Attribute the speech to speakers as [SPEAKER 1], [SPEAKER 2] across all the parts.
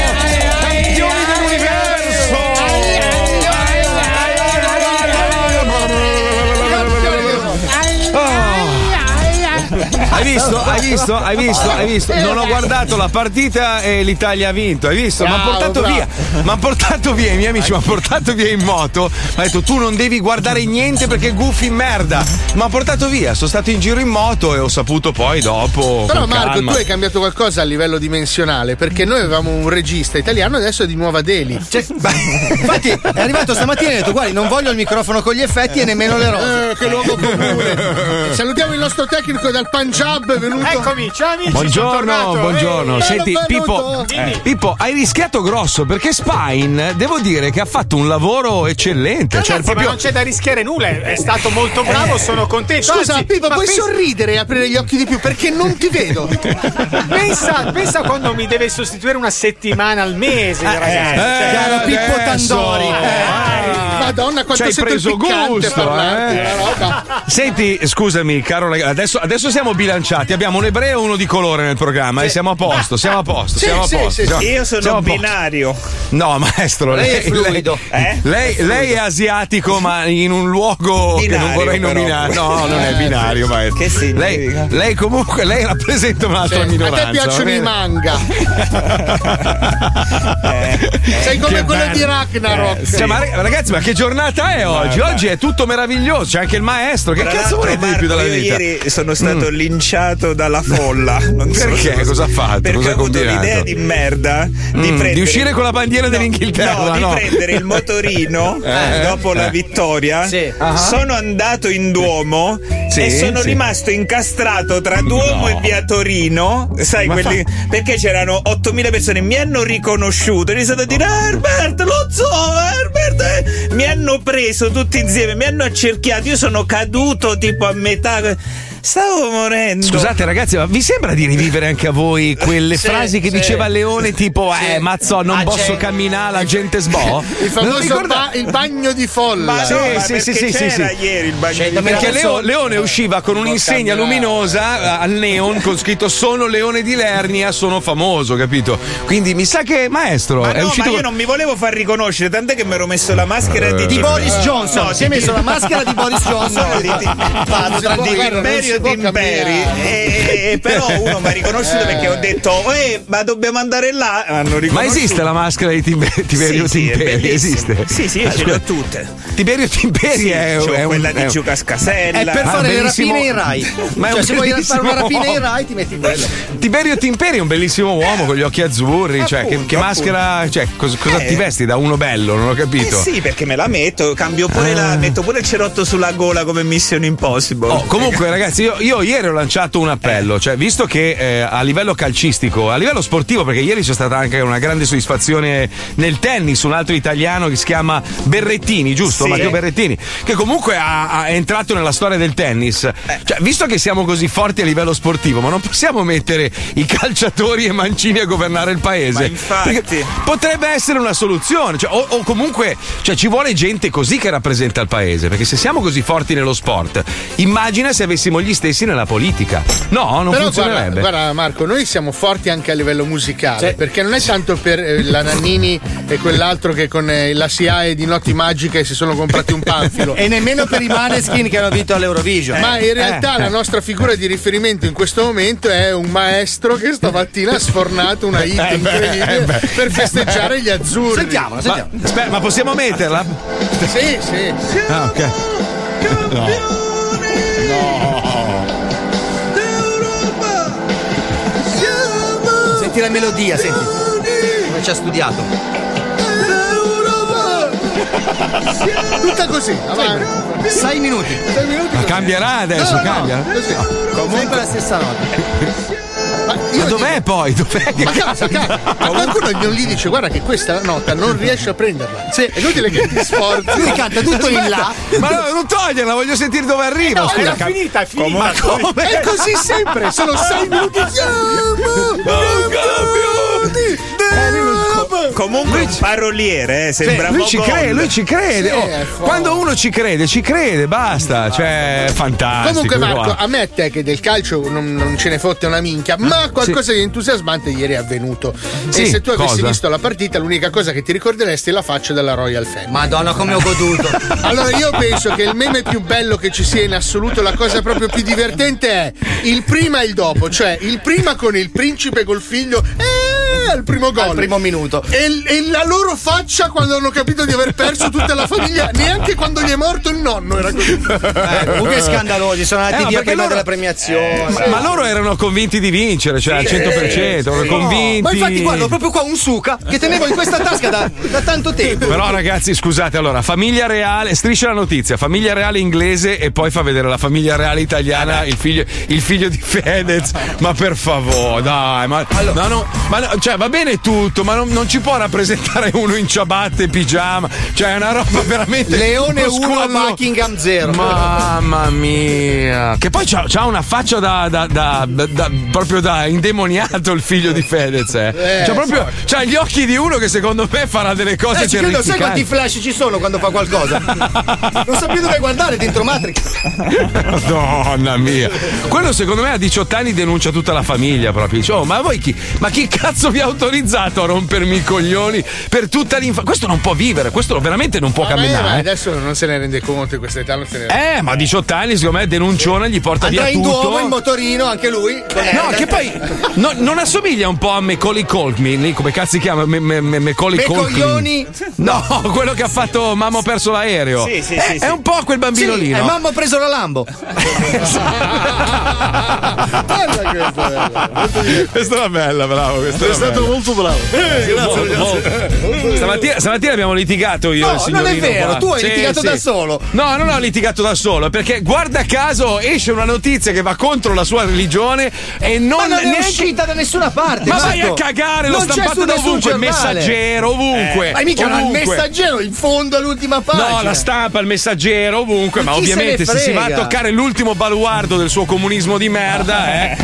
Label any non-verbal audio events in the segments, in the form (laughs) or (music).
[SPEAKER 1] Campioni dell'universo!
[SPEAKER 2] Hai visto? Hai visto? Hai visto? Hai visto?
[SPEAKER 3] Eh,
[SPEAKER 2] Non ho guardato la partita e l'Italia ha vinto. Hai visto? Mi ha
[SPEAKER 1] Bravo,
[SPEAKER 2] portato
[SPEAKER 1] bravo.
[SPEAKER 2] via. Mi ha portato via, i miei amici mi hanno portato via in moto. Mi ha detto tu non devi guardare niente perché gufi merda. Mi ha portato via. Sono stato in giro in moto e ho saputo poi dopo.
[SPEAKER 3] Però
[SPEAKER 2] con
[SPEAKER 3] Marco,
[SPEAKER 2] calma.
[SPEAKER 3] tu hai cambiato qualcosa a livello dimensionale, perché noi avevamo un regista italiano e adesso è di Nuova Delhi.
[SPEAKER 4] Cioè, infatti è arrivato stamattina e ha detto guardi non voglio il microfono con gli effetti e nemmeno le rose.
[SPEAKER 3] Eh, che luogo comune. Eh. Salutiamo il nostro tecnico dal Punjab, è venuto. Eccomi, ciao amici. Eh,
[SPEAKER 2] Buongiorno, buongiorno. Senti, Pippo, eh, Pippo, hai rischiato grosso perché Spine, devo dire che ha fatto un lavoro eccellente.
[SPEAKER 1] Ragazzi,
[SPEAKER 2] cioè,
[SPEAKER 1] ma
[SPEAKER 2] proprio...
[SPEAKER 1] non c'è da rischiare nulla, è stato molto bravo, sono contento.
[SPEAKER 3] Eh, Scusa,
[SPEAKER 1] Anzi,
[SPEAKER 3] Pippo,
[SPEAKER 1] ma
[SPEAKER 3] puoi
[SPEAKER 1] pensa-
[SPEAKER 3] sorridere e aprire gli occhi di più perché non ti vedo.
[SPEAKER 1] (laughs) Pensa, pensa quando mi deve sostituire una settimana al mese,
[SPEAKER 3] Eh,
[SPEAKER 1] ragazzi. Cioè, Eh,
[SPEAKER 3] caro Pippo Tandori. eh, Madonna,
[SPEAKER 2] Ci
[SPEAKER 3] quanto
[SPEAKER 2] hai
[SPEAKER 3] sei
[SPEAKER 2] preso gusto, eh. Senti, scusami, caro ragazzo, adesso, adesso siamo bilanciati. Abbiamo un ebreo e uno di colore nel programma e siamo a posto, siamo a posto,
[SPEAKER 5] Sì,
[SPEAKER 2] siamo
[SPEAKER 5] sì,
[SPEAKER 2] a posto.
[SPEAKER 5] sì,
[SPEAKER 2] siamo-
[SPEAKER 5] sì. Io sono
[SPEAKER 2] siamo a posto.
[SPEAKER 5] binario.
[SPEAKER 2] No, maestro,
[SPEAKER 5] Lei
[SPEAKER 2] lei,
[SPEAKER 5] è fluido.
[SPEAKER 2] Lei,
[SPEAKER 5] Eh?
[SPEAKER 2] lei-
[SPEAKER 5] È fluido.
[SPEAKER 2] lei è asiatico, ma in un luogo che non
[SPEAKER 5] Binario,
[SPEAKER 2] vorrei
[SPEAKER 5] però.
[SPEAKER 2] nominare. No, non è
[SPEAKER 5] Eh,
[SPEAKER 2] binario,
[SPEAKER 5] sì.
[SPEAKER 2] maestro.
[SPEAKER 5] Che significa?
[SPEAKER 2] lei, lei comunque lei rappresenta un'altra
[SPEAKER 3] Cioè,
[SPEAKER 2] minoranza.
[SPEAKER 3] a te piacciono
[SPEAKER 2] va
[SPEAKER 3] i
[SPEAKER 2] bene?
[SPEAKER 3] manga.
[SPEAKER 2] Eh,
[SPEAKER 3] sei
[SPEAKER 2] che
[SPEAKER 3] come quello
[SPEAKER 2] bello.
[SPEAKER 3] di Ragnarok.
[SPEAKER 2] Cioè, ma rag- ragazzi, ma che giornata è oggi? Oggi è tutto meraviglioso. C'è anche il maestro. Che
[SPEAKER 5] Tra
[SPEAKER 2] cazzo
[SPEAKER 5] l'altro,
[SPEAKER 2] volete di più dalla
[SPEAKER 5] Marco, io
[SPEAKER 2] vita? Mm.
[SPEAKER 5] ieri sono stato linciato dalla folla. Non so
[SPEAKER 2] Perché?
[SPEAKER 5] se-
[SPEAKER 2] Cosa ha fatto?
[SPEAKER 5] Perché
[SPEAKER 2] Cosa ha
[SPEAKER 5] ho avuto
[SPEAKER 2] combinato?
[SPEAKER 5] l'idea di merda di
[SPEAKER 2] Mm, di
[SPEAKER 5] prendere.
[SPEAKER 2] uscire con la bandiera
[SPEAKER 5] No,
[SPEAKER 2] dell'Inghilterra,
[SPEAKER 5] No, di
[SPEAKER 2] no.
[SPEAKER 5] prendere il motorino
[SPEAKER 2] (laughs) Eh,
[SPEAKER 5] dopo
[SPEAKER 2] eh.
[SPEAKER 5] la vittoria.
[SPEAKER 2] Sì. Ah.
[SPEAKER 5] Sono andato in Duomo
[SPEAKER 2] Sì,
[SPEAKER 5] e sono
[SPEAKER 2] sì.
[SPEAKER 5] rimasto incastrato tra Duomo
[SPEAKER 2] No.
[SPEAKER 5] e via Torino. Sai,
[SPEAKER 2] Ma
[SPEAKER 5] quelli-
[SPEAKER 2] fa-
[SPEAKER 5] Perché c'erano 8.000 persone, mi hanno riconosciuto. È stato a dire Herbert, lo zoo, Herbert. eh." Mi hanno preso tutti insieme, mi hanno accerchiato. Io sono caduto tipo a metà. Stavo morendo.
[SPEAKER 2] Scusate ragazzi, ma vi sembra di rivivere anche a voi quelle
[SPEAKER 5] (laughs) Sì,
[SPEAKER 2] frasi che
[SPEAKER 5] sì.
[SPEAKER 2] diceva Leone tipo eh mazzo non
[SPEAKER 5] Ah,
[SPEAKER 2] posso
[SPEAKER 5] c'è-
[SPEAKER 2] camminare, la gente
[SPEAKER 5] (laughs)
[SPEAKER 2] sbo?
[SPEAKER 3] Il
[SPEAKER 2] Me lo
[SPEAKER 3] famoso
[SPEAKER 2] ricorda-
[SPEAKER 3] ba- il bagno di folla.
[SPEAKER 5] Ma
[SPEAKER 2] Sì,
[SPEAKER 5] no, ma
[SPEAKER 2] sì, sì,
[SPEAKER 5] perché
[SPEAKER 2] sì, sì,
[SPEAKER 5] c'era
[SPEAKER 2] sì.
[SPEAKER 5] ieri il bagno di
[SPEAKER 2] Perché
[SPEAKER 5] Milano?
[SPEAKER 2] Leo- Leone usciva con un'insegna luminosa eh, al neon con scritto sono Leone di Lernia, sono famoso, capito? Quindi mi sa che maestro
[SPEAKER 5] Ma
[SPEAKER 2] è
[SPEAKER 5] no,
[SPEAKER 2] uscito
[SPEAKER 5] ma io
[SPEAKER 2] con- Eh,
[SPEAKER 5] non mi volevo far riconoscere, tant'è che mi ero messo la maschera di,
[SPEAKER 4] Di Boris Johnson, si è messo la maschera di
[SPEAKER 5] (laughs)
[SPEAKER 4] Boris Johnson.
[SPEAKER 5] No, di- di-
[SPEAKER 4] Pazzo,
[SPEAKER 3] si può-
[SPEAKER 5] di
[SPEAKER 3] guarda, non
[SPEAKER 5] Imperio
[SPEAKER 3] si può
[SPEAKER 5] di Imperi.
[SPEAKER 3] camminare.
[SPEAKER 5] E, e- e però uno mi ha riconosciuto perché ho detto, eh, ma dobbiamo andare là. Hanno
[SPEAKER 2] Ma
[SPEAKER 5] riconosciuto.
[SPEAKER 2] esiste la maschera di Tim- Tiberio
[SPEAKER 5] Sì, sì, è
[SPEAKER 2] Timperi?
[SPEAKER 5] bellissima.
[SPEAKER 2] esiste?
[SPEAKER 5] Sì, sì,
[SPEAKER 2] Ah,
[SPEAKER 5] io ce le
[SPEAKER 2] scusa,
[SPEAKER 5] ho tutte.
[SPEAKER 2] Tiberio Timperi
[SPEAKER 5] Sì,
[SPEAKER 2] è,
[SPEAKER 5] c'ho
[SPEAKER 2] è un-
[SPEAKER 5] quella di
[SPEAKER 2] è un-
[SPEAKER 5] Giuca
[SPEAKER 4] È
[SPEAKER 5] Scasella.
[SPEAKER 4] per
[SPEAKER 2] Ma
[SPEAKER 4] fare le
[SPEAKER 2] bellissimo-
[SPEAKER 4] rapine in Rai.
[SPEAKER 2] Ma
[SPEAKER 4] cioè,
[SPEAKER 2] è un
[SPEAKER 4] se vuoi fare una
[SPEAKER 2] bellissimo-
[SPEAKER 4] rapina in Rai, ti metti in quello.
[SPEAKER 2] Tiberio Timperi è un bellissimo uomo con gli occhi azzurri, cioè che, che
[SPEAKER 5] Appunto,
[SPEAKER 2] maschera, cioè cos- cosa
[SPEAKER 5] Eh.
[SPEAKER 2] ti vesti da uno bello, non ho
[SPEAKER 5] Eh
[SPEAKER 2] capito. Ah.
[SPEAKER 5] sì, perché me la metto, cambio pure la, metto pure il cerotto sulla gola come Mission Impossible.
[SPEAKER 2] Oh, comunque ragazzi, io, io ieri ho lanciato un appello, cioè visto che eh, a livello calcistico, a livello sportivo, perché ieri c'è stata anche una grande soddisfazione nel tennis, un altro italiano che si chiama Berrettini, giusto?
[SPEAKER 5] Sì.
[SPEAKER 2] Matteo Berrettini, che comunque ha- ha- è entrato nella storia del tennis.
[SPEAKER 5] Eh.
[SPEAKER 2] Cioè, visto che siamo così forti a livello sportivo, ma non possiamo mettere i calciatori e Mancini a governare il paese.
[SPEAKER 5] Ma infatti.
[SPEAKER 2] Perché potrebbe essere una soluzione, cioè, o, o comunque cioè, ci vuole gente così che rappresenta il paese, perché se siamo così forti nello sport, immagina se avessimo gli stessi nella politica.
[SPEAKER 4] Oh,
[SPEAKER 2] No, non
[SPEAKER 3] Però guarda,
[SPEAKER 2] funzionerebbe.
[SPEAKER 3] guarda, Marco, noi siamo forti anche a livello musicale,
[SPEAKER 4] Cioè,
[SPEAKER 3] perché non è tanto per eh, la Nannini e quell'altro che con eh, la SIAE di Notti Magiche si sono comprati un panfilo.
[SPEAKER 4] (laughs) E nemmeno per i Maneskin che hanno vinto all'Eurovision. Eh,
[SPEAKER 3] Ma in realtà la nostra figura di riferimento in questo momento è un maestro che stamattina ha sfornato una hit
[SPEAKER 4] Eh,
[SPEAKER 3] incredibile per festeggiare gli azzurri.
[SPEAKER 4] Sentiamola,
[SPEAKER 2] Ma,
[SPEAKER 4] sentiamo.
[SPEAKER 2] aspetta, ma possiamo metterla?
[SPEAKER 3] Sì, sì.
[SPEAKER 2] Ah, ok.
[SPEAKER 4] Senti la melodia, senti. Come ci ha studiato.
[SPEAKER 3] Tutta così, avanti.
[SPEAKER 4] 6 minuti.
[SPEAKER 3] Sei minuti
[SPEAKER 2] Ma
[SPEAKER 3] così.
[SPEAKER 2] cambierà adesso,
[SPEAKER 3] No, no,
[SPEAKER 2] cambia.
[SPEAKER 3] no, così.
[SPEAKER 4] Comunque la stessa nota.
[SPEAKER 3] Ma
[SPEAKER 2] Ma
[SPEAKER 3] io
[SPEAKER 2] dov'è poi? Dov'è che
[SPEAKER 3] Ma cazzo, cazzo, ma qualcuno non gli dice guarda che questa è la nota, non riesce a prenderla. Sì. È inutile che ti sforzi.
[SPEAKER 4] Lui canta tutto in là.
[SPEAKER 2] Ma no, non toglierla, voglio sentire dove arriva. scusa. Eh,
[SPEAKER 1] Era finita, è finita.
[SPEAKER 3] È così sempre, sono sei minuti.
[SPEAKER 5] Eh, Comunque un paroliere, eh,
[SPEAKER 2] Cioè,
[SPEAKER 5] sembra
[SPEAKER 2] lui ci
[SPEAKER 5] Bobon.
[SPEAKER 2] crede, lui ci crede.
[SPEAKER 3] Sì,
[SPEAKER 2] Oh,
[SPEAKER 3] è forte.
[SPEAKER 2] quando uno ci crede, ci crede, basta. Cioè, è fantastico. eh.
[SPEAKER 3] Comunque Marco,
[SPEAKER 2] guarda.
[SPEAKER 3] ammette che del calcio non, non ce ne fotte una minchia, ma qualcosa di entusiasmante ieri è avvenuto.
[SPEAKER 2] Sì,
[SPEAKER 3] e se tu avessi
[SPEAKER 2] cosa?
[SPEAKER 3] visto la partita, l'unica cosa che ti ricorderesti è la faccia della Royal Family.
[SPEAKER 4] Madonna, come ho goduto.
[SPEAKER 3] (laughs) Allora io penso che il meme più bello che ci sia in assoluto, la cosa proprio più divertente è il prima e il dopo, cioè il prima con il principe col figlio eh, al primo gol.
[SPEAKER 4] Al primo minuto.
[SPEAKER 3] E, e la loro faccia quando hanno capito di aver perso tutta la famiglia, neanche quando gli è morto il nonno era così.
[SPEAKER 4] Eh, comunque scandalosi, sono andati
[SPEAKER 2] Eh, ma
[SPEAKER 4] via
[SPEAKER 2] perché
[SPEAKER 4] prima
[SPEAKER 2] loro-
[SPEAKER 4] della premiazione.
[SPEAKER 2] Ma, ma loro erano convinti di vincere, cioè al 100%, erano convinti.
[SPEAKER 4] Eh, Ma infatti guarda, ho proprio qua un suca che tenevo in questa tasca da, da tanto tempo.
[SPEAKER 2] Però ragazzi, scusate, allora, famiglia reale, striscia la notizia, famiglia reale inglese e poi fa vedere la famiglia reale italiana, il figlio, il figlio di Fedez. Ma per favore, dai, ma, ma no, ma no, cioè, va bene tutto, ma non, non ci può rappresentare uno in ciabatte e pigiama, cioè è una roba (laughs) veramente...
[SPEAKER 4] Leone
[SPEAKER 2] uno
[SPEAKER 4] 1
[SPEAKER 2] squallo-
[SPEAKER 4] Buckingham 0.
[SPEAKER 2] Mamma mia, che poi c'ha, c'ha una faccia da, da- da- da- proprio da indemoniato il figlio di Fedez. Eh. C'ha proprio c'ha gli occhi di uno che secondo me farà delle cose
[SPEAKER 4] Eh, ci credo, sai
[SPEAKER 2] terrificanti.
[SPEAKER 4] quanti flash ci sono quando fa qualcosa? Non so più dove guardare dentro Matrix.
[SPEAKER 2] (laughs) Madonna mia, quello secondo me a 18 anni denuncia tutta la famiglia proprio. Dice, oh, ma voi chi, ma chi cazzo vi ha autorizzato a rompermi i coglioni per tutta l'infanzia? Questo non può vivere, questo veramente non può
[SPEAKER 3] Eh, ma
[SPEAKER 2] camminare.
[SPEAKER 3] adesso non se ne rende conto in questa età non se ne rende
[SPEAKER 2] Eh, ma a 18 anni, secondo me, denunciona, gli porta
[SPEAKER 4] Andrà
[SPEAKER 2] via
[SPEAKER 4] in
[SPEAKER 2] tutto.
[SPEAKER 4] Duomo, in motorino, anche lui. con eh,
[SPEAKER 2] No,
[SPEAKER 4] Erda.
[SPEAKER 2] che poi no- non assomiglia un po' a Macaulay Colkin, lì, come cazzo si chiama? Me- me- me- Macaulay Culkin.
[SPEAKER 4] Pecoglioni.
[SPEAKER 2] No, (laughs) quello che ha fatto Mamma ho perso l'aereo.
[SPEAKER 5] Sì, sì,
[SPEAKER 2] Eh,
[SPEAKER 5] sì,
[SPEAKER 2] è
[SPEAKER 5] sì.
[SPEAKER 2] un po'
[SPEAKER 4] Sì,
[SPEAKER 2] quel bambino lì,
[SPEAKER 4] eh,
[SPEAKER 2] no?
[SPEAKER 4] mamma ha preso la Lambo.
[SPEAKER 3] conto. Bella questa, bella.
[SPEAKER 2] Questa era bella, bravo. Questa,
[SPEAKER 3] Questa
[SPEAKER 2] bello.
[SPEAKER 3] molto bravo.
[SPEAKER 6] Eh,
[SPEAKER 2] Sì, molto, molto. Stamattina, stamattina abbiamo litigato
[SPEAKER 4] No,
[SPEAKER 2] io e il
[SPEAKER 4] non
[SPEAKER 2] signorino.
[SPEAKER 4] è vero,
[SPEAKER 2] qua.
[SPEAKER 4] tu hai
[SPEAKER 2] Sì,
[SPEAKER 4] litigato
[SPEAKER 2] sì.
[SPEAKER 4] da solo.
[SPEAKER 2] No, non ho litigato da solo, perché guarda caso esce una notizia che va contro la sua religione e non,
[SPEAKER 4] Ma non è
[SPEAKER 2] neanche-
[SPEAKER 4] uscita da nessuna parte.
[SPEAKER 2] Ma
[SPEAKER 4] Marco.
[SPEAKER 2] vai a cagare, l'ho
[SPEAKER 4] Non c'è
[SPEAKER 2] stampato
[SPEAKER 4] su
[SPEAKER 2] da
[SPEAKER 4] nessun
[SPEAKER 2] ovunque,
[SPEAKER 4] giornale. Eh,
[SPEAKER 2] messaggero, ovunque.
[SPEAKER 3] Eh,
[SPEAKER 4] Ma mica era il
[SPEAKER 2] ovunque.
[SPEAKER 4] messaggero in fondo all'ultima pagina.
[SPEAKER 2] No, la stampa, il messaggero, ovunque, ma
[SPEAKER 4] chi se
[SPEAKER 2] ovviamente
[SPEAKER 4] ne
[SPEAKER 2] se si va
[SPEAKER 4] frega?
[SPEAKER 2] a toccare l'ultimo baluardo del suo comunismo di merda, eh,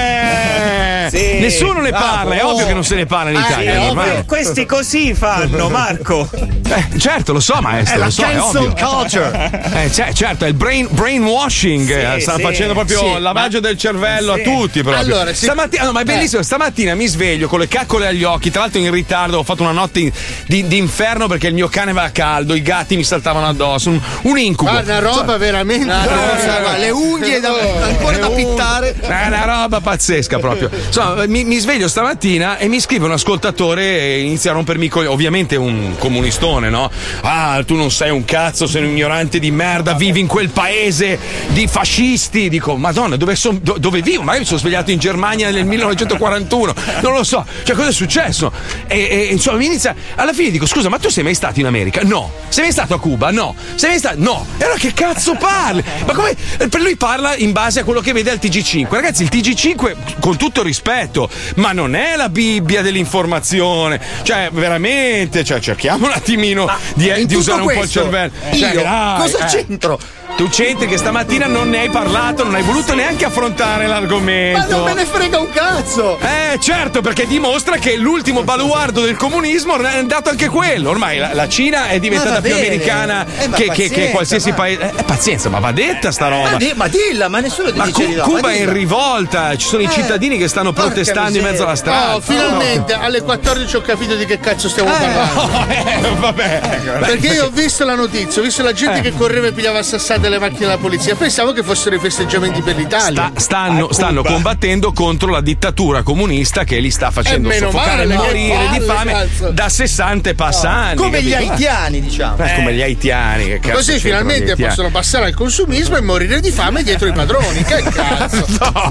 [SPEAKER 4] (laughs)
[SPEAKER 2] eh,
[SPEAKER 5] Sì.
[SPEAKER 2] nessuno ne parla, è
[SPEAKER 4] boh.
[SPEAKER 2] ovvio che non se ne parla in
[SPEAKER 3] Eh,
[SPEAKER 2] Italia.
[SPEAKER 3] è
[SPEAKER 2] è
[SPEAKER 3] ovvio.
[SPEAKER 5] Eh,
[SPEAKER 2] normale.
[SPEAKER 5] Questi così fanno, Marco.
[SPEAKER 2] (laughs) Eh, certo, lo so, maestro, lo so, è ovvio.
[SPEAKER 4] culture.
[SPEAKER 2] Eh, c'è- certo, è il brain- brainwashing. eh, stanno
[SPEAKER 5] sì,
[SPEAKER 2] facendo proprio
[SPEAKER 4] sì,
[SPEAKER 2] lavaggio del cervello
[SPEAKER 5] sì. Eh.
[SPEAKER 2] a tutti. Proprio.
[SPEAKER 3] Allora, sì.
[SPEAKER 2] stamattina, no, ma è bellissimo. Stamattina mi sveglio con le caccole agli occhi. Tra l'altro, in ritardo, ho fatto una notte in- di, di inferno perché il mio cane va a caldo, i gatti mi saltavano addosso. Un, un incubo.
[SPEAKER 3] Ma una roba
[SPEAKER 2] Cioè,
[SPEAKER 3] veramente.
[SPEAKER 4] Ma le unghie da, ancora da pittare.
[SPEAKER 2] Ma È una roba pazzesca proprio. Insomma, mi, mi sveglio stamattina e mi scrive un ascoltatore e inizia a rompermi i coglioni. Ovviamente un comunistone, no? Ah, tu non sei un cazzo, sei un ignorante di merda, vivi in quel paese di fascisti. Dico, madonna, dove, son- do- dove vivo? Magari mi sono svegliato in Germania nel 1941, non lo so. Cioè, cosa è successo? E, e, insomma, mi inizia. Alla fine dico, scusa, ma tu sei mai stato in America? No. Sei mai stato a Cuba? No. Sei mai stato? No. E allora che cazzo parli? Ma come? "Eh, Per lui parla in base a quello che vede al TG5. Ragazzi, il TG5, con tutto il rispetto, ma non è la Bibbia dell'informazione. Cioè, veramente, cioè, cerchiamo un attimino di, di
[SPEAKER 4] Tutto
[SPEAKER 2] usare un po' il
[SPEAKER 4] questo,
[SPEAKER 2] cervello. Cioè,
[SPEAKER 4] Io
[SPEAKER 2] dai,
[SPEAKER 4] cosa
[SPEAKER 2] eh.
[SPEAKER 4] c'entro?
[SPEAKER 2] Tu c'entri che stamattina non ne hai parlato, non hai voluto neanche affrontare l'argomento.
[SPEAKER 4] Ma non me ne frega un cazzo!
[SPEAKER 2] Eh, certo, perché dimostra che l'ultimo baluardo del comunismo è andato anche quello. Ormai la, la Cina è diventata
[SPEAKER 4] Ma va
[SPEAKER 2] più
[SPEAKER 4] bene.
[SPEAKER 2] americana
[SPEAKER 4] Eh, ma
[SPEAKER 2] che, che- che
[SPEAKER 4] pazienza,
[SPEAKER 2] qualsiasi
[SPEAKER 4] ma-
[SPEAKER 2] paese. Eh, pazienza, ma va detta sta roba.
[SPEAKER 4] Ma, di- ma dilla, ma nessuno ti
[SPEAKER 2] Ma
[SPEAKER 4] dice
[SPEAKER 2] Cu-
[SPEAKER 4] di no, ma
[SPEAKER 2] Cuba è in
[SPEAKER 4] dilla.
[SPEAKER 2] rivolta, ci sono i
[SPEAKER 4] Eh,
[SPEAKER 2] cittadini che stanno
[SPEAKER 4] porca
[SPEAKER 2] protestando in
[SPEAKER 4] miseria.
[SPEAKER 2] mezzo alla strada.
[SPEAKER 3] Oh, finalmente alle 14 ho capito di che cazzo stiamo parlando.
[SPEAKER 2] (laughs) Eh, vabbè.
[SPEAKER 3] Perché io ho visto la notizia, ho visto la
[SPEAKER 2] Eh.
[SPEAKER 3] gente che correva e pigliava a sassate le macchine della polizia. Pensavo che fossero i festeggiamenti per l'Italia.
[SPEAKER 2] Sta- stanno, stanno combattendo contro la dittatura comunista che li
[SPEAKER 4] Eh,
[SPEAKER 2] sta facendo
[SPEAKER 3] meno
[SPEAKER 2] soffocare
[SPEAKER 3] male,
[SPEAKER 2] e
[SPEAKER 3] che
[SPEAKER 2] morire di
[SPEAKER 3] palle,
[SPEAKER 2] fame
[SPEAKER 3] cazzo.
[SPEAKER 2] da 60 e passa anni.
[SPEAKER 4] Come gli
[SPEAKER 2] capito?
[SPEAKER 4] haitiani, diciamo.
[SPEAKER 2] Eh, come gli haitiani, che cazzo
[SPEAKER 3] Così
[SPEAKER 2] c'entrano gli
[SPEAKER 3] finalmente
[SPEAKER 2] haitiani?
[SPEAKER 3] possono passare al consumismo e morire di fame dietro i padroni. Che cazzo?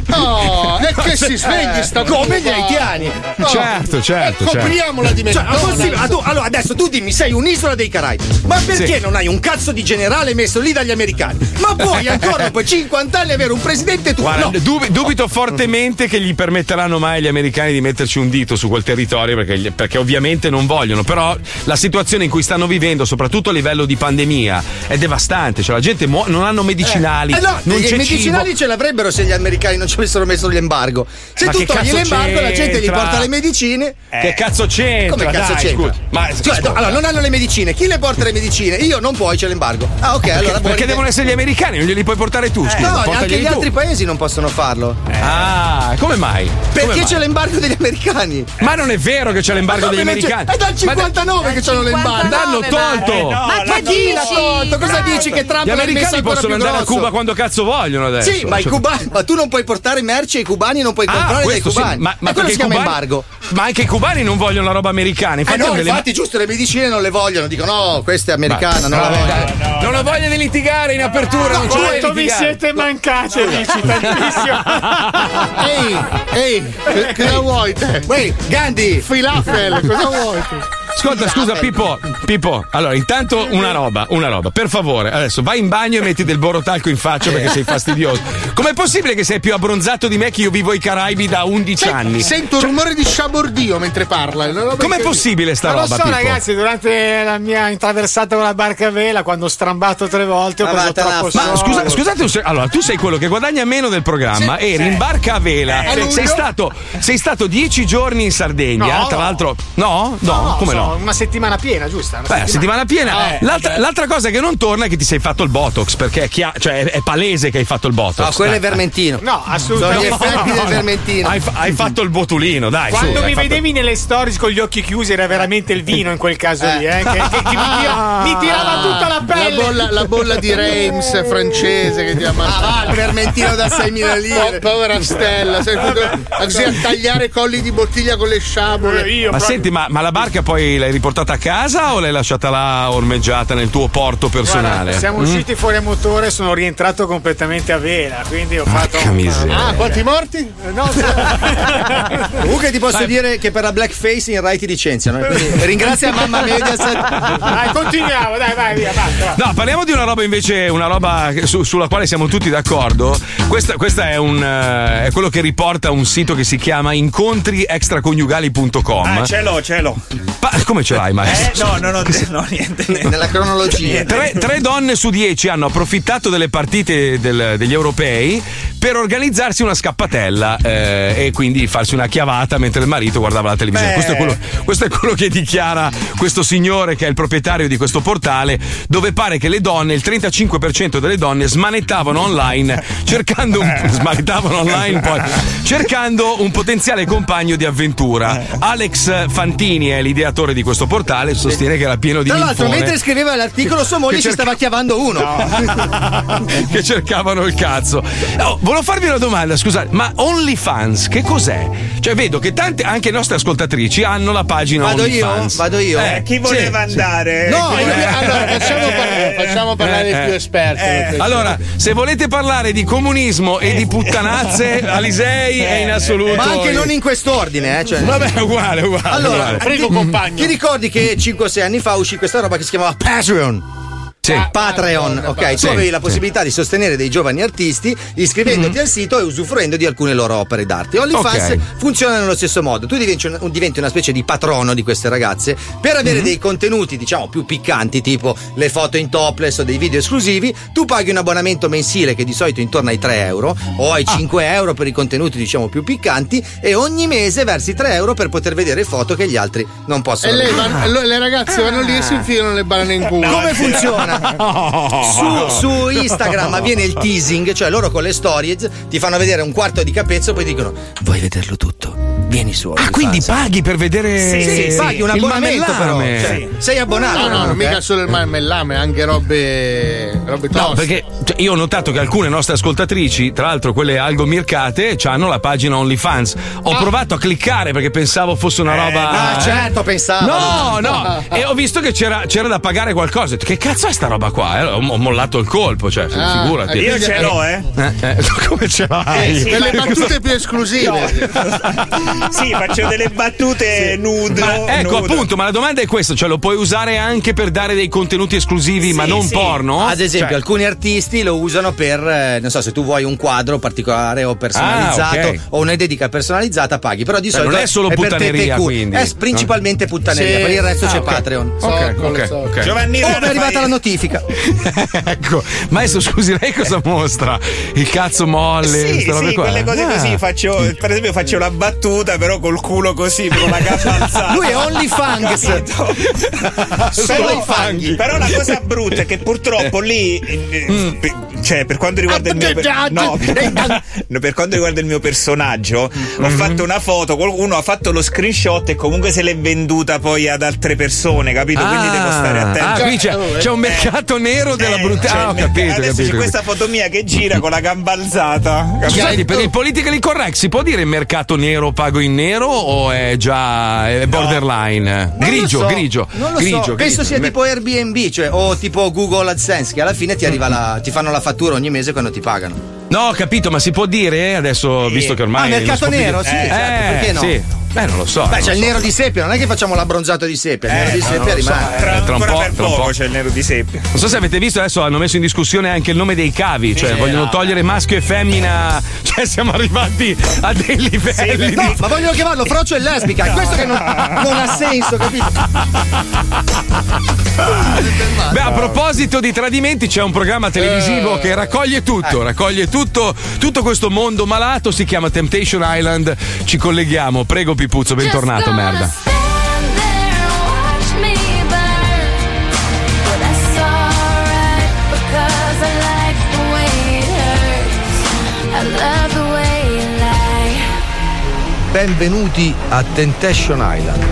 [SPEAKER 2] (laughs) No.
[SPEAKER 3] Oh, e che si
[SPEAKER 4] (laughs)
[SPEAKER 3] svegli sta
[SPEAKER 4] Come gli
[SPEAKER 3] cupa.
[SPEAKER 4] haitiani.
[SPEAKER 3] Oh,
[SPEAKER 2] Certo, certo,
[SPEAKER 3] e
[SPEAKER 2] certo.
[SPEAKER 3] Copriamola di
[SPEAKER 4] Cioè, ma
[SPEAKER 3] McDonald's.
[SPEAKER 4] possibile- ah, tu- allora adesso tu dimmi, sei un'isola dei Caraibi, ma perché
[SPEAKER 2] Sì.
[SPEAKER 4] non hai un cazzo di generale messo lì dagli americani? Ma
[SPEAKER 2] (laughs)
[SPEAKER 4] puoi ancora dopo 50 anni avere un presidente tu?
[SPEAKER 2] Guarda,
[SPEAKER 4] no.
[SPEAKER 2] dubi- dubito fortemente che gli permetteranno mai gli americani di metterci un dito su quel territorio perché, gli- perché ovviamente non vogliono. Però la situazione in cui stanno vivendo, soprattutto a livello di pandemia, è devastante. Cioè, la gente muo- non hanno medicinali,
[SPEAKER 4] Eh no,
[SPEAKER 2] non
[SPEAKER 4] i
[SPEAKER 2] c'è
[SPEAKER 4] medicinali
[SPEAKER 2] cibo.
[SPEAKER 4] ce l'avrebbero se gli americani non ci avessero messo l'embargo. Se
[SPEAKER 2] Ma
[SPEAKER 4] tu
[SPEAKER 2] che
[SPEAKER 4] togli
[SPEAKER 2] cazzo
[SPEAKER 4] l'embargo, la gente gli
[SPEAKER 2] c'entra? Eh.
[SPEAKER 4] porta le medicine.
[SPEAKER 2] Che cazzo c'entra?
[SPEAKER 4] Come cazzo
[SPEAKER 2] Dai,
[SPEAKER 4] c'entra?
[SPEAKER 2] scusa. Ma,
[SPEAKER 4] Cioè,
[SPEAKER 2] scusa,
[SPEAKER 4] no, allora, non hanno le medicine. Chi le porta le medicine? Io non puoi, c'è l'embargo. Ah, ok, allora buoni-
[SPEAKER 2] perché devono essere gli americani? Non glieli puoi portare tu, scusa.
[SPEAKER 4] Eh, No, anche
[SPEAKER 2] portaglieli
[SPEAKER 4] gli
[SPEAKER 2] tu.
[SPEAKER 4] altri paesi non possono farlo.
[SPEAKER 2] Ah, come mai? Come
[SPEAKER 4] Perché
[SPEAKER 2] mai?
[SPEAKER 4] c'è l'embargo degli americani?
[SPEAKER 2] Ma non è vero che c'è l'embargo degli
[SPEAKER 4] Eh, Come non c'è-
[SPEAKER 2] americani.
[SPEAKER 4] È dal
[SPEAKER 2] Ma da-
[SPEAKER 4] 59 che c'hanno l'embargo.
[SPEAKER 2] l'hanno tolto.
[SPEAKER 5] Ma
[SPEAKER 7] che
[SPEAKER 4] Chi l'ha tolto? Cosa dici che Trump
[SPEAKER 2] Gli
[SPEAKER 4] l'ha messo
[SPEAKER 2] americani
[SPEAKER 4] ancora
[SPEAKER 2] possono
[SPEAKER 4] più
[SPEAKER 2] andare a
[SPEAKER 4] grosso?
[SPEAKER 2] Cuba quando cazzo vogliono adesso.
[SPEAKER 4] Sì, ma, i
[SPEAKER 2] Cioè,
[SPEAKER 4] cubani, ma tu non puoi portare merci ai cubani e non puoi
[SPEAKER 2] Ah,
[SPEAKER 4] comprare dai
[SPEAKER 2] questo sì,
[SPEAKER 4] cubani.
[SPEAKER 2] ma, ma
[SPEAKER 4] e quello
[SPEAKER 2] perché
[SPEAKER 4] si
[SPEAKER 2] i
[SPEAKER 4] chiama
[SPEAKER 2] cubani-
[SPEAKER 4] embargo.
[SPEAKER 2] Ma anche i cubani non vogliono la roba americana.
[SPEAKER 4] Eh
[SPEAKER 2] Infatti,
[SPEAKER 4] no,
[SPEAKER 2] hanno delle-
[SPEAKER 4] infatti, giusto, le medicine non le vogliono. Dicono, no, questa è americana, non la
[SPEAKER 2] Dai,
[SPEAKER 4] voglio.
[SPEAKER 2] dai, non ho voglia di litigare in apertura. non ci voglio
[SPEAKER 1] Quanto vi
[SPEAKER 2] litigare.
[SPEAKER 1] siete mancati, amici, tantissimo.
[SPEAKER 3] Ehi, (laughs) ehi, che- che la vuoi te?
[SPEAKER 4] Uè, Gandhi!
[SPEAKER 3] Filafel, cosa vuoi tu?
[SPEAKER 2] Ascolta, scusa, Pippo. Pippo, allora, intanto una roba, una roba. Per favore, adesso vai in bagno e metti del borotalco in faccia perché
[SPEAKER 4] (laughs)
[SPEAKER 2] sei fastidioso. Com'è possibile che sei più abbronzato di me che io vivo ai Caraibi da 11 anni?
[SPEAKER 3] Sento un rumore di sciabordio mentre parla. è una roba
[SPEAKER 2] Com'è
[SPEAKER 3] incredibile.
[SPEAKER 2] possibile sta
[SPEAKER 1] Ma lo
[SPEAKER 2] roba,
[SPEAKER 1] so,
[SPEAKER 2] Pippo?
[SPEAKER 1] ragazzi, durante la mia intraversata con la barca a vela, quando ho strambato tre volte, ho
[SPEAKER 4] Ma
[SPEAKER 1] preso
[SPEAKER 4] vattene a
[SPEAKER 1] troppo
[SPEAKER 4] fare.
[SPEAKER 2] Ma
[SPEAKER 1] sole.
[SPEAKER 2] scusa, scusate, un se- allora tu sei quello che guadagna meno del programma e rimbarca a vela.
[SPEAKER 3] Eh, sì.
[SPEAKER 2] sei, stato, sei stato dieci giorni in Sardegna,
[SPEAKER 1] No.
[SPEAKER 2] tra l'altro. No? No,
[SPEAKER 1] No,
[SPEAKER 2] come
[SPEAKER 1] so, Eh.
[SPEAKER 2] no?
[SPEAKER 1] Una settimana piena, giusto? Una
[SPEAKER 2] Beh, la settimana piena. eh. l'altra, l'altra cosa che non torna è che ti sei fatto il botox, perché è, chia- cioè, è- è palese che hai fatto il botox. Eh,
[SPEAKER 4] No, quello è
[SPEAKER 2] Dai.
[SPEAKER 4] Vermentino.
[SPEAKER 1] No,
[SPEAKER 4] Sono gli
[SPEAKER 1] assolutamente. no.
[SPEAKER 4] effetti del Vermentino.
[SPEAKER 2] Hai, fa- hai fatto il botulino, dai. su,
[SPEAKER 1] Quando
[SPEAKER 2] hai
[SPEAKER 1] mi
[SPEAKER 2] fatto-
[SPEAKER 1] vedevi nelle stories con gli occhi chiusi era veramente il vino in quel caso lì, eh, che, che- che mi, tira- mi tirava tutta la
[SPEAKER 3] La
[SPEAKER 1] pelle.
[SPEAKER 3] bolla, la bolla di Reims francese che ti ammazza.
[SPEAKER 4] Ah, va, il vermentino da 6.000
[SPEAKER 3] Po-
[SPEAKER 4] lire.
[SPEAKER 3] povera stella, sei venuto così a tagliare colli di bottiglia con le sciabole.
[SPEAKER 1] Eh, Io
[SPEAKER 2] Ma
[SPEAKER 1] proprio-
[SPEAKER 2] senti, ma, ma la barca poi l'hai, l'hai riportata a casa o l'hai lasciata là ormeggiata nel tuo porto personale?
[SPEAKER 1] Guarda, siamo
[SPEAKER 2] Mm?
[SPEAKER 1] usciti fuori a motore e sono rientrato completamente a vela. Quindi ho fatto.
[SPEAKER 2] Porca miseria.
[SPEAKER 3] Ah, quanti morti?
[SPEAKER 1] Eh, No,
[SPEAKER 4] (laughs) Comunque ti posso dire che per la blackface in Rai ti licenziano. eh,
[SPEAKER 2] (laughs)
[SPEAKER 4] Quindi ringrazia mamma Mediaset.
[SPEAKER 1] dai, continuiamo, dai, vai, via, basta. va.
[SPEAKER 2] No, parliamo di una roba invece, una roba che- su- sulla quale siamo tutti d'accordo. Questa, questa è, un, eh, è quello che riporta un sito che si chiama incontriextraconiugali.com.
[SPEAKER 5] Ah, ce l'ho, ce l'ho.
[SPEAKER 2] Pa- come ce l'hai,
[SPEAKER 5] Eh,
[SPEAKER 2] maestro?
[SPEAKER 5] no, no, no, no, niente. niente.
[SPEAKER 4] Nella cronologia.
[SPEAKER 2] Tre, tre donne su dieci hanno approfittato delle partite del- degli europei per organizzarsi una scappatella eh, e quindi farsi una chiavata mentre il marito guardava la televisione.
[SPEAKER 5] Beh.
[SPEAKER 2] Questo è, quello, questo è quello che dichiara questo signore che è il proprietario di questo portale, dove pare che le donne, il 35% delle donne, smanettavano online cercando un,
[SPEAKER 4] Eh.
[SPEAKER 2] smanettavano online poi, cercando un potenziale compagno di avventura.
[SPEAKER 4] Eh.
[SPEAKER 2] Alex Fantini è l'ideatore di questo portale, sostiene che era pieno di
[SPEAKER 4] Tra l'altro,
[SPEAKER 2] ninfone.
[SPEAKER 4] mentre scriveva l'articolo, sua moglie
[SPEAKER 2] Che
[SPEAKER 4] ci
[SPEAKER 2] cerca-
[SPEAKER 4] stava chiavando uno.
[SPEAKER 2] (laughs) che cercavano il cazzo. Oh, volevo farvi una domanda, scusate, ma OnlyFans che cos'è? Cioè, vedo che tante, anche le nostre ascoltatrici hanno la pagina
[SPEAKER 4] Vado io?
[SPEAKER 2] OnlyFans.
[SPEAKER 4] Vado io?
[SPEAKER 5] Eh, chi
[SPEAKER 2] sì,
[SPEAKER 5] voleva
[SPEAKER 2] sì.
[SPEAKER 5] andare?
[SPEAKER 3] No,
[SPEAKER 5] Chi
[SPEAKER 4] eh,
[SPEAKER 3] io-
[SPEAKER 5] voleva-
[SPEAKER 3] Eh, allora facciamo parlare, facciamo parlare
[SPEAKER 2] eh,
[SPEAKER 3] il più esperto. perché-
[SPEAKER 2] Allora, se volete parlare di comunismo e
[SPEAKER 5] Eh.
[SPEAKER 2] di
[SPEAKER 4] (laughs)
[SPEAKER 2] puttanazze,
[SPEAKER 5] (laughs)
[SPEAKER 2] Alisei è in assoluto.
[SPEAKER 4] Eh, Ma anche non in quest'ordine, eh. Cioè.
[SPEAKER 2] Vabbè, è uguale, è uguale.
[SPEAKER 4] Allora,
[SPEAKER 2] uguale.
[SPEAKER 3] Prego,
[SPEAKER 4] ti-
[SPEAKER 3] compagno.
[SPEAKER 4] Ti ricordi che 5-6 anni fa uscì questa roba che si chiamava Patreon? Ah,
[SPEAKER 2] Sì.
[SPEAKER 4] Patreon, ok. Tu avevi
[SPEAKER 2] Sì,
[SPEAKER 4] la
[SPEAKER 2] sì. Mm-hmm.
[SPEAKER 4] possibilità di sostenere dei giovani artisti iscrivendoti al sito e usufruendo di alcune loro opere d'arte. OnlyFans
[SPEAKER 2] Ok.
[SPEAKER 4] funziona nello stesso modo. Tu diventi, un- un- diventi una specie di patrono di queste ragazze per
[SPEAKER 5] Mhm.
[SPEAKER 4] avere dei contenuti, diciamo, più piccanti, tipo le foto in topless o dei video esclusivi. Tu paghi un abbonamento mensile che di solito è intorno ai 3 euro o ai
[SPEAKER 5] Ah.
[SPEAKER 4] 5 euro per i contenuti, diciamo, più piccanti e ogni mese versi 3 euro per poter vedere foto che gli altri non possono
[SPEAKER 3] E
[SPEAKER 4] vedere.
[SPEAKER 3] lei va- lo- le ragazze vanno lì e si infilano le banane in culo.
[SPEAKER 4] Ah. (laughs) Come
[SPEAKER 2] (laughs)
[SPEAKER 4] funziona?
[SPEAKER 2] Oh.
[SPEAKER 4] Su, su Instagram avviene il teasing, cioè loro con le stories ti fanno vedere un quarto di capezzo e poi dicono vuoi vederlo tutto? Vieni su.
[SPEAKER 2] Ah,
[SPEAKER 4] OnlyFans."
[SPEAKER 2] quindi paghi per
[SPEAKER 8] (laughs)
[SPEAKER 2] vedere.
[SPEAKER 5] Sì, sì, sì.
[SPEAKER 4] paghi un
[SPEAKER 2] il
[SPEAKER 4] abbonamento però.
[SPEAKER 2] mamellame.
[SPEAKER 4] cioè, sei abbonato.
[SPEAKER 3] No, no,
[SPEAKER 4] comunque,
[SPEAKER 3] mica
[SPEAKER 4] eh.
[SPEAKER 3] solo il marmellame, anche robe. robe toste.
[SPEAKER 2] No, perché cioè, io ho notato che alcune nostre ascoltatrici, tra l'altro quelle algomircate, hanno la pagina OnlyFans. Ho
[SPEAKER 5] Ah.
[SPEAKER 2] provato a cliccare perché pensavo fosse
[SPEAKER 5] Eh,
[SPEAKER 2] una roba.
[SPEAKER 4] Ah, certo, pensavo.
[SPEAKER 2] No, no, e ho visto che c'era, c'era da pagare qualcosa. Ho detto, Che cazzo è sta roba qua? Eh, ho, ho mollato il colpo, cioè,
[SPEAKER 3] Ah,
[SPEAKER 2] figurati.
[SPEAKER 3] eh,
[SPEAKER 5] Io ce l'ho, eh.
[SPEAKER 2] Eh, eh, (laughs) come (laughs) ce l'hai?
[SPEAKER 3] Per le battute più esclusive.
[SPEAKER 5] (laughs) Sì, faccio delle battute
[SPEAKER 2] (laughs)
[SPEAKER 5] nudo.
[SPEAKER 2] Ma, ecco
[SPEAKER 5] nudo.
[SPEAKER 2] appunto, ma la domanda è questa: cioè, lo puoi usare anche per dare dei contenuti esclusivi, ma non
[SPEAKER 5] sì.
[SPEAKER 2] porno?
[SPEAKER 4] Ad esempio,
[SPEAKER 2] Cioè-
[SPEAKER 4] alcuni artisti lo usano per, eh, non so, se tu vuoi un quadro particolare o personalizzato
[SPEAKER 2] Ah, ok.
[SPEAKER 4] o una dedica personalizzata, paghi. Però di
[SPEAKER 2] Cioè,
[SPEAKER 4] solito
[SPEAKER 2] non è solo
[SPEAKER 4] per
[SPEAKER 2] puttaneria,
[SPEAKER 4] PPQ.
[SPEAKER 2] quindi.
[SPEAKER 4] È principalmente puttaneria,
[SPEAKER 3] Sì.
[SPEAKER 4] per il resto
[SPEAKER 3] Ah,
[SPEAKER 4] c'è
[SPEAKER 3] ok.
[SPEAKER 4] Patreon.
[SPEAKER 3] So,
[SPEAKER 2] Ok,
[SPEAKER 3] quello
[SPEAKER 2] ok,
[SPEAKER 3] so.
[SPEAKER 2] ok.
[SPEAKER 5] Giovanni
[SPEAKER 4] Oh, mi è
[SPEAKER 5] Rana
[SPEAKER 4] arrivata
[SPEAKER 5] fai-
[SPEAKER 4] la notifica.
[SPEAKER 2] (laughs) ecco, maestro, scusi, lei cosa mostra? Il cazzo molle,
[SPEAKER 5] Eh Sì,
[SPEAKER 2] queste robe
[SPEAKER 5] sì,
[SPEAKER 2] qua?
[SPEAKER 5] quelle cose
[SPEAKER 2] Ah.
[SPEAKER 5] così faccio. Per esempio, faccio la battuta, però col culo così, con
[SPEAKER 4] (laughs)
[SPEAKER 5] la gamba alzata.
[SPEAKER 4] Lui è OnlyFans. (laughs) Solo i fanghi. Mm.
[SPEAKER 5] Però la cosa brutta è che purtroppo lì, eh, per- cioè per quanto riguarda il mio
[SPEAKER 4] Ah,
[SPEAKER 5] per- no, per, no, per quanto riguarda il mio personaggio,
[SPEAKER 4] Mm.
[SPEAKER 5] ho
[SPEAKER 4] Mm-hmm.
[SPEAKER 5] fatto una foto, qualcuno ha fatto lo screenshot e comunque se l'è venduta poi ad altre persone, capito? Quindi devo stare attento.
[SPEAKER 2] Ah, qui
[SPEAKER 4] Eh, oh,
[SPEAKER 2] c'è, c'è un mercato nero della
[SPEAKER 5] Eh,
[SPEAKER 2] brutta.
[SPEAKER 5] cioè,
[SPEAKER 2] ah, ho
[SPEAKER 5] nel-
[SPEAKER 2] capito,
[SPEAKER 5] adesso
[SPEAKER 2] capito,
[SPEAKER 5] c'è
[SPEAKER 2] capito.
[SPEAKER 5] questa foto mia che gira con la gamba alzata. capito?
[SPEAKER 2] Scusate, Cioè, per il politically correct si può dire mercato nero pago in nero o è già è borderline?
[SPEAKER 4] Non lo
[SPEAKER 2] Grigio,
[SPEAKER 4] so,
[SPEAKER 2] grigio,
[SPEAKER 4] non lo
[SPEAKER 2] grigio,
[SPEAKER 4] so.
[SPEAKER 2] grigio.
[SPEAKER 4] Penso sia tipo Airbnb, cioè, o tipo Google AdSense, che alla fine ti, arriva la, ti fanno la fattura ogni mese quando ti pagano.
[SPEAKER 2] No, ho capito, ma si può dire eh, adesso, visto che ormai.
[SPEAKER 4] Ah, mercato
[SPEAKER 2] lo scoprire-
[SPEAKER 4] nero, sì,
[SPEAKER 2] eh,
[SPEAKER 4] certo, perché no?
[SPEAKER 2] Sì. Beh, non lo so.
[SPEAKER 4] Beh,
[SPEAKER 2] non
[SPEAKER 4] c'è il
[SPEAKER 2] lo so.
[SPEAKER 4] nero di seppia, non è che facciamo l'abbronzato di seppia,
[SPEAKER 5] Eh,
[SPEAKER 4] il nero di seppia rimane.
[SPEAKER 5] Tra,
[SPEAKER 2] Eh, tra un
[SPEAKER 5] ancora
[SPEAKER 2] po',
[SPEAKER 5] per
[SPEAKER 2] tra un
[SPEAKER 5] poco cioè,
[SPEAKER 2] po'.
[SPEAKER 5] c'è il nero di seppia.
[SPEAKER 2] Non so se avete visto, adesso hanno messo in discussione anche il nome dei cavi, cioè vogliono togliere maschio e femmina, (laughs) cioè siamo arrivati a dei livelli
[SPEAKER 4] No,
[SPEAKER 2] di...
[SPEAKER 4] ma vogliono chiamarlo frocio e lesbica, è questo che non, non ha senso, capito?
[SPEAKER 2] Beh, a proposito di tradimenti, c'è un programma
[SPEAKER 4] Eh.
[SPEAKER 2] televisivo che raccoglie tutto, raccoglie tutto, tutto questo mondo malato, si chiama Temptation Island, ci colleghiamo, prego Pipuzzo, bentornato, merda.
[SPEAKER 4] Benvenuti a Temptation Island.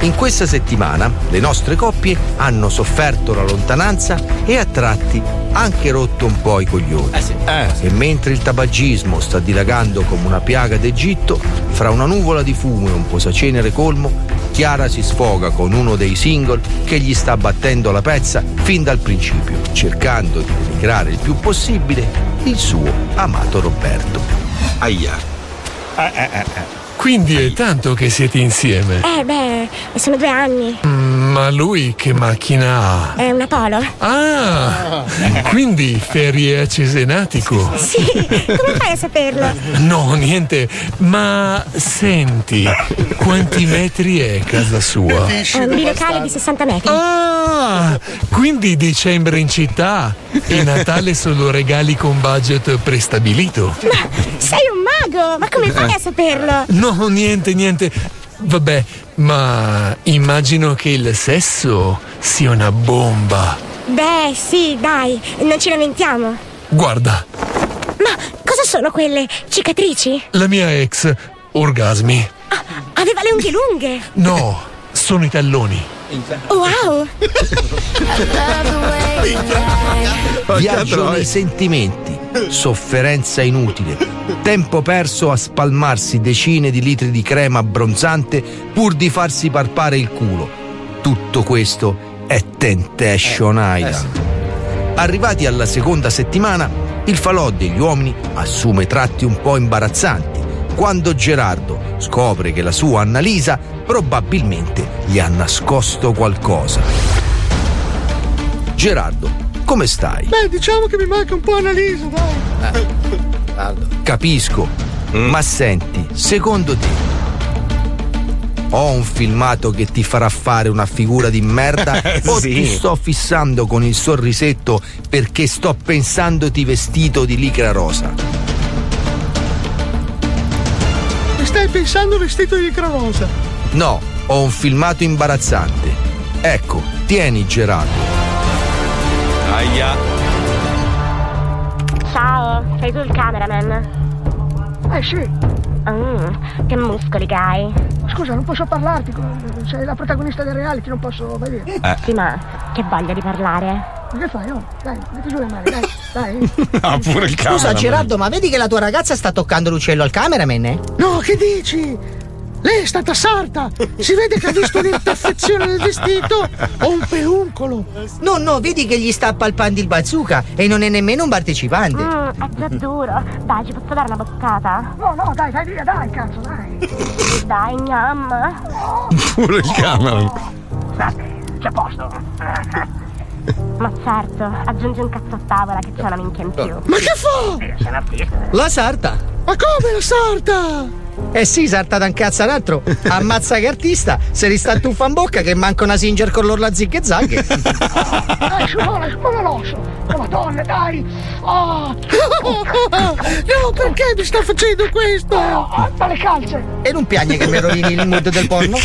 [SPEAKER 4] In questa settimana le nostre coppie hanno sofferto la lontananza e a tratti anche rotto un po' i coglioni. Eh, E mentre il tabagismo sta dilagando come una piaga d'Egitto, fra una nuvola di fumo e un posacenere colmo, Chiara si sfoga con uno dei single che gli sta battendo la pezza fin dal principio, cercando di denigrare il più possibile il suo amato Roberto. Aia.
[SPEAKER 7] Quindi è tanto che siete insieme.
[SPEAKER 9] Eh beh, sono due anni.
[SPEAKER 7] Mm, Ma lui che macchina ha?
[SPEAKER 9] È una polo?
[SPEAKER 7] Ah, quindi ferie a Cesenatico.
[SPEAKER 9] Sì, come fai a saperlo?
[SPEAKER 7] No, niente, ma senti, quanti metri è casa sua?
[SPEAKER 9] È un bilocale di 60 metri.
[SPEAKER 7] Ah, quindi dicembre in città e Natale solo regali con budget prestabilito.
[SPEAKER 9] Sei un mago! Ma come fai a saperlo?
[SPEAKER 7] No, niente, niente. Vabbè, ma immagino che il sesso sia una bomba.
[SPEAKER 9] Beh, sì, dai, non ci lamentiamo.
[SPEAKER 7] Guarda,
[SPEAKER 9] Ma cosa sono quelle? Cicatrici?
[SPEAKER 7] la mia ex, orgasmi.
[SPEAKER 9] Aveva le unghie lunghe.
[SPEAKER 7] No, sono i talloni.
[SPEAKER 9] Wow!
[SPEAKER 4] Viaggio nei sentimenti, sofferenza inutile, tempo perso a spalmarsi decine di litri di crema abbronzante pur di farsi parpare il culo. Tutto questo è Temptation Island. Arrivati alla seconda settimana, il falò degli uomini assume tratti un po' imbarazzanti quando Gerardo scopre che la sua Annalisa probabilmente gli ha nascosto qualcosa. Gerardo, come stai?
[SPEAKER 3] Eh,
[SPEAKER 10] Beh, diciamo che mi manca un po' Annalisa, dai.
[SPEAKER 4] Capisco, ma senti, secondo te ho un filmato che ti farà fare una figura di merda o
[SPEAKER 10] Sì.
[SPEAKER 4] ti sto fissando con il sorrisetto perché sto pensandoti vestito di licra rosa?
[SPEAKER 1] Eh,
[SPEAKER 10] Mi stai pensando vestito di cronosa.
[SPEAKER 4] No, ho un filmato imbarazzante. Ecco, tieni Gerardo.
[SPEAKER 2] Aia.
[SPEAKER 9] Ciao, sei tu il cameraman? Eh sì. che muscoli che hai.
[SPEAKER 8] Scusa, non posso parlarti. co- Sei la protagonista del reality, non posso mai dire.
[SPEAKER 9] Sì, ma che voglia di parlare.
[SPEAKER 8] Ma Che fai? Oh, dai, metti giù le mani, dai, dai.
[SPEAKER 2] Ah, pure il cavolo.
[SPEAKER 11] Scusa Gerardo, ma vedi che la tua ragazza sta toccando l'uccello al cameraman? eh?
[SPEAKER 8] No, che dici? Lei è stata sarta! Si vede che ha visto
[SPEAKER 11] (laughs)
[SPEAKER 8] l'imperfezione del vestito o un peruncolo!
[SPEAKER 11] No, no, vedi che gli sta palpando il bazooka e non è nemmeno un partecipante.
[SPEAKER 6] Ah.
[SPEAKER 9] Mm, è già duro. Dai, ci posso dare una boccata?
[SPEAKER 8] No, no, dai, dai via, dai, cazzo, dai!
[SPEAKER 9] Dai, gnam.
[SPEAKER 2] Pure il cameraman.
[SPEAKER 9] C'è posto. Ma certo, aggiungi un cazzo a tavola che c'è una minchia in più.
[SPEAKER 8] Ma che fa?
[SPEAKER 11] La sarta!
[SPEAKER 8] Ma come la sarta?
[SPEAKER 11] Eh sì, sarta da un
[SPEAKER 8] (laughs)
[SPEAKER 11] cazzo all'altro. Ammazza che artista, se li sta tuffa in bocca che manca una singer con l'orla zig e
[SPEAKER 8] (laughs)
[SPEAKER 11] zag.
[SPEAKER 8] Dai, scivola, scivola l'osso! Oh, madonna, dai! Oh. (laughs) No, perché mi sta facendo questo? Alza le Ah, calze!
[SPEAKER 11] E non piagne che mi rovini il mood del porno?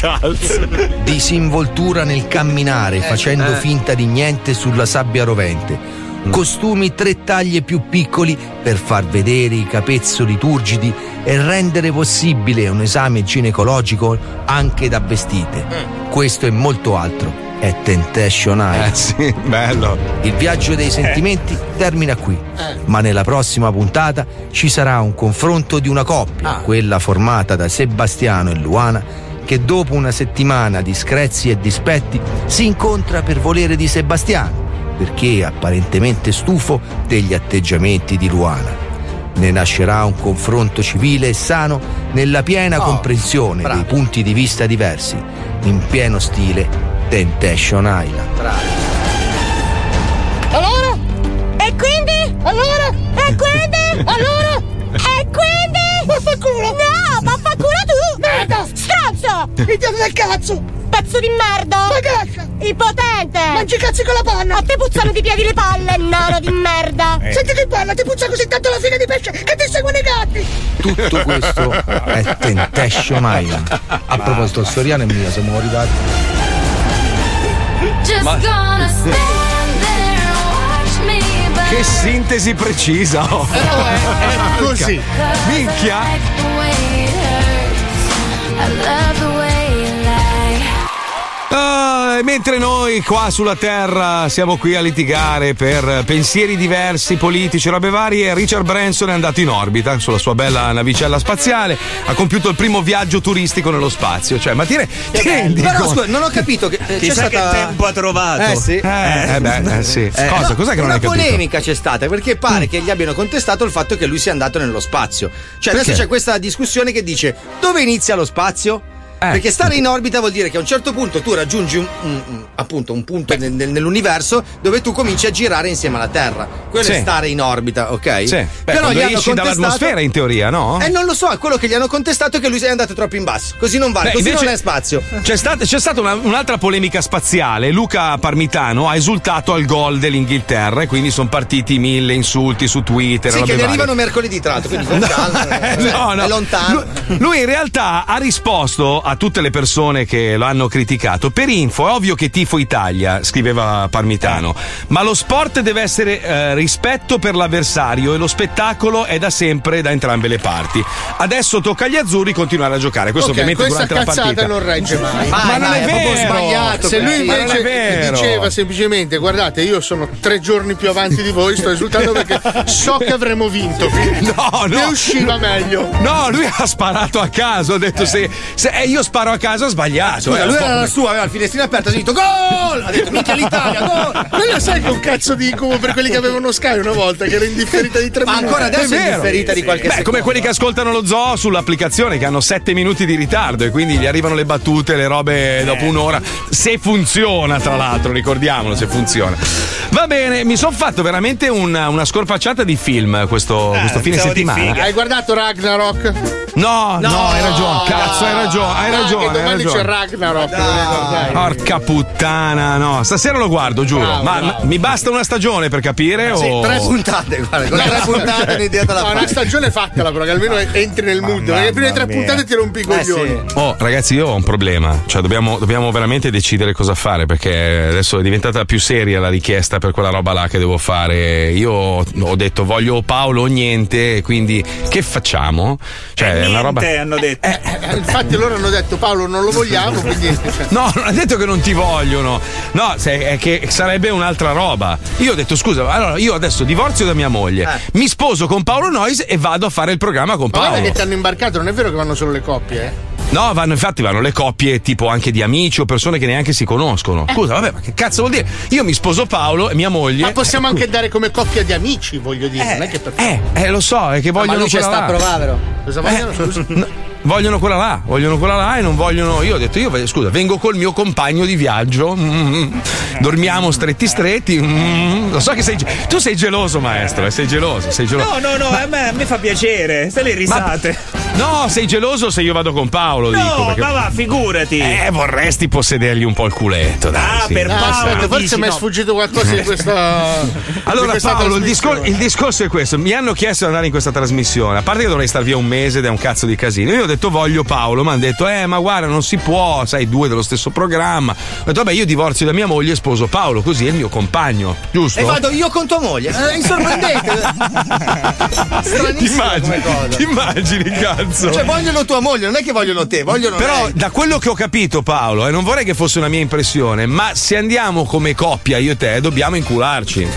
[SPEAKER 4] Disinvoltura nel camminare, facendo
[SPEAKER 11] eh.
[SPEAKER 4] finta di niente sulla sabbia rovente. Costumi tre taglie più piccoli per far vedere i capezzoli turgidi e rendere possibile un esame ginecologico anche da vestite. Questo e molto altro è Temptation Island.
[SPEAKER 2] sì, bello.
[SPEAKER 4] Il viaggio dei sentimenti termina qui, ma nella prossima puntata ci sarà un confronto di una coppia, quella formata da Sebastiano e Luana, che dopo una settimana di screzi e dispetti si incontra per volere di Sebastiano, perché è apparentemente stufo degli atteggiamenti di Luana. Ne nascerà un confronto civile e sano nella piena comprensione dei punti di vista diversi, in pieno stile Temptation Island.
[SPEAKER 6] Allora? E quindi? Allora? E quindi? Allora? E quindi? Vaffanculo! No, vaffanculo tu! Merda! Stronzo! Idiota del cazzo! Pezzo di merda! Magacca! Impotente! Mangi i cazzi con la panna! A te puzzano di piedi le palle, nano di merda!
[SPEAKER 8] Eh.
[SPEAKER 6] Senti che parla, ti puzza così tanto la fine di pesce che ti seguono i gatti!
[SPEAKER 4] Tutto questo è Temptation Island. A proposito, Soriano e Mia, siamo arrivati.
[SPEAKER 12] Just
[SPEAKER 2] Ma-
[SPEAKER 12] gonna stand there and watch me burn.
[SPEAKER 2] Che sintesi precisa. oh.
[SPEAKER 12] così.
[SPEAKER 2] Minchia.
[SPEAKER 12] I love the way you lie.
[SPEAKER 2] Ah, e mentre noi qua sulla terra siamo qui a litigare per pensieri diversi, politici, robe varie, Richard Branson è andato in orbita sulla sua bella navicella spaziale, ha compiuto il primo viaggio turistico nello spazio. Cioè, ma ti, re- ti rendi
[SPEAKER 4] Però
[SPEAKER 2] conto?
[SPEAKER 4] scusa, non ho capito che eh, c'è
[SPEAKER 5] Chissà
[SPEAKER 4] stata...
[SPEAKER 5] che tempo ha trovato.
[SPEAKER 4] Eh sì.
[SPEAKER 2] Eh, eh, beh, eh, sì.
[SPEAKER 4] Eh,
[SPEAKER 2] Cosa?
[SPEAKER 4] no,
[SPEAKER 2] Cos'è che non
[SPEAKER 4] una
[SPEAKER 2] hai capito? Mm.
[SPEAKER 4] polemica c'è stata perché pare che gli abbiano contestato il fatto che lui sia andato nello spazio. Cioè, adesso
[SPEAKER 2] Perché?
[SPEAKER 4] c'è questa discussione che dice dove inizia lo spazio?
[SPEAKER 2] Eh.
[SPEAKER 4] Perché stare in orbita vuol dire che a un certo punto tu raggiungi un, un- un- appunto un punto nel- nel- nell'universo dove tu cominci a girare insieme alla Terra. Quello è
[SPEAKER 2] Sì.
[SPEAKER 4] stare in orbita, ok?
[SPEAKER 2] Sì. Beh, quando esci dall'atmosfera in teoria, no?
[SPEAKER 4] Eh, non lo so, quello che gli hanno contestato è che lui è andato troppo in basso. Così non vale,
[SPEAKER 2] Beh,
[SPEAKER 4] così
[SPEAKER 2] invece-
[SPEAKER 4] non è spazio.
[SPEAKER 2] C'è stata, c'è stata una- un'altra polemica spaziale. Luca Parmitano ha esultato al gol dell'Inghilterra e quindi sono partiti mille insulti su Twitter.
[SPEAKER 4] Sì,
[SPEAKER 2] robe
[SPEAKER 4] che ne
[SPEAKER 2] varie.
[SPEAKER 4] arrivano mercoledì tra l'altro, quindi
[SPEAKER 2] (laughs)
[SPEAKER 4] con calma, eh,
[SPEAKER 2] no, no.
[SPEAKER 4] è lontano.
[SPEAKER 2] Lui in realtà ha risposto a tutte le persone che lo hanno criticato. Per info, è ovvio che tifo Italia, scriveva Parmitano, ma lo sport deve essere eh, rispetto per l'avversario e lo spettacolo è da sempre da entrambe le parti. Adesso tocca agli azzurri continuare a giocare. Questo
[SPEAKER 3] Ok,
[SPEAKER 2] ovviamente
[SPEAKER 3] questa
[SPEAKER 2] durante la
[SPEAKER 3] cazzata
[SPEAKER 2] partita.
[SPEAKER 3] non regge mai.
[SPEAKER 2] Ma
[SPEAKER 3] Vai,
[SPEAKER 2] non
[SPEAKER 3] vai,
[SPEAKER 2] è
[SPEAKER 3] proprio
[SPEAKER 2] vero.
[SPEAKER 3] sbagliato. Se lui
[SPEAKER 2] Ma non è
[SPEAKER 3] invece
[SPEAKER 2] vero.
[SPEAKER 3] diceva semplicemente: Guardate, io sono tre giorni più avanti di voi, sto esultando perché so che avremmo vinto.
[SPEAKER 2] (laughs) (laughs) No, no.
[SPEAKER 3] Ne usciva meglio.
[SPEAKER 2] No, lui ha sparato a caso, ha detto se, se eh, io sparo a caso ha sbagliato.
[SPEAKER 4] Scusa,
[SPEAKER 3] Cioè,
[SPEAKER 2] Eh,
[SPEAKER 4] lui
[SPEAKER 2] un po'
[SPEAKER 4] era la
[SPEAKER 2] come-
[SPEAKER 4] sua, aveva il finestrino aperto, ha detto gol! Ha detto minchia l'Italia, gol!
[SPEAKER 3] Quello sai che è un cazzo di incubo per quelli che avevano Sky una volta, che era indifferita di tre
[SPEAKER 4] Ma
[SPEAKER 3] minuti.
[SPEAKER 4] ancora adesso è
[SPEAKER 2] vero.
[SPEAKER 4] indifferita di qualche
[SPEAKER 2] Beh,
[SPEAKER 4] secondo.
[SPEAKER 2] come quelli che ascoltano lo zoo sull'applicazione che hanno 7 minuti di ritardo e quindi gli arrivano le battute, le robe dopo
[SPEAKER 4] Eh.
[SPEAKER 2] un'ora. Se funziona, tra l'altro, ricordiamolo se funziona. Va bene, mi sono fatto veramente una, una scorpacciata di film questo,
[SPEAKER 4] Eh,
[SPEAKER 2] questo fine
[SPEAKER 3] pensavo di
[SPEAKER 2] settimana.
[SPEAKER 3] Hai guardato Ragnarok?
[SPEAKER 2] No, no, hai ragione. Cazzo, hai ragione. Hai
[SPEAKER 3] Dai,
[SPEAKER 2] ragione.
[SPEAKER 3] Che
[SPEAKER 2] hai
[SPEAKER 3] domani
[SPEAKER 2] ragione. Ah,
[SPEAKER 3] c'è Ragnarok. dai.
[SPEAKER 2] Porca puttana, no. Stasera lo guardo, giuro. ma ma mi basta una stagione per capire?
[SPEAKER 3] Sì,
[SPEAKER 2] o...
[SPEAKER 3] tre puntate,
[SPEAKER 4] guarda,
[SPEAKER 3] No,
[SPEAKER 4] tre
[SPEAKER 3] no,
[SPEAKER 4] puntate un'idea te la
[SPEAKER 3] no,
[SPEAKER 4] fai.
[SPEAKER 3] una stagione fattela, però, che almeno entri nel mood. Perché prima di tre
[SPEAKER 4] Eh,
[SPEAKER 2] mia.
[SPEAKER 3] puntate ti rompi i coglioni.
[SPEAKER 2] Oh, ragazzi, io ho un problema. Cioè, dobbiamo, dobbiamo veramente decidere cosa fare perché adesso è diventata più seria la richiesta per quella roba là che devo fare. Io ho detto voglio Paolo o niente, quindi che facciamo? Cioè, è una roba.
[SPEAKER 5] hanno detto.
[SPEAKER 3] Eh, infatti loro hanno detto Paolo non lo vogliamo, quindi
[SPEAKER 2] No, non ha detto che non ti vogliono. No, se- è che sarebbe un'altra roba. Io ho detto scusa, allora io adesso divorzio da mia moglie, mi sposo con Paolo Nois e vado a fare il programma con
[SPEAKER 3] Eh. Ma guarda
[SPEAKER 2] Paolo.
[SPEAKER 3] che ti hanno imbarcato, non è vero che vanno solo le coppie, eh?
[SPEAKER 2] No, vanno, infatti vanno le coppie tipo anche di amici o persone che neanche si conoscono.
[SPEAKER 5] Eh.
[SPEAKER 2] Scusa, vabbè, ma che cazzo vuol dire? Io mi sposo Paolo e mia moglie.
[SPEAKER 3] Ma possiamo
[SPEAKER 2] (laughs)
[SPEAKER 3] anche dare come coppia di amici, voglio dire, non è che per Eh,
[SPEAKER 2] eh, lo so, è che vogliono quella là.
[SPEAKER 3] Cosa vogliono?
[SPEAKER 2] Eh,
[SPEAKER 3] Scusa.
[SPEAKER 2] no, vogliono quella là, vogliono quella là e non vogliono. Io ho detto, io scusa, vengo col mio compagno di viaggio. mm, dormiamo stretti stretti. mm, lo so che sei. ge- Tu sei geloso, maestro, eh, sei geloso, sei geloso.
[SPEAKER 5] No, no, no, a, me, a me fa piacere. Stai le risate.
[SPEAKER 2] No, sei geloso se io vado con Paolo,
[SPEAKER 5] No,
[SPEAKER 2] dico. perché-
[SPEAKER 5] ma va, figurati.
[SPEAKER 2] Eh, vorresti possedergli un po' il culetto, dai.
[SPEAKER 5] Ah,
[SPEAKER 2] sì.
[SPEAKER 5] per
[SPEAKER 3] No, aspetta, forse mi è sfuggito qualcosa (laughs) di questa. di
[SPEAKER 2] Eh. Allora
[SPEAKER 3] questa
[SPEAKER 2] Paolo, il, (laughs) discor-
[SPEAKER 3] trasmissione.
[SPEAKER 2] il discorso è questo. Mi hanno chiesto di andare in questa trasmissione. A parte che dovrei star via un mese ed è un cazzo di casino. Io ho detto voglio Paolo, mi hanno detto eh ma guarda non si può, sai due dello stesso programma. Ho detto vabbè io divorzio da mia moglie e sposo Paolo, così è il mio compagno, giusto?
[SPEAKER 4] E vado io con tua moglie. Eh, è (laughs) sorprendente.
[SPEAKER 2] (laughs) Ti immagini, ti immagini, cazzo.
[SPEAKER 4] Cioè, vogliono tua moglie, non è che vogliono te, vogliono
[SPEAKER 2] Però
[SPEAKER 4] lei.
[SPEAKER 2] da quello che ho capito Paolo, e non vorrei che fosse una mia impressione, ma se andiamo come coppia io e te dobbiamo incularci.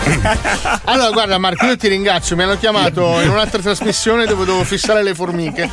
[SPEAKER 3] Allora, guarda, Marco, io ti ringrazio. Mi hanno chiamato in un'altra trasmissione dove dovevo fissare le formiche.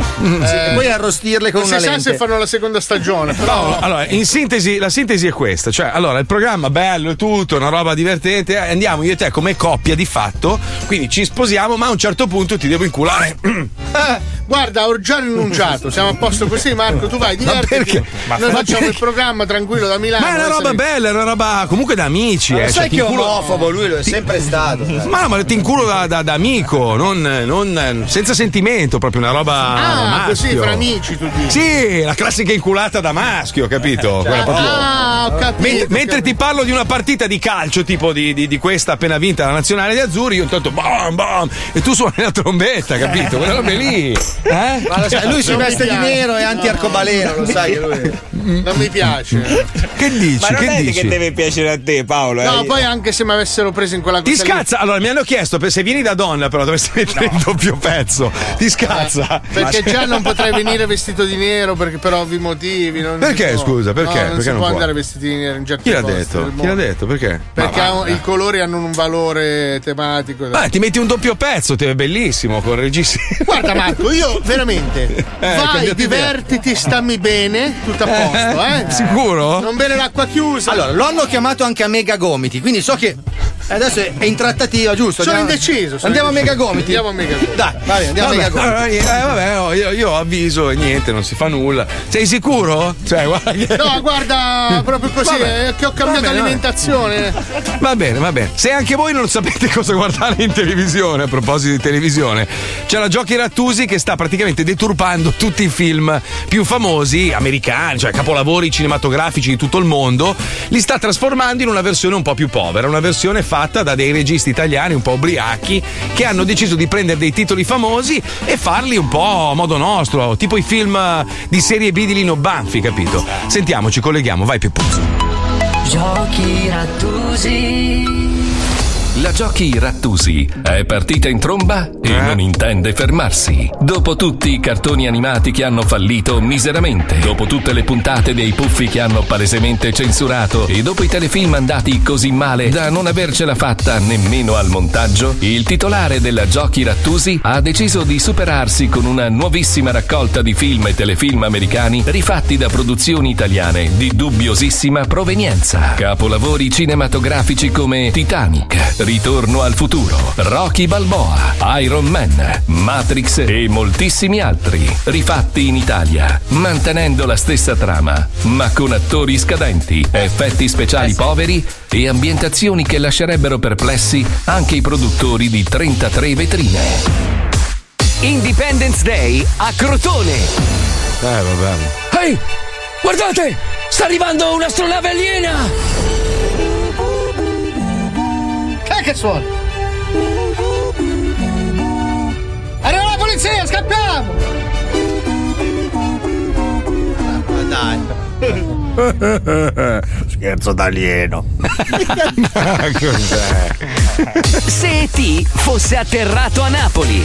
[SPEAKER 2] (laughs)
[SPEAKER 4] e Eh, poi arrostirle con
[SPEAKER 3] non
[SPEAKER 4] una
[SPEAKER 3] si sa
[SPEAKER 4] lente.
[SPEAKER 3] se fanno la seconda stagione, però.
[SPEAKER 2] No, allora, in sintesi, la sintesi è questa: cioè, allora, il programma bello e tutto, una roba divertente. eh, Andiamo io e te come coppia di fatto. Quindi ci sposiamo, ma a un certo punto ti devo inculare. (clears throat)
[SPEAKER 3] Eh, guarda, ho già rinunciato. Siamo a posto così, Marco. Tu vai,
[SPEAKER 2] Ma
[SPEAKER 3] divertiti.
[SPEAKER 2] perché? Ma-
[SPEAKER 3] Noi
[SPEAKER 2] ma
[SPEAKER 3] facciamo il
[SPEAKER 2] perché?
[SPEAKER 3] programma tranquillo da Milano.
[SPEAKER 2] Ma è una
[SPEAKER 3] adesso
[SPEAKER 2] roba
[SPEAKER 3] mi-
[SPEAKER 2] bella, è una roba comunque da amici.
[SPEAKER 3] Ma
[SPEAKER 2] eh,
[SPEAKER 3] lo
[SPEAKER 2] cioè,
[SPEAKER 3] sai
[SPEAKER 2] ti
[SPEAKER 3] che è
[SPEAKER 2] inculo-
[SPEAKER 3] omofobo,
[SPEAKER 4] lui lo è sempre stato.
[SPEAKER 2] Ma no, ma ti inculo da, da- da amico, non, non- senza sentimento, proprio una roba. da
[SPEAKER 3] Ah, così,
[SPEAKER 2] maschio.
[SPEAKER 3] fra amici Cioè, tu dici.
[SPEAKER 2] Sì, la classica inculata da maschio,
[SPEAKER 3] (laughs)
[SPEAKER 2] capito? Quella proprio-
[SPEAKER 3] Cioè, Ah, ho capito.
[SPEAKER 2] Mentre, mentre ti parlo di una partita di calcio, tipo di, di- di questa appena vinta la nazionale di Azzurri, io intanto bam bam e tu suoni la trombetta, capito? Quella roba lì. Eh?
[SPEAKER 3] eh.
[SPEAKER 4] Ma lo sai, lui si veste di nero, è anti-arcobaleno, lo sai che lui.
[SPEAKER 3] (laughs) Non mi piace.
[SPEAKER 2] Che dici?
[SPEAKER 5] Ma non
[SPEAKER 2] Che
[SPEAKER 5] è
[SPEAKER 2] dici?
[SPEAKER 5] che deve piacere a te, Paolo.
[SPEAKER 3] No,
[SPEAKER 5] eh.
[SPEAKER 3] poi anche se mi avessero preso in quella
[SPEAKER 2] Ti
[SPEAKER 3] cosa lì-
[SPEAKER 2] scazza? Allora, mi hanno chiesto per- se vieni da donna, però dovresti mettere il doppio pezzo. Ti scazza.
[SPEAKER 3] Eh, Perché
[SPEAKER 2] Ma-
[SPEAKER 3] già non potrei venire vestito di nero perché per ovvi motivi. non si
[SPEAKER 2] Perché,
[SPEAKER 3] può.
[SPEAKER 2] scusa, perché?
[SPEAKER 3] No, non
[SPEAKER 2] Perché
[SPEAKER 3] si
[SPEAKER 2] non
[SPEAKER 3] può
[SPEAKER 2] può?
[SPEAKER 3] andare vestiti di nero in certi
[SPEAKER 2] Chi l'ha
[SPEAKER 3] posti
[SPEAKER 2] detto?
[SPEAKER 3] del
[SPEAKER 2] Chi l'ha
[SPEAKER 3] mondo.
[SPEAKER 2] detto? Perché?
[SPEAKER 3] Perché
[SPEAKER 2] Ma va.
[SPEAKER 3] ha- i colori hanno un valore tematico.
[SPEAKER 2] Ah, ti metti un doppio pezzo, te è bellissimo con il regista. Eh,
[SPEAKER 3] Guarda Marco, io veramente vai,
[SPEAKER 2] cambiate idea.
[SPEAKER 3] divertiti, stammi bene, tutto a posto, eh?
[SPEAKER 2] Sicuro?
[SPEAKER 3] Non bere l'acqua chiusa.
[SPEAKER 4] Allora, lo hanno chiamato anche a Mega Gomiti, quindi so che adesso è in trattativa, giusto?
[SPEAKER 3] Sono
[SPEAKER 4] Andiamo-
[SPEAKER 3] indeciso. sono
[SPEAKER 4] andiamo
[SPEAKER 3] indeciso.
[SPEAKER 4] a Mega Gomiti.
[SPEAKER 3] Andiamo a Mega Gomiti.
[SPEAKER 4] Dai, vai, andiamo
[SPEAKER 2] Vabbè,
[SPEAKER 4] a Mega
[SPEAKER 2] allora,
[SPEAKER 4] Gomiti.
[SPEAKER 2] (laughs) eh, vabbè, oh, io, io avviso e niente, non si fa nulla. Sei sicuro? Cioè, guarda che-
[SPEAKER 3] (laughs) No, guarda, proprio così,
[SPEAKER 2] Vabbè.
[SPEAKER 3] eh, che ho cambiato
[SPEAKER 2] Vabbè, vabbè.
[SPEAKER 3] alimentazione.
[SPEAKER 2] Va bene, va bene. Se anche voi non sapete (laughs) cosa guardare in televisione, a proposito di televisione, c'è la Giochi Rattusi che sta praticamente deturpando tutti i film più famosi americani, cioè capolavori cinematografici di tutto il mondo, li sta trasformando in una versione un po' più povera, una versione fatta da dei registi italiani un po' ubriachi che hanno deciso di prendere dei titoli famosi e farli un po' a modo nostro, tipo i film di serie B di Lino Banfi, capito? Sentiamo, ci colleghiamo, vai Pepuzzo.
[SPEAKER 13] Giochi rattusi.
[SPEAKER 14] La Giochi Rattusi è partita in tromba e non intende fermarsi. Dopo tutti i cartoni animati che hanno fallito miseramente, dopo tutte le puntate dei puffi che hanno palesemente censurato e dopo i telefilm andati così male da non avercela fatta nemmeno al montaggio, il titolare della Giochi Rattusi ha deciso di superarsi con una nuovissima raccolta di film e telefilm americani rifatti da produzioni italiane di dubbiosissima provenienza. Capolavori cinematografici come Titanic, Ritorno al futuro, Rocky Balboa, Iron Man, Matrix e moltissimi altri, rifatti in Italia, mantenendo la stessa trama, ma con attori scadenti, effetti speciali poveri e ambientazioni che lascerebbero perplessi anche i produttori di 33 vetrine.
[SPEAKER 15] Independence Day a Crotone.
[SPEAKER 2] Eh, vabbè.
[SPEAKER 15] Ehi, guardate! Sta arrivando un'astronave aliena!
[SPEAKER 16] Che che suono? Arriva la polizia, scappiamo!
[SPEAKER 4] Eh,
[SPEAKER 5] (laughs) Scherzo
[SPEAKER 4] (laughs)
[SPEAKER 5] d'alieno.
[SPEAKER 15] (laughs) Se T fosse atterrato a Napoli.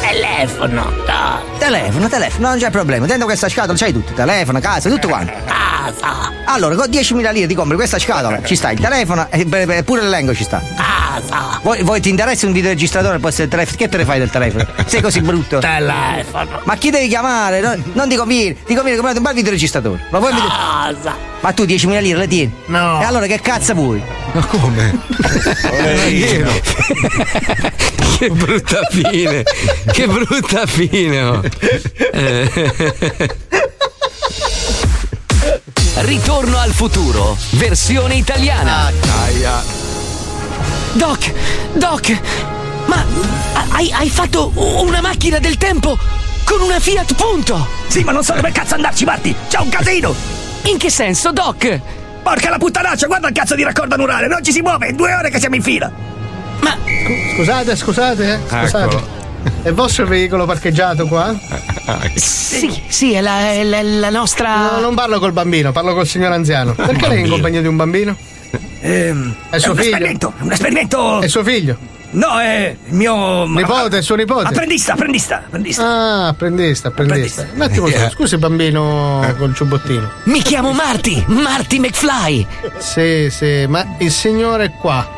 [SPEAKER 17] Telefono, dai. Telefono, telefono, non c'è problema. Dentro questa scatola c'hai tutto: telefono, casa, tutto quanto. Casa. Allora, con 10.000 lire ti compri questa scatola. Ci sta il telefono e beh, beh, pure l'elenco ci sta. Casa. Voi, voi ti interessa un videoregistratore al posto del telefono? Che te ne fai del telefono? Sei così brutto.
[SPEAKER 13] eh,
[SPEAKER 16] Telefono.
[SPEAKER 17] Ma chi devi chiamare? Non, non ti conviene. Ti conviene comprare un bel videoregistratore. Ma, vuoi un video- Ma tu 10.000 lire le tieni? No. E allora che cazzo vuoi?
[SPEAKER 2] Ma come?
[SPEAKER 15] (laughs) Che brutta fine! che brutta fine! oh. Eh. Ritorno al futuro, versione
[SPEAKER 17] Ah,
[SPEAKER 15] italiana.
[SPEAKER 13] Doc, Doc, ma hai, hai fatto una macchina del tempo con una Fiat Punto? Sì, ma non so dove cazzo andarci, Marti! C'è un casino! In che senso, Doc? Porca la puttanaccia, guarda il cazzo di raccordo anulare, non ci si muove, è due ore che siamo in fila!
[SPEAKER 10] Scusate, scusate, eh, scusate.
[SPEAKER 2] Eccolo.
[SPEAKER 10] È il vostro veicolo parcheggiato qua?
[SPEAKER 15] Ah, ecco. Sì, sì, è la, è la- la nostra.
[SPEAKER 10] No, non parlo col bambino, parlo col signor anziano. Perché lei è in compagnia di un bambino? è
[SPEAKER 15] Ehm,
[SPEAKER 17] è
[SPEAKER 10] suo
[SPEAKER 17] un
[SPEAKER 10] figlio.
[SPEAKER 17] esperimento, è un esperimento.
[SPEAKER 10] È suo figlio.
[SPEAKER 17] No, è il mio.
[SPEAKER 10] Nipote, è suo nipote.
[SPEAKER 17] Apprendista, apprendista, apprendista.
[SPEAKER 10] Ah, apprendista, apprendista. Un
[SPEAKER 15] (laughs)
[SPEAKER 10] attimo,
[SPEAKER 17] Eh.
[SPEAKER 10] scusi bambino col ciubottino.
[SPEAKER 15] Ah. Mi chiamo Marty, Marty McFly.
[SPEAKER 10] Sì, sì, ma il signore è qua.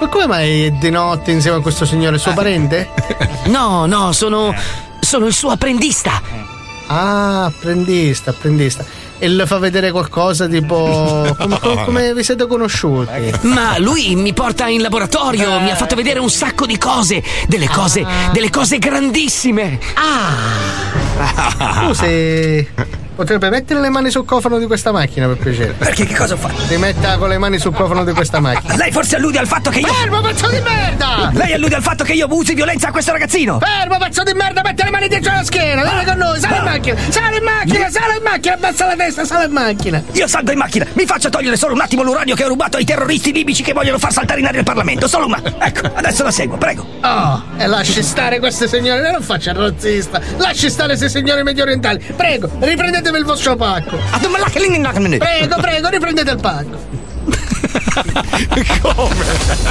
[SPEAKER 10] Ma come mai è di notte insieme a questo signore? Suo parente?
[SPEAKER 15] Ah. (laughs) No, no, sono. sono il suo apprendista.
[SPEAKER 10] Ah, apprendista, apprendista. E le fa vedere
[SPEAKER 15] (laughs)
[SPEAKER 10] qualcosa tipo. Come, come- come vi siete conosciuti?
[SPEAKER 15] Ma lui mi porta in laboratorio, mi ha fatto vedere un sacco di cose, delle cose,
[SPEAKER 9] Ah.
[SPEAKER 17] (laughs)
[SPEAKER 15] delle cose grandissime. Ah!
[SPEAKER 10] Tu sei. Potrebbe mettere le mani sul cofano di questa macchina, per piacere.
[SPEAKER 17] Perché che cosa ho fatto?
[SPEAKER 10] Rimetta con le mani sul cofano di questa macchina.
[SPEAKER 17] Lei forse allude al fatto che io.
[SPEAKER 10] Fermo, pezzo di merda!
[SPEAKER 17] Lei allude al fatto che io usi violenza a questo ragazzino!
[SPEAKER 10] Fermo, pezzo di merda, metti le mani dietro la schiena! Dai con noi, sali in macchina! Sali in macchina, sali in macchina, abbassa la testa, sali in macchina!
[SPEAKER 17] Io salgo in macchina, mi faccia togliere solo un attimo l'uranio che ho rubato ai terroristi libici che vogliono far saltare in aria il Parlamento. Solo un attimo. Ecco, adesso la seguo, prego.
[SPEAKER 10] Oh, e lasci stare queste signore, lei non faccia il razzista! Lasci stare queste signore medio orientali! Prego, riprendetevi il vostro pacco!
[SPEAKER 17] Ah,
[SPEAKER 10] Prego, prego, riprendete il pacco!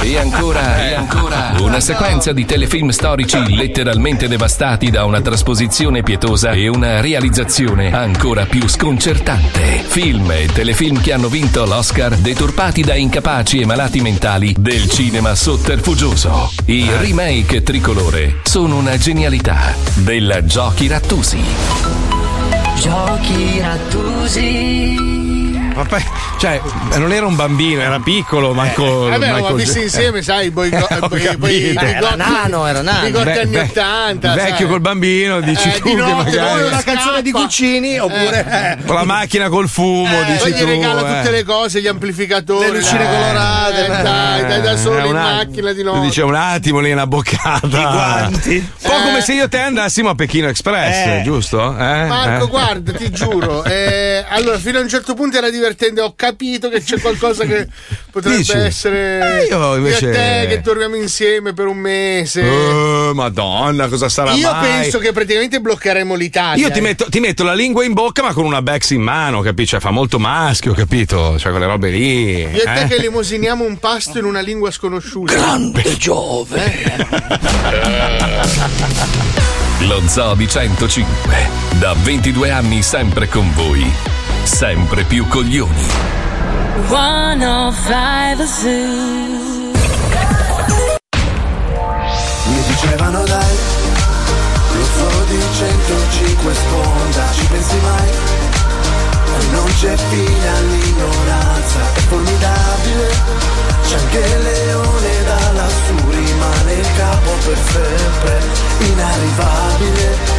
[SPEAKER 14] E ancora, e ancora. Una sequenza di telefilm storici letteralmente devastati da una trasposizione pietosa e una realizzazione ancora più sconcertante. Film e telefilm che hanno vinto l'Oscar, deturpati da incapaci e malati mentali del cinema sotterfugioso. I remake tricolore sono una genialità della Giochi Rattusi.
[SPEAKER 6] Giochi rattusi.
[SPEAKER 2] Ma poi, cioè, non era un bambino, era piccolo, manco.
[SPEAKER 3] Eh, Vabbè,
[SPEAKER 2] Michael
[SPEAKER 3] l'avevamo visto
[SPEAKER 2] Jackson.
[SPEAKER 3] insieme, sai, i boigo-
[SPEAKER 2] Eh, (laughs) ho
[SPEAKER 3] i- i- i- i- i-
[SPEAKER 2] capito.
[SPEAKER 3] i-
[SPEAKER 2] Era
[SPEAKER 18] nano, era nano.
[SPEAKER 3] I gotti
[SPEAKER 2] Beh,
[SPEAKER 3] anni
[SPEAKER 2] beh,
[SPEAKER 3] 80.
[SPEAKER 2] Vecchio
[SPEAKER 3] sai.
[SPEAKER 2] col bambino, dici
[SPEAKER 3] Eh,
[SPEAKER 2] tu
[SPEAKER 3] di
[SPEAKER 2] che
[SPEAKER 3] notte,
[SPEAKER 2] magari.
[SPEAKER 3] vuole una canzone di Guccini oppure
[SPEAKER 2] Con la (laughs) macchina col fumo, dici
[SPEAKER 3] poi
[SPEAKER 2] tu.
[SPEAKER 3] gli regala
[SPEAKER 2] eh.
[SPEAKER 3] tutte le cose, gli amplificatori, le
[SPEAKER 2] lucine
[SPEAKER 3] colorate,
[SPEAKER 17] eh.
[SPEAKER 3] dai, dai, da solo
[SPEAKER 2] Eh,
[SPEAKER 3] in
[SPEAKER 2] un attimo.
[SPEAKER 3] macchina di
[SPEAKER 2] Tu
[SPEAKER 3] notte.
[SPEAKER 2] dice un attimo lì una boccata.
[SPEAKER 3] guanti.
[SPEAKER 2] Un po' come se io e te andassimo a Pechino Express,
[SPEAKER 3] Eh.
[SPEAKER 2] giusto? Eh?
[SPEAKER 3] Marco,
[SPEAKER 2] Eh?
[SPEAKER 3] guarda, ti giuro. eh, allora, fino a un certo punto era divertente. Ho capito che c'è qualcosa che potrebbe
[SPEAKER 2] Dici?
[SPEAKER 3] essere.
[SPEAKER 2] Eh, io invece-
[SPEAKER 3] e te che dormiamo insieme per un mese.
[SPEAKER 2] Eh, Madonna, cosa sarà
[SPEAKER 3] io
[SPEAKER 2] mai?
[SPEAKER 3] penso che praticamente bloccheremo l'Italia. eh.
[SPEAKER 2] Io ti metto, ti metto la lingua in bocca, ma con una Bex in mano, capisci? Cioè, fa molto maschio, capito? Cioè, quelle robe lì.
[SPEAKER 3] Io e te
[SPEAKER 2] eh? (laughs)
[SPEAKER 3] che limosiniamo un pasto in una lingua sconosciuta.
[SPEAKER 14] Grande Giove! (laughs) Lo Zoo di 105, da 22 anni sempre con voi, sempre più coglioni.
[SPEAKER 6] 105 Zoo.
[SPEAKER 19] Mi dicevano dai, lo zoo di 105 sponda, ci pensi mai? Non c'è fine all'ignoranza, è formidabile, c'è anche il leone da lassù, rimane il capo per sempre, inarrivabile.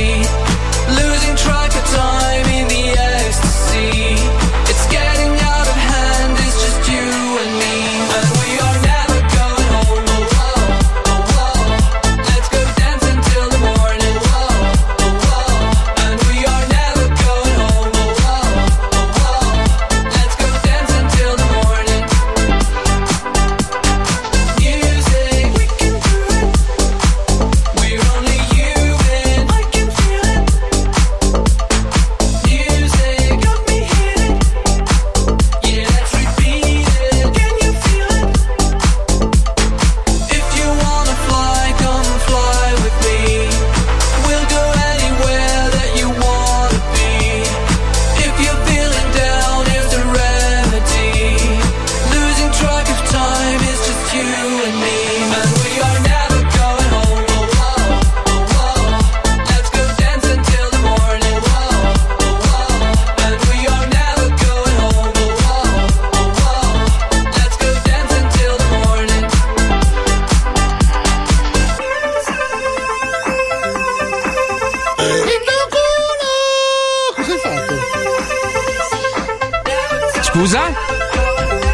[SPEAKER 6] Losing track of time in the ecstasy. It's getting out of hand, it's just you and me. And we are never going home. Oh, whoa, oh, whoa. Let's go dance until the morning. Whoa, oh, whoa. And we are never going home. Oh, whoa, oh, whoa. Let's go dance until the morning. Music, we can do it. We're only you and I can feel it. Music got me hit. Yeah, let's repeat it. Can you feel it? If you wanna fly, come fly with me. We'll go anywhere that you wanna be. If you're feeling down, here's the remedy. Losing track of time is just you and me, and we are never going home. Oh whoa, oh whoa. Let's go dance until the morning. Whoa, oh whoa. And we are never going home. Oh whoa, oh whoa. Let's go dance until the morning.
[SPEAKER 3] Cosa hai fatto?
[SPEAKER 2] Scusa?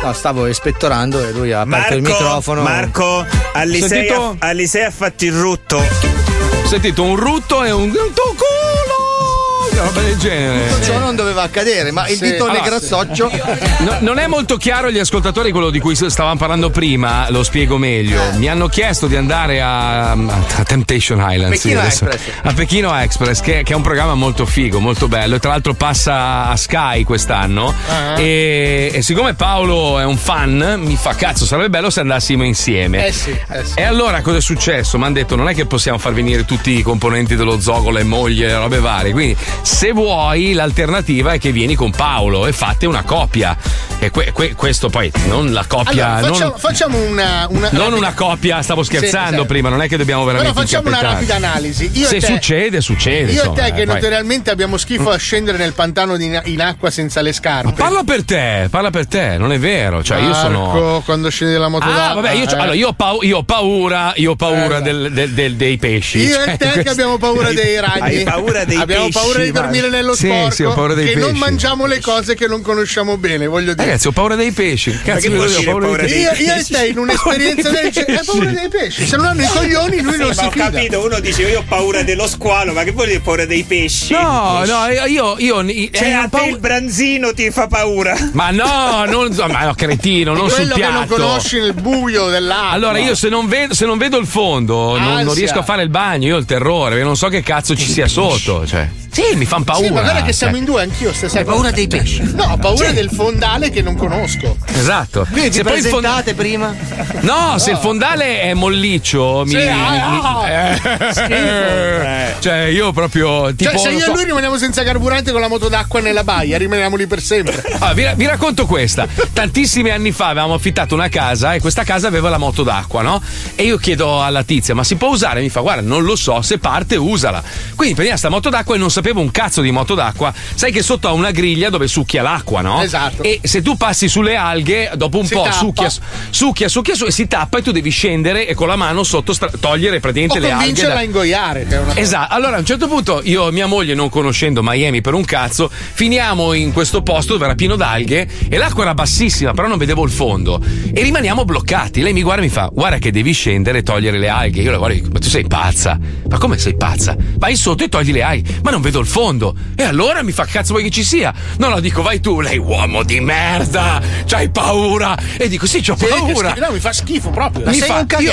[SPEAKER 5] No, stavo ispettorando e lui ha aperto
[SPEAKER 4] Marco,
[SPEAKER 5] il microfono.
[SPEAKER 4] Marco, Alisei
[SPEAKER 5] Sentito?
[SPEAKER 4] ha, Alisei ha fatto il rutto.
[SPEAKER 2] Ho sentito un rutto e un. un tuo culo! roba del genere.
[SPEAKER 4] Tutto ciò non doveva accadere, ma il dito
[SPEAKER 2] Allora, (laughs)
[SPEAKER 4] negrazzoccio.
[SPEAKER 2] No, non è molto chiaro agli ascoltatori quello di cui stavamo parlando prima, lo spiego meglio.
[SPEAKER 3] Eh.
[SPEAKER 2] Mi hanno chiesto di andare a, a Temptation Island.
[SPEAKER 4] Pechino
[SPEAKER 2] adesso-
[SPEAKER 4] Express.
[SPEAKER 2] A Pechino Express, che, che è un programma molto figo, molto bello. E tra l'altro passa a Sky quest'anno.
[SPEAKER 3] Ah.
[SPEAKER 2] E, e siccome Paolo è un fan, mi fa cazzo, sarebbe bello se andassimo insieme.
[SPEAKER 3] Eh sì, eh sì.
[SPEAKER 2] E allora cosa è successo? Mi hanno detto non è che possiamo far venire tutti i componenti dello zogo, le moglie, le robe varie. Quindi se vuoi l'alternativa è che vieni con Paolo e fate una coppia. E que- que- questo poi non la coppia...
[SPEAKER 3] Allora, facciamo,
[SPEAKER 2] non...
[SPEAKER 3] facciamo una, una,
[SPEAKER 2] non una coppia, stavo
[SPEAKER 3] Sì,
[SPEAKER 2] scherzando
[SPEAKER 3] esatto.
[SPEAKER 2] prima, non è che dobbiamo veramente.
[SPEAKER 3] Però facciamo una
[SPEAKER 2] incappettarci.
[SPEAKER 3] rapida analisi. Io
[SPEAKER 2] Se
[SPEAKER 3] e te-
[SPEAKER 2] succede, succede.
[SPEAKER 3] Io
[SPEAKER 2] insomma,
[SPEAKER 3] e te che
[SPEAKER 2] eh, vai.
[SPEAKER 3] naturalmente abbiamo schifo a scendere nel pantano di- in acqua senza le scarpe.
[SPEAKER 2] Parla per te, parla per te, non è vero. Cioè, io sono.
[SPEAKER 3] Marco, quando scendi dalla moto
[SPEAKER 2] Ah,
[SPEAKER 3] d'acqua,
[SPEAKER 2] vabbè, io, c'ho-
[SPEAKER 3] eh.
[SPEAKER 2] allora, io, ho pau- io ho paura, io ho paura del- del- del- dei pesci.
[SPEAKER 3] Io
[SPEAKER 2] Cioè,
[SPEAKER 3] e te che
[SPEAKER 2] questo-
[SPEAKER 3] abbiamo paura
[SPEAKER 2] (laughs)
[SPEAKER 3] dei ragni.
[SPEAKER 2] Hai paura dei
[SPEAKER 3] abbiamo
[SPEAKER 2] pesci,
[SPEAKER 3] paura di
[SPEAKER 2] Marco.
[SPEAKER 3] dormire nello
[SPEAKER 2] Sì,
[SPEAKER 3] sporco.
[SPEAKER 2] sì, ho paura dei
[SPEAKER 3] che non
[SPEAKER 2] pesci.
[SPEAKER 3] mangiamo le cose che non conosciamo bene, voglio dire.
[SPEAKER 2] Ragazzi, ho paura dei pesci. Che Cazzo, io
[SPEAKER 3] Perché può
[SPEAKER 2] ho
[SPEAKER 3] uscire
[SPEAKER 2] paura dei
[SPEAKER 3] io,
[SPEAKER 2] pesci.
[SPEAKER 3] io e te in un'esperienza
[SPEAKER 5] Paura
[SPEAKER 3] del
[SPEAKER 5] dei
[SPEAKER 3] genere. Hai
[SPEAKER 5] pesci.
[SPEAKER 3] paura dei pesci? Se non hanno i coglioni, lui
[SPEAKER 5] Sì,
[SPEAKER 3] non
[SPEAKER 5] ma
[SPEAKER 3] si
[SPEAKER 5] ho
[SPEAKER 3] fida.
[SPEAKER 5] capito, uno dice io ho paura dello squalo, ma che vuol dire paura dei pesci?
[SPEAKER 2] No, no, io. io
[SPEAKER 5] Cioè,
[SPEAKER 2] eh,
[SPEAKER 5] a
[SPEAKER 2] ho paura-
[SPEAKER 5] te il branzino ti fa paura.
[SPEAKER 2] Ma no, non, ma no, cretino, non sul
[SPEAKER 3] Quello che
[SPEAKER 2] piatto.
[SPEAKER 3] non conosci nel buio dell'acqua.
[SPEAKER 2] Allora, io se non vedo, se non vedo il fondo, non, non
[SPEAKER 3] Ansia.
[SPEAKER 2] riesco a fare il bagno. Io ho il terrore, perché non so che cazzo ci sia sotto. Cioè. Sì, mi fanno paura.
[SPEAKER 3] Sì, ma guarda che siamo
[SPEAKER 2] cioè.
[SPEAKER 3] in due, anch'io stasera.
[SPEAKER 2] Hai paura dei pesci?
[SPEAKER 3] No, ho paura del fondale che non conosco.
[SPEAKER 2] Esatto.
[SPEAKER 3] Quindi
[SPEAKER 2] Se poi il fond-
[SPEAKER 3] prima?
[SPEAKER 2] No, se il fondale è molliccio, mi.
[SPEAKER 3] Sì, ah,
[SPEAKER 2] mi-
[SPEAKER 3] ah.
[SPEAKER 2] eh.
[SPEAKER 3] Schifo.
[SPEAKER 2] Cioè, io proprio. Tipo,
[SPEAKER 3] cioè, se
[SPEAKER 2] non
[SPEAKER 3] io
[SPEAKER 2] so-
[SPEAKER 3] e lui rimaniamo senza carburante con la moto d'acqua nella baia, rimaniamo lì per sempre.
[SPEAKER 2] Ah, vi, vi racconto questa. Tantissimi anni fa avevamo affittato una casa e questa casa aveva la moto d'acqua, no? E io chiedo alla tizia, ma si può usare? Mi fa, guarda, non lo so, se parte usala. Quindi prendiamo sta moto d'acqua e non sapevo un cazzo di moto d'acqua. Sai che sotto ha una griglia dove succhia l'acqua, no?
[SPEAKER 3] Esatto.
[SPEAKER 2] E se tu passi sulle alghe, dopo un
[SPEAKER 3] Si
[SPEAKER 2] po'
[SPEAKER 3] tappa.
[SPEAKER 2] succhia, succhia, succhia, su- e si tappa e tu devi scendere e con la mano sotto stra- togliere
[SPEAKER 3] O
[SPEAKER 2] praticamente le alghe.
[SPEAKER 3] convincerla
[SPEAKER 2] da-
[SPEAKER 3] a ingoiare. Che è una...
[SPEAKER 2] Esatto, allora a un certo punto io e mia moglie, non conoscendo Miami per un cazzo, finiamo in questo posto dove era pieno d'alghe e l'acqua era bassissima, però non vedevo il fondo e rimaniamo bloccati. Lei mi guarda e mi fa: Guarda che devi scendere e togliere le alghe. Io la guardo e dico: Ma tu sei pazza? Ma come sei pazza? Vai sotto e togli le alghe, ma non vedo il fondo. E allora mi fa: Cazzo vuoi che ci sia? No, no, dico: Vai tu, lei uomo di merda, c'hai paura. E dico: Sì, c'ho
[SPEAKER 3] Sì, che
[SPEAKER 2] paura.
[SPEAKER 3] schifo. No, mi fa schifo proprio. Eh,
[SPEAKER 2] Mi fa- Io,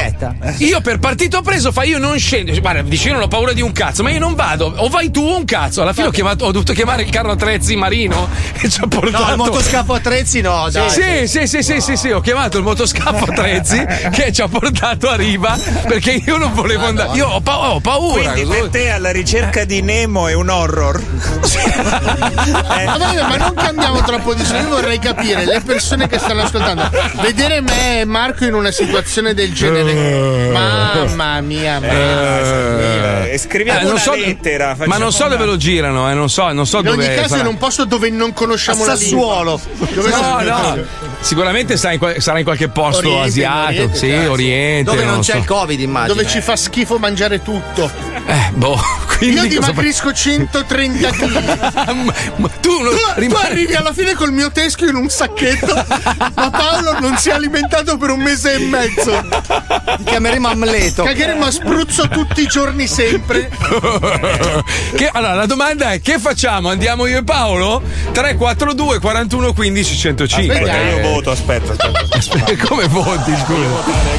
[SPEAKER 2] io per partito preso fa io non scendo. Cioè, Guarda, dice io non ho paura di un cazzo, ma io non vado. O vai tu o un cazzo. Alla fine ho, chiamato- ho dovuto chiamare il carro attrezzi marino (laughs) e ci ha portato.
[SPEAKER 4] No, il motoscafo attrezzi no, dai.
[SPEAKER 2] Sì, sì, sì, sì, sì, sì, ho chiamato il motoscafo Trezzi che ci ha portato a riva perché io non volevo andare. Io ho, pa- ho paura.
[SPEAKER 5] Quindi per te alla ricerca di Nemo è un horror. (laughs) Eh.
[SPEAKER 3] Ma vabbè, ma non cambiamo troppo di suono. Io vorrei capire le persone che stanno ascoltando. Vedere me e Marco in una situazione del
[SPEAKER 2] Eh.
[SPEAKER 3] genere. Mamma mia, mamma mia.
[SPEAKER 5] E scriviamo
[SPEAKER 2] Eh, non
[SPEAKER 5] una
[SPEAKER 2] so-
[SPEAKER 5] lettera.
[SPEAKER 2] Ma non so
[SPEAKER 5] facciamo
[SPEAKER 2] dove lo girano, eh, non so, non so
[SPEAKER 3] In
[SPEAKER 2] dove
[SPEAKER 3] ogni caso,
[SPEAKER 2] sarà.
[SPEAKER 3] in un posto dove non conosciamo
[SPEAKER 4] A
[SPEAKER 3] la
[SPEAKER 4] Sassuolo.
[SPEAKER 3] lingua. Dove
[SPEAKER 2] No,
[SPEAKER 3] sono-
[SPEAKER 2] no, sicuramente sarà in, qual- sarà in qualche posto
[SPEAKER 3] Oriente,
[SPEAKER 2] asiatico,
[SPEAKER 3] Oriente,
[SPEAKER 2] sì,
[SPEAKER 3] cazzo.
[SPEAKER 2] Oriente. lo so.
[SPEAKER 3] Dove ci fa schifo mangiare tutto.
[SPEAKER 2] Eh, boh, quindi
[SPEAKER 3] Io
[SPEAKER 2] cosa fai?
[SPEAKER 3] dimagrisco 130
[SPEAKER 2] (laughs)
[SPEAKER 3] kg.
[SPEAKER 2] tu,
[SPEAKER 3] tu
[SPEAKER 2] rimani-
[SPEAKER 3] arrivi alla fine col mio teschio in
[SPEAKER 2] (laughs)
[SPEAKER 3] un sacchetto, ma Paolo non si è alimentato per un mese e mezzo. Ti
[SPEAKER 4] chiameremo Amleto.
[SPEAKER 3] Cagheremo a spruzzo tutti i giorni sempre.
[SPEAKER 2] (laughs) Che- allora la domanda è che facciamo? Andiamo io e Paolo? 342 41 15 105
[SPEAKER 5] Aspetta, io
[SPEAKER 2] Eh,
[SPEAKER 5] voto, aspetta,
[SPEAKER 4] (laughs)
[SPEAKER 5] aspetta.
[SPEAKER 2] aspetta, come voti scusa?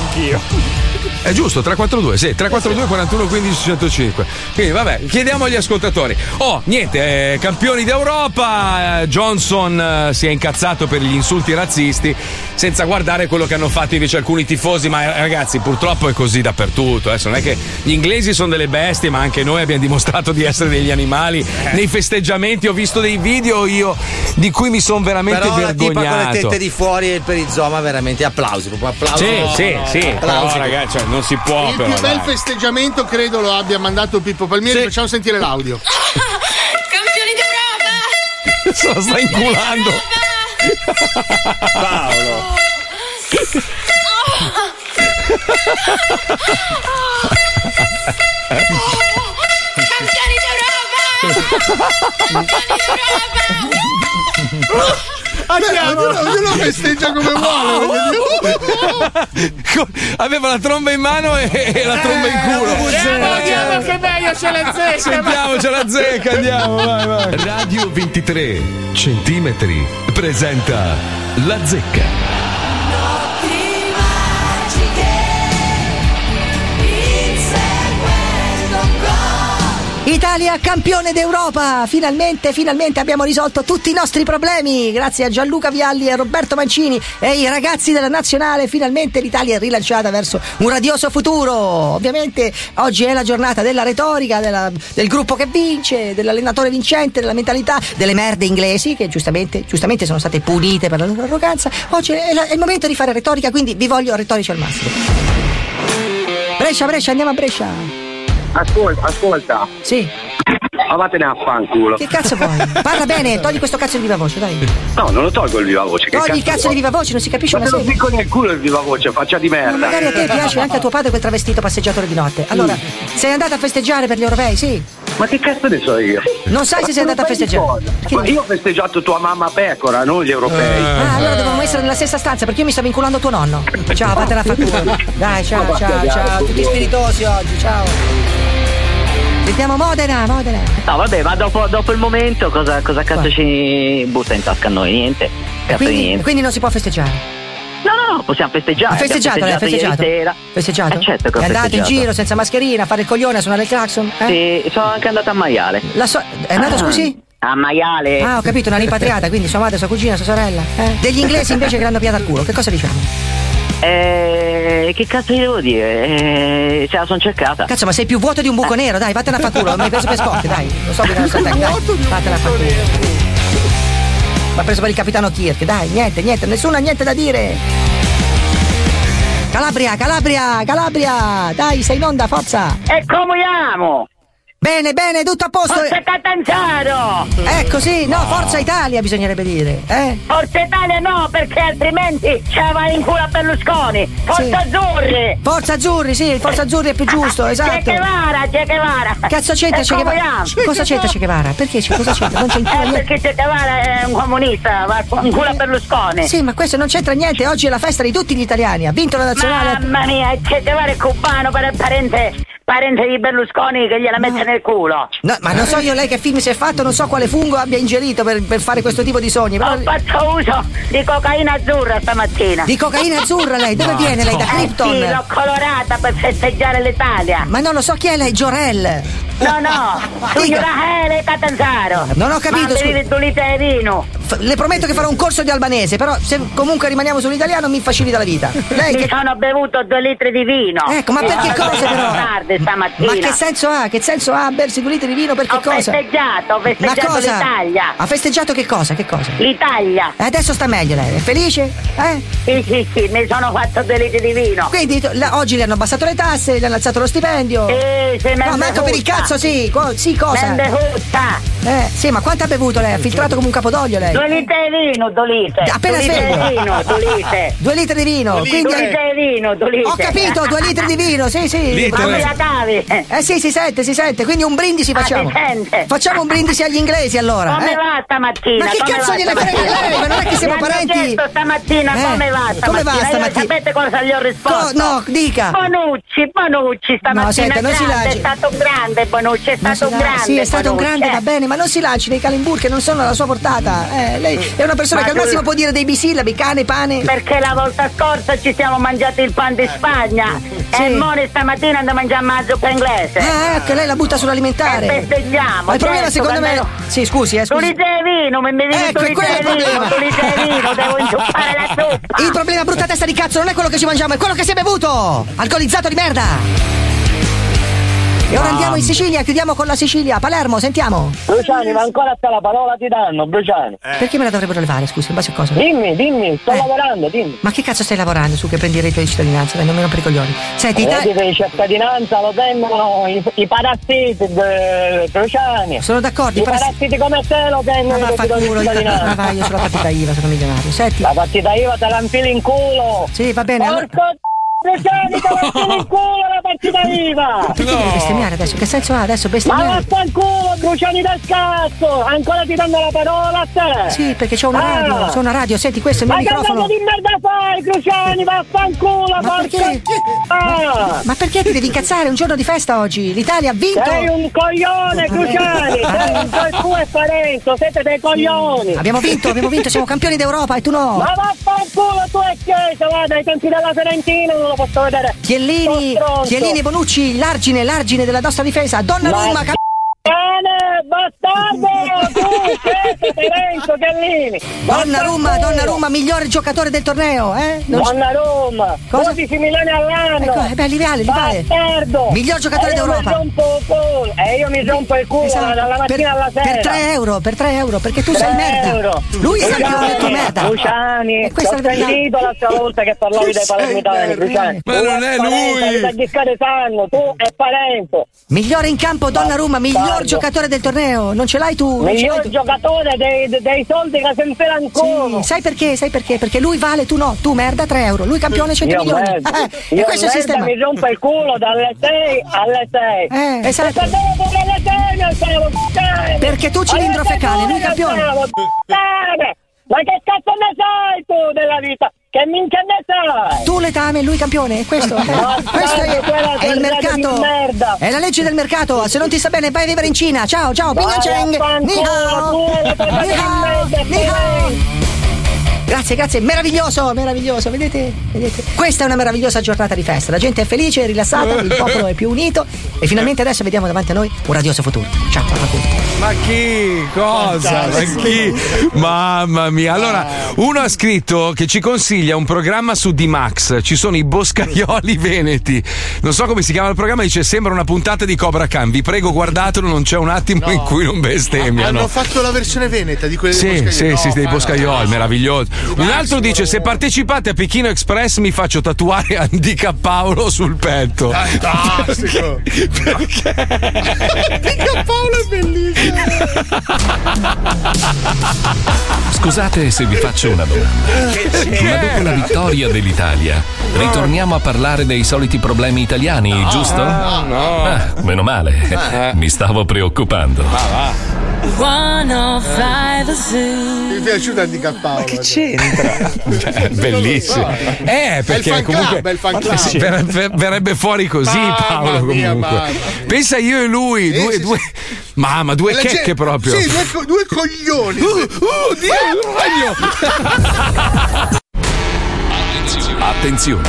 [SPEAKER 5] Anch'io.
[SPEAKER 2] È giusto, 342, sì, 342 41 15 105. Quindi vabbè, chiediamo agli ascoltatori. Oh, niente, eh, campioni d'Europa, eh, Johnson eh, si è incazzato per gli insulti razzisti, senza guardare quello che hanno fatto invece alcuni tifosi, ma eh, ragazzi, purtroppo è così dappertutto, adesso non è che gli inglesi sono delle bestie, ma anche noi abbiamo dimostrato di essere degli animali.
[SPEAKER 4] Eh.
[SPEAKER 2] Nei festeggiamenti ho visto dei video io di cui mi sono veramente
[SPEAKER 4] Però la
[SPEAKER 2] vergognato.
[SPEAKER 4] tipa con le tette di fuori e il perizoma veramente applausi, proprio applausi.
[SPEAKER 2] Sì,
[SPEAKER 4] No,
[SPEAKER 2] sì,
[SPEAKER 4] no,
[SPEAKER 2] sì.
[SPEAKER 4] applausi.
[SPEAKER 2] No, ragazzi, cioè, non si può
[SPEAKER 3] Il
[SPEAKER 2] però.
[SPEAKER 3] più bel
[SPEAKER 2] dai.
[SPEAKER 3] festeggiamento credo lo abbia mandato Pippo Palmieri. Facciamo sentire l'audio.
[SPEAKER 9] Campioni
[SPEAKER 2] (laughs)
[SPEAKER 9] d'Europa!
[SPEAKER 2] Se la sta inculando.
[SPEAKER 10] (laughs)
[SPEAKER 9] Paolo! (laughs) Oh. Campioni d'Europa! Campioni d'Europa!
[SPEAKER 3] Andiamo. Ognuno, ognuno festeggia come vuole. voglio dire.
[SPEAKER 2] Aveva la tromba in mano e, e la tromba in culo.
[SPEAKER 16] Andiamo che meglio c'è la zecca.
[SPEAKER 2] Sentiamoci la zecca, andiamo, vai, vai. Radio 23 centimetri presenta La zecca.
[SPEAKER 11] Italia campione d'Europa! Finalmente, finalmente abbiamo risolto tutti i nostri problemi! Grazie a Gianluca Vialli e Roberto Mancini e ai ragazzi della nazionale, finalmente l'Italia è rilanciata verso un radioso futuro! Ovviamente oggi è la giornata della retorica, della- del gruppo che vince, dell'allenatore vincente, della mentalità, delle merde inglesi che giustamente, giustamente sono state punite per la loro arroganza. Oggi è, la- è il momento di fare retorica, quindi vi voglio retorici al massimo. Brescia, Brescia, andiamo a Brescia!
[SPEAKER 20] Ascolta, ascolta.
[SPEAKER 11] Sì.
[SPEAKER 20] Ma vattene a fanculo.
[SPEAKER 11] Che cazzo vuoi? Parla bene, togli questo cazzo di viva voce, dai!
[SPEAKER 20] No, non lo tolgo il viva voce. Che
[SPEAKER 11] Togli il
[SPEAKER 20] cazzo
[SPEAKER 11] cazzo di viva voce, non si capisce
[SPEAKER 20] Ma
[SPEAKER 11] una
[SPEAKER 20] te lo
[SPEAKER 11] sega.
[SPEAKER 20] picco nel culo il viva voce, faccia di merda.
[SPEAKER 11] Magari a te piace anche a tuo padre quel travestito passeggiatore di notte. Allora,
[SPEAKER 20] Mm.
[SPEAKER 11] sei andato a festeggiare per gli europei, sì?
[SPEAKER 20] Ma che cazzo ne so io?
[SPEAKER 11] Non sai
[SPEAKER 20] Ma
[SPEAKER 11] se sei
[SPEAKER 20] come
[SPEAKER 11] andato a
[SPEAKER 20] fai di
[SPEAKER 11] festeggiare.
[SPEAKER 20] cosa? Ma io ho festeggiato tua mamma pecora, non gli europei.
[SPEAKER 11] Ah, allora dovevamo essere nella stessa stanza perché io mi stavo inculando tuo nonno. Ciao, vattene a far culo. Dai, Eh, ciao, ciao, ciao. Tutti spiritosi oggi, ciao. Sentiamo Modena, Modena.
[SPEAKER 21] No, vabbè, ma dopo, dopo il momento cosa, cosa cazzo ci butta in tasca a noi? Niente. Cazzo di
[SPEAKER 11] Quindi,
[SPEAKER 21] niente.
[SPEAKER 11] quindi non si può festeggiare.
[SPEAKER 21] No, no, possiamo festeggiare.
[SPEAKER 11] Ha festeggiato lei, ha
[SPEAKER 21] Abbiamo
[SPEAKER 11] festeggiato.
[SPEAKER 21] ieri sera.
[SPEAKER 11] Festeggiato?
[SPEAKER 21] Eh, certo che ho
[SPEAKER 11] È andato in
[SPEAKER 21] festeggiato.
[SPEAKER 11] giro senza mascherina, a fare il coglione, a suonare il claxon? Eh?
[SPEAKER 21] Sì, sono anche andata a maiale.
[SPEAKER 11] La so- è andato,
[SPEAKER 21] Ah,
[SPEAKER 11] scusi?
[SPEAKER 21] A maiale.
[SPEAKER 11] Ah, ho capito,
[SPEAKER 22] (laughs)
[SPEAKER 11] una rimpatriata, quindi sua madre, sua cugina, sua sorella. eh? Degli inglesi invece che l'hanno piata al culo, che cosa diciamo?
[SPEAKER 21] Eh, che cazzo gli devo dire? Eh, ce la sono cercata. Eh.
[SPEAKER 11] Cazzo, ma sei più vuoto di un buco nero, dai, vattene a far culo, mi hai preso per scotto, dai. Lo so che non so te, dai. Vattene a far culo. Mi ha preso per il capitano Kirk, dai, niente, niente, nessuno ha niente da dire. Calabria, Calabria, Calabria, dai, sei in onda, forza. E comuniamo. Bene, bene, tutto a posto. Forza Catanzaro. Ecco, sì, no, forza Italia bisognerebbe dire, eh.
[SPEAKER 22] Forza Italia no, perché altrimenti ce la va in culo a Berlusconi. Forza
[SPEAKER 11] Sì.
[SPEAKER 22] Azzurri! Eh. Ah,
[SPEAKER 11] Forza Azzurri, sì, il Forza Azzurri è più giusto, esatto.
[SPEAKER 22] Che Guevara, Che Guevara.
[SPEAKER 11] Cazzo c'entra
[SPEAKER 22] E
[SPEAKER 11] Che Guevara?
[SPEAKER 22] comuniamo.
[SPEAKER 11] Cosa c'entra Che Guevara? Perché c'è? Cosa c'entra? Non c'entra
[SPEAKER 22] Eh, perché Che Guevara è un comunista, va in culo a Berlusconi.
[SPEAKER 11] Sì, ma questo non c'entra niente. Oggi è la festa di tutti gli italiani. Ha vinto la nazionale.
[SPEAKER 22] Mamma mia, Che Guevara è cubano, per parente, parente di Berlusconi che gliela mette nel culo.
[SPEAKER 11] No, ma non so io lei che film si è fatto, non so quale fungo abbia ingerito per, per fare questo tipo di sogni. Però...
[SPEAKER 22] Ho fatto uso di cocaina azzurra stamattina.
[SPEAKER 11] Di cocaina azzurra lei? Dove viene lei? Da Krypton?
[SPEAKER 22] Eh sì, l'ho colorata per festeggiare l'Italia.
[SPEAKER 11] Ma non lo so chi è lei, Jorel.
[SPEAKER 22] No,
[SPEAKER 11] (laughs)
[SPEAKER 22] no, signora Hele Catanzaro.
[SPEAKER 11] Non ho capito,
[SPEAKER 22] Ma
[SPEAKER 11] scusi.
[SPEAKER 22] devi dolite vino.
[SPEAKER 11] F- Le prometto che farò un corso di albanese, però se comunque rimaniamo sull'italiano mi facilita la vita.
[SPEAKER 22] (laughs)
[SPEAKER 11] Lei
[SPEAKER 22] Mi
[SPEAKER 11] che.
[SPEAKER 22] sono bevuto due litri di vino.
[SPEAKER 11] Ecco, ma
[SPEAKER 22] E
[SPEAKER 11] per che
[SPEAKER 22] sono
[SPEAKER 11] cosa, però?
[SPEAKER 22] tardi stamattina.
[SPEAKER 11] Ma che senso ha? Che senso ha bersi due litri di vino per che
[SPEAKER 22] Ho
[SPEAKER 11] cosa?
[SPEAKER 22] festeggiato, ho festeggiato
[SPEAKER 11] Ma cosa?
[SPEAKER 22] l'Italia.
[SPEAKER 11] Ha festeggiato che cosa? Che cosa?
[SPEAKER 22] L'Italia.
[SPEAKER 11] E adesso sta meglio lei, è felice? Eh?
[SPEAKER 22] Sì, sì, sì, mi sono fatto due litri di vino.
[SPEAKER 11] Quindi to- la- oggi le hanno abbassato le tasse, le hanno alzato lo stipendio.
[SPEAKER 22] Sì, sì, me
[SPEAKER 11] No,
[SPEAKER 22] ne
[SPEAKER 11] ma ecco per il
[SPEAKER 22] frutta.
[SPEAKER 11] cazzo sì, co- sì cosa?
[SPEAKER 22] Me ne frutta.
[SPEAKER 11] Eh, sì, ma quanto ha bevuto lei? Ha filtrato come un capodoglio lei.
[SPEAKER 22] Due litri di vino, due litri.
[SPEAKER 11] Appena
[SPEAKER 22] due litri
[SPEAKER 11] sveglio.
[SPEAKER 22] di vino, due litri.
[SPEAKER 11] Due litri di vino.
[SPEAKER 22] Due
[SPEAKER 11] quindi-
[SPEAKER 22] litri di vino, due litri.
[SPEAKER 11] Ho capito, due litri di vino, sì, sì.
[SPEAKER 22] Litri. Ma me la cavi?
[SPEAKER 11] Eh sì, si sente, si sente. Quindi un brindisi
[SPEAKER 22] Ah,
[SPEAKER 11] facciamo.
[SPEAKER 22] si sente.
[SPEAKER 11] Facciamo un brindisi agli inglesi allora.
[SPEAKER 22] Come
[SPEAKER 11] eh?
[SPEAKER 22] va stamattina?
[SPEAKER 11] Ma che
[SPEAKER 22] Come
[SPEAKER 11] cazzo
[SPEAKER 22] va
[SPEAKER 11] gliene frega
[SPEAKER 22] stamattina?
[SPEAKER 11] lei? Ma non è che siamo
[SPEAKER 22] Mi hanno
[SPEAKER 11] parenti?
[SPEAKER 22] chiesto stamattina
[SPEAKER 11] Eh,
[SPEAKER 22] come va stamattina.
[SPEAKER 11] (laughs) come va
[SPEAKER 22] Io
[SPEAKER 11] stamattina?
[SPEAKER 22] sapete cosa gli ho risposto?
[SPEAKER 11] Co- no, dica.
[SPEAKER 22] Bonucci, Bonucci stamattina
[SPEAKER 11] No, senta, non si
[SPEAKER 22] grande,
[SPEAKER 11] lanci.
[SPEAKER 22] è stato un grande Bonucci, è
[SPEAKER 11] Non
[SPEAKER 22] stato
[SPEAKER 11] si
[SPEAKER 22] un
[SPEAKER 11] la-
[SPEAKER 22] grande
[SPEAKER 11] Sì, è stato un
[SPEAKER 22] Bonucci,
[SPEAKER 11] grande, va
[SPEAKER 22] eh.
[SPEAKER 11] bene, ma non si lanci nei calembur che non sono alla sua portata. Eh, lei è una persona
[SPEAKER 22] Mm. Ma
[SPEAKER 11] che al
[SPEAKER 22] tu-
[SPEAKER 11] massimo può dire dei bisillabi, cane, pane.
[SPEAKER 22] Perché la volta scorsa ci siamo mangiati il pan di Spagna e mone stamattina andiamo a mangiare maggio inglese.
[SPEAKER 11] Ah, ecco, lei la butta sull'alimentare.
[SPEAKER 22] E festeggiamo,
[SPEAKER 11] Ma il
[SPEAKER 22] certo,
[SPEAKER 11] problema secondo me.
[SPEAKER 22] quando
[SPEAKER 11] Sì, scusi, eh,
[SPEAKER 22] Tu
[SPEAKER 11] scusi.
[SPEAKER 22] li devi vino, mi mi dici
[SPEAKER 11] Ecco,
[SPEAKER 22] tu li
[SPEAKER 11] quello è il
[SPEAKER 22] devi vino,
[SPEAKER 11] problema.
[SPEAKER 22] tu li devi vino, devo inzuppare
[SPEAKER 11] (laughs)
[SPEAKER 22] la zuppa.
[SPEAKER 11] Il problema, brutta testa di cazzo, non è quello che ci mangiamo, è quello che si è bevuto! Alcolizzato di merda! E ora andiamo in Sicilia, chiudiamo con la Sicilia. Palermo, sentiamo.
[SPEAKER 23] Bruciani, ma ancora sta la parola ti danno, Bruciani.
[SPEAKER 11] Perché me la dovrebbero levare, scusi, in base a cosa?
[SPEAKER 23] Dimmi, dimmi,
[SPEAKER 11] Eh.
[SPEAKER 23] sto lavorando, dimmi.
[SPEAKER 11] Ma che cazzo stai lavorando su che prendi il reddito di cittadinanza? Dai, non meno per i coglioni. Senti,
[SPEAKER 23] Eh,
[SPEAKER 11] Italia-
[SPEAKER 23] che di cittadinanza lo tengono i, i parassiti, eh, Bruciani.
[SPEAKER 11] Sono d'accordo, i
[SPEAKER 23] I
[SPEAKER 11] parass-
[SPEAKER 23] parassiti come te lo
[SPEAKER 11] Ma
[SPEAKER 23] tengono i reddito
[SPEAKER 11] vaffanculo,
[SPEAKER 23] di cittadinanza.
[SPEAKER 11] ma vai,
[SPEAKER 23] (laughs)
[SPEAKER 11] io sono la partita IVA, sono milionario. Senti.
[SPEAKER 23] La partita IVA te la infili in culo.
[SPEAKER 11] Sì, va bene. allora-
[SPEAKER 23] Porco d- Bruciani, te la infili in culo la partita IVA!
[SPEAKER 11] (laughs) Perché devi bestemmiare adesso? Che senso ha adesso
[SPEAKER 23] Ma
[SPEAKER 11] bestemmiare?
[SPEAKER 23] vaffanculo, bruciani del cazzo! Ancora ti danno la parola a te!
[SPEAKER 11] Sì, perché c'è una
[SPEAKER 23] Ah!
[SPEAKER 11] radio, c'è una radio, senti questo è il
[SPEAKER 23] Ma
[SPEAKER 11] mio
[SPEAKER 23] che
[SPEAKER 11] microfono.
[SPEAKER 23] cazzo di merda fai, Cruciani? Vaffanculo,
[SPEAKER 11] Ma
[SPEAKER 23] porca...
[SPEAKER 11] perché?
[SPEAKER 23] Ah!
[SPEAKER 11] Ma, ma perché ti devi incazzare? È un giorno di festa oggi. L'Italia ha vinto. Eh.
[SPEAKER 23] Sei un coglione, Cruciani! Sei- Sei tu e Parenzo, siete dei coglioni!
[SPEAKER 11] Abbiamo vinto, abbiamo vinto, siamo campioni d'Europa e tu no.
[SPEAKER 23] Ma vaffanculo tu e Chiesa, guarda, ai tempi della Fiorentina non lo posso vedere!
[SPEAKER 11] Chiellini, Chiellini e Bonucci, l'argine, l'argine della nostra difesa. Donna Rumma, cap-
[SPEAKER 23] Bene, bastardo! Tu, Chiesa, Parenzo, Chiellini!
[SPEAKER 11] Donna Rumma,
[SPEAKER 23] Vaffanculo!
[SPEAKER 11] Donna Rumma, miglior giocatore del torneo, eh?
[SPEAKER 23] Donnarumma, 12 milioni all'anno.
[SPEAKER 11] Ecco, eh beh, li vale, li vale.
[SPEAKER 23] Bastardo!
[SPEAKER 11] Miglior giocatore
[SPEAKER 23] E io
[SPEAKER 11] d'Europa.
[SPEAKER 23] mi rompo il culo, E io mi rompo il culo
[SPEAKER 11] Esatto,
[SPEAKER 23] dalla mattina alla
[SPEAKER 11] per,
[SPEAKER 23] sera.
[SPEAKER 11] per 3 euro, per 3 euro, perché tu
[SPEAKER 23] Tre
[SPEAKER 11] sei merda.
[SPEAKER 23] euro.
[SPEAKER 11] Lui è il
[SPEAKER 23] Luciani,
[SPEAKER 11] campione, tu merda.
[SPEAKER 23] Luciani,
[SPEAKER 11] E questa è
[SPEAKER 23] l'ho
[SPEAKER 11] la verità.
[SPEAKER 23] sentito la sua volta che parlavi
[SPEAKER 11] Tu
[SPEAKER 23] dei
[SPEAKER 11] sei
[SPEAKER 23] palermitani,
[SPEAKER 11] merda.
[SPEAKER 23] Luciani.
[SPEAKER 11] Ma
[SPEAKER 23] Tu
[SPEAKER 11] non
[SPEAKER 23] e
[SPEAKER 11] è
[SPEAKER 23] Parenzo,
[SPEAKER 11] lui.
[SPEAKER 23] avete agghiaccato Sanno, tu e Parenzo.
[SPEAKER 11] Migliore in campo Donnarumma, miglior
[SPEAKER 23] Bastardo.
[SPEAKER 11] giocatore del torneo. Non ce l'hai tu, non ce l'hai
[SPEAKER 23] Miglior
[SPEAKER 11] tu.
[SPEAKER 23] giocatore dei, dei soldi che sempre ancora.
[SPEAKER 11] Sì, sai perché? Sai perché? Perché lui vale, tu no. Tu merda 3 euro, lui campione 100
[SPEAKER 23] Io
[SPEAKER 11] milioni.
[SPEAKER 23] merda.
[SPEAKER 11] Eh,
[SPEAKER 23] Io
[SPEAKER 11] (laughs) e questo è
[SPEAKER 23] merda
[SPEAKER 11] il sistema.
[SPEAKER 23] mi rompe il culo dalle 6 alle 6.
[SPEAKER 11] Eh, esatto.
[SPEAKER 23] E sapevo pure alle 6 non stavo puttane.
[SPEAKER 11] Perché tu cilindro
[SPEAKER 23] Alle
[SPEAKER 11] fecale,
[SPEAKER 23] sei
[SPEAKER 11] lui campione.
[SPEAKER 23] non stavo, puttane. Ma che cazzo ne sai tu della vita? Che minchia ne sai?
[SPEAKER 11] Tu letame, lui campione,
[SPEAKER 23] (laughs)
[SPEAKER 11] è questo, eh,
[SPEAKER 23] Bastardo,
[SPEAKER 11] (laughs) questo è,
[SPEAKER 23] quella
[SPEAKER 11] è il
[SPEAKER 23] sorpresa di
[SPEAKER 11] mercato.
[SPEAKER 23] merda.
[SPEAKER 11] È la legge del mercato. Se non ti sta bene, vai a vivere in Cina. Ciao, ciao, Ping
[SPEAKER 23] Vai
[SPEAKER 11] Cheng.
[SPEAKER 23] affanculo,
[SPEAKER 11] Ni hao.
[SPEAKER 23] tu, la sorpresa
[SPEAKER 11] Ni
[SPEAKER 23] di
[SPEAKER 11] hao.
[SPEAKER 23] merda,
[SPEAKER 11] Ni hao. Grazie, grazie, meraviglioso, meraviglioso, vedete, vedete? Questa è una meravigliosa giornata di festa. La gente è felice, è rilassata, il popolo è più unito e finalmente adesso vediamo davanti a noi un radioso futuro. Ciao, ciao, ciao.
[SPEAKER 2] Ma chi? Cosa? Ma chi? Mamma mia. Allora, uno ha scritto che ci consiglia un programma su D-Max. Ci sono i Boscaioli (laughs) Veneti. Non so come si chiama il programma, dice sembra una puntata di Cobra Khan. Vi prego, guardatelo, non c'è un attimo in cui non bestemmiano.
[SPEAKER 3] Hanno fatto la versione veneta di quelle dei
[SPEAKER 2] Sì,
[SPEAKER 3] Boscaioli.
[SPEAKER 2] sì,
[SPEAKER 3] No,
[SPEAKER 2] sì, dei
[SPEAKER 3] ma-
[SPEAKER 2] boscaioli, meraviglioso. Un altro dice: se partecipate a Pechino Express mi faccio tatuare (laughs) Andica Paolo sul petto. (laughs)
[SPEAKER 3] Fantastico!
[SPEAKER 2] Perché?
[SPEAKER 3] Perché Paolo è bellissimo!
[SPEAKER 14] Scusate se vi faccio una domanda. Ma dopo la vittoria dell'Italia, ritorniamo a parlare dei soliti problemi italiani, giusto?
[SPEAKER 2] No, no.
[SPEAKER 14] Ah, meno male,
[SPEAKER 2] Eh.
[SPEAKER 14] mi stavo preoccupando.
[SPEAKER 3] Mi è piaciuto Andy Cappaolo. Ma che
[SPEAKER 5] c'entra?
[SPEAKER 2] Beh, Cioè, Bellissimo. Eh, perché
[SPEAKER 3] è il fan
[SPEAKER 2] comunque
[SPEAKER 3] club, è il fan
[SPEAKER 2] eh, (laughs) sì,
[SPEAKER 3] club.
[SPEAKER 2] ver- ver- verrebbe fuori così
[SPEAKER 3] Mamma
[SPEAKER 2] Paolo
[SPEAKER 3] mia,
[SPEAKER 2] comunque.
[SPEAKER 3] mamma mia.
[SPEAKER 2] Pensa io e lui,
[SPEAKER 3] Sì,
[SPEAKER 2] due,
[SPEAKER 3] sì,
[SPEAKER 2] due- mamma, due
[SPEAKER 3] La
[SPEAKER 2] checche
[SPEAKER 3] gente-
[SPEAKER 2] proprio.
[SPEAKER 3] Sì, due, co- due coglioni. Eh. Uh,
[SPEAKER 2] uh,
[SPEAKER 14] Attenzione!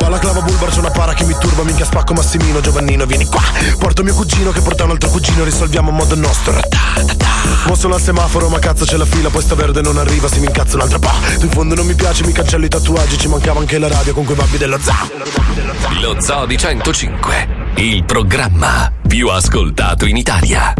[SPEAKER 8] Balaclava Bulbar c'è una para che mi turba Minchia spacco Massimino Giovannino vieni qua Porto mio cugino che porta un altro cugino Risolviamo a modo nostro Ra-ta-ta-ta. Mo sono al semaforo ma cazzo c'è la fila Poi sta verde non arriva se mi incazzo un'altra pa Tu in fondo non mi piace mi cancello i tatuaggi Ci mancava anche la radio con quei babbi della za
[SPEAKER 14] Lo Zoo di 105, il programma più ascoltato in Italia.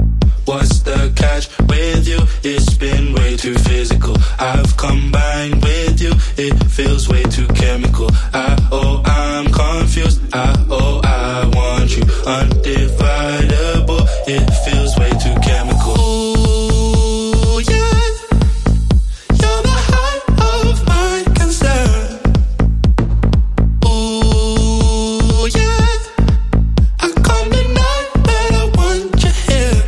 [SPEAKER 1] What's the catch with you? It's been way too physical. I've combined with you, it feels way too chemical. I oh, I'm confused. I oh, I want you undividable. It feels way too chemical. Ooh, yeah, you're the heart of my concern. Ooh, yeah, I can't deny that I want you here.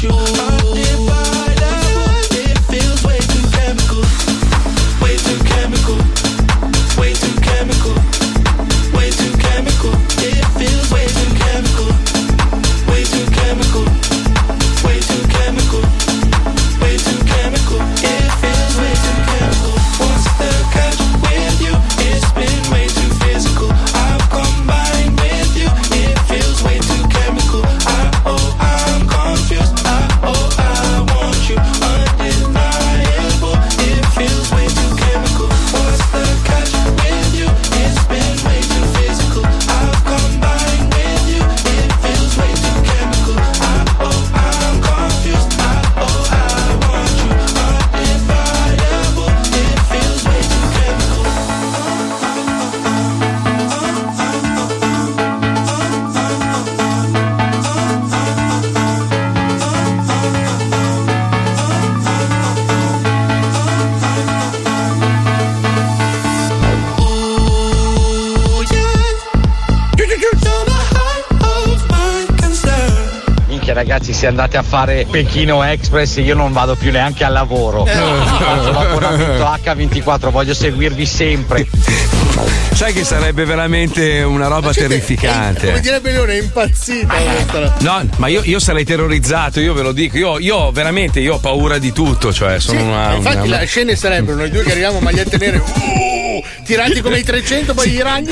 [SPEAKER 1] I
[SPEAKER 7] ragazzi se andate a fare Pechino Express io non vado più neanche al lavoro.
[SPEAKER 4] Eh,
[SPEAKER 2] (laughs)
[SPEAKER 7] Faccio l'abbonamento H24, voglio seguirvi sempre.
[SPEAKER 2] Sai che sarebbe veramente una roba
[SPEAKER 3] Come
[SPEAKER 2] terrificante.
[SPEAKER 3] direbbe Leone, è
[SPEAKER 2] (laughs)
[SPEAKER 3] impazzita. questa.
[SPEAKER 2] No, ma io, io sarei terrorizzato, io ve lo dico. Io, io veramente io ho paura di tutto, cioè sono una.
[SPEAKER 3] Infatti,
[SPEAKER 2] una-
[SPEAKER 3] le scene sarebbero noi due che arriviamo magliette nere, uh, tirati come i 300, poi i ragni.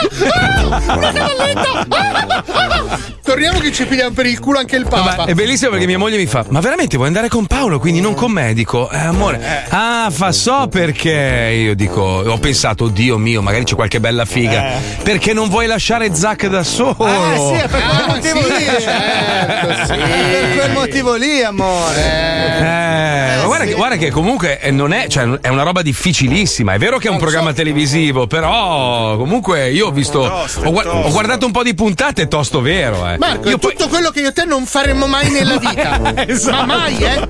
[SPEAKER 3] Ah, ah, ah, una cavalletta, ah, ah, ah. Torniamo che ci pigliamo per il culo anche il Papa.
[SPEAKER 2] È bellissimo perché mia moglie mi fa: Ma veramente vuoi andare con Paolo? Quindi non con me? Dico, eh, amore, ah, fa so perché. Io dico, ho pensato, Dio mio, magari c'è qualche bella figa. Perché non vuoi lasciare Zac da solo?
[SPEAKER 24] Ah,
[SPEAKER 3] Oh.
[SPEAKER 24] sì, è per quel motivo lì.
[SPEAKER 3] certo,
[SPEAKER 24] Per quel motivo lì, amore.
[SPEAKER 2] Eh, ma guarda, che, guarda che comunque eh, non è, cioè, è una roba difficilissima. È vero che è un programma televisivo, però comunque io ho visto. ho, gua- ho guardato un po' di puntate, è tosto vero. Eh.
[SPEAKER 3] Marco, è tutto quello che io e te non faremmo
[SPEAKER 2] (laughs)
[SPEAKER 3] mai nella vita.
[SPEAKER 2] esatto.
[SPEAKER 3] Ma mai, eh?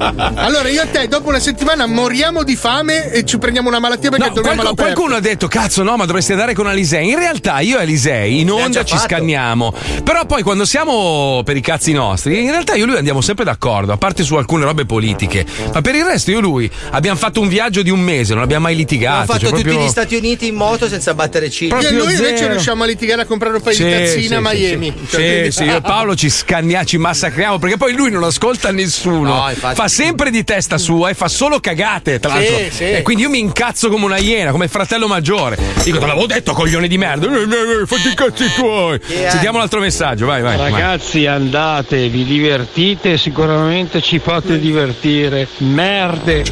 [SPEAKER 3] Allora, io e te, dopo una settimana moriamo di fame e ci prendiamo una malattia perché dormiamo
[SPEAKER 2] Qualcuno,
[SPEAKER 3] alla
[SPEAKER 2] qualcuno ha detto cazzo no ma dovresti andare con Alisei in realtà io e Alisei in onda ci scanniamo però poi quando siamo per i cazzi nostri in realtà io e lui andiamo sempre d'accordo a parte su alcune robe politiche ma per il resto io e lui abbiamo fatto un viaggio di un mese non abbiamo mai litigato
[SPEAKER 4] Ho fatto
[SPEAKER 2] cioè,
[SPEAKER 4] tutti
[SPEAKER 2] proprio-
[SPEAKER 4] gli Stati Uniti in moto senza battere ciglio.
[SPEAKER 3] Io e lui invece riusciamo a litigare a comprare un paio di
[SPEAKER 2] Sì,
[SPEAKER 3] tazzine
[SPEAKER 2] sì,
[SPEAKER 3] a Miami.
[SPEAKER 2] Sì,
[SPEAKER 3] Cioè, quindi-
[SPEAKER 2] sì, sì,
[SPEAKER 3] (laughs)
[SPEAKER 2] io e Paolo ci scanniamo, ci massacriamo perché poi lui non ascolta nessuno. Fa sempre di testa sua e fa solo cagate, tra
[SPEAKER 3] Sì,
[SPEAKER 2] l'altro.
[SPEAKER 3] sì.
[SPEAKER 2] E quindi io mi incazzo come una iena, come il fratello maggiore. Dico, te l'avevo detto, coglione di merda. Eh, eh, eh, Fatti i cazzi tuoi. Sentiamo l'altro messaggio, vai, vai. vai.
[SPEAKER 25] Ragazzi andate, vi divertite, sicuramente ci fate divertire. Merde.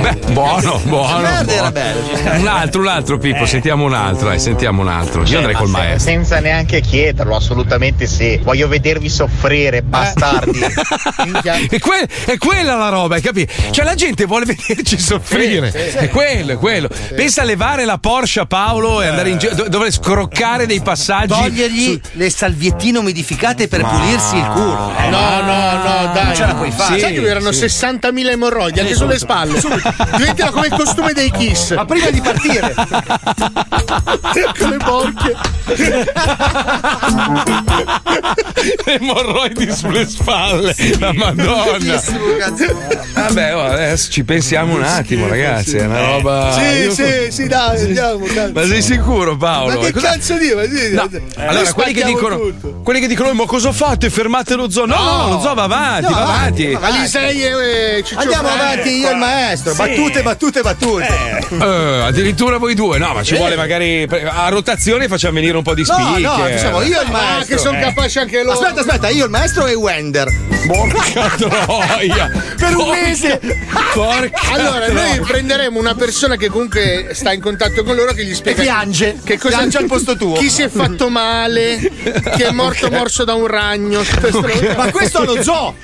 [SPEAKER 2] Beh, buono, buono.
[SPEAKER 25] Merda era
[SPEAKER 2] buono. Un altro, un altro, Pippo, sentiamo un altro, dai, sentiamo un altro. Io andrei
[SPEAKER 26] Eh, Ma
[SPEAKER 2] col
[SPEAKER 26] se-
[SPEAKER 2] maestro.
[SPEAKER 26] Senza neanche chiederlo, assolutamente sì. Voglio vedervi
[SPEAKER 24] Eh.
[SPEAKER 26] soffrire, bastardi.
[SPEAKER 2] (laughs) è, que- è quella la roba, hai capito? Cioè, la gente vuole (laughs) vederci soffrire.
[SPEAKER 26] Sì, sì, sì.
[SPEAKER 2] È quello, è quello. Pensa a levare la Porsche a Paolo e andare in giro, do- dovrei scroccare dei passaggi.
[SPEAKER 24] Togliergli le salviettine umidificate (laughs) per pulirsi il culo.
[SPEAKER 4] Eh,
[SPEAKER 3] No, no, no, dai.
[SPEAKER 24] Non ce la puoi fare.
[SPEAKER 3] Sai che lui erano 60.000 emorroidi anche sulle spalle. Diventano come il costume dei Kiss. Ma prima di partire. come porche.
[SPEAKER 2] Emorroidi sulle spalle, la Madonna. Vabbè, oh, adesso ci pensiamo un attimo, ragazzi. È una roba.
[SPEAKER 16] Sì,
[SPEAKER 2] Ah, Io-
[SPEAKER 16] sì, sì, dai, andiamo. calma.
[SPEAKER 2] Ma sei sicuro, Paolo?
[SPEAKER 16] Ma che
[SPEAKER 2] Cosa-
[SPEAKER 16] cazzo dire? Ma sì,
[SPEAKER 2] No,
[SPEAKER 16] dai, dai.
[SPEAKER 2] allora,
[SPEAKER 16] Noi
[SPEAKER 2] quelli che
[SPEAKER 16] spacchiamo
[SPEAKER 2] dicono,
[SPEAKER 16] tutto.
[SPEAKER 2] quelli che dicono, "Eh, ma cosa fate? Fermate lo zoo. No, no, lo zoo va avanti,
[SPEAKER 24] No,
[SPEAKER 2] Ah, va avanti.
[SPEAKER 3] Alisei e e Ciccio
[SPEAKER 24] Andiamo
[SPEAKER 3] Franco.
[SPEAKER 24] avanti io e il maestro.
[SPEAKER 2] Sì.
[SPEAKER 24] Battute, battute, battute.
[SPEAKER 2] Eh, addirittura voi due, no, ma ci
[SPEAKER 24] Eh.
[SPEAKER 2] vuole magari a rotazione facciamo venire un po' di
[SPEAKER 24] No,
[SPEAKER 2] spicche.
[SPEAKER 24] no, diciamo io e il
[SPEAKER 2] Ah,
[SPEAKER 24] maestro.
[SPEAKER 2] che son capaci-
[SPEAKER 3] anche
[SPEAKER 24] loro. Aspetta, aspetta, io il maestro e Wender.
[SPEAKER 2] Porca troia.
[SPEAKER 24] per un mese.
[SPEAKER 3] Allora, noi prenderemo una persona che comunque sta in contatto con loro che gli spiega.
[SPEAKER 24] E piange.
[SPEAKER 3] Che cosa
[SPEAKER 24] Piange al posto tuo.
[SPEAKER 3] Chi si è fatto male, chi è morto
[SPEAKER 24] Ok.
[SPEAKER 3] morso da un ragno. tutte queste robe.
[SPEAKER 24] Ma questo è lo zoo.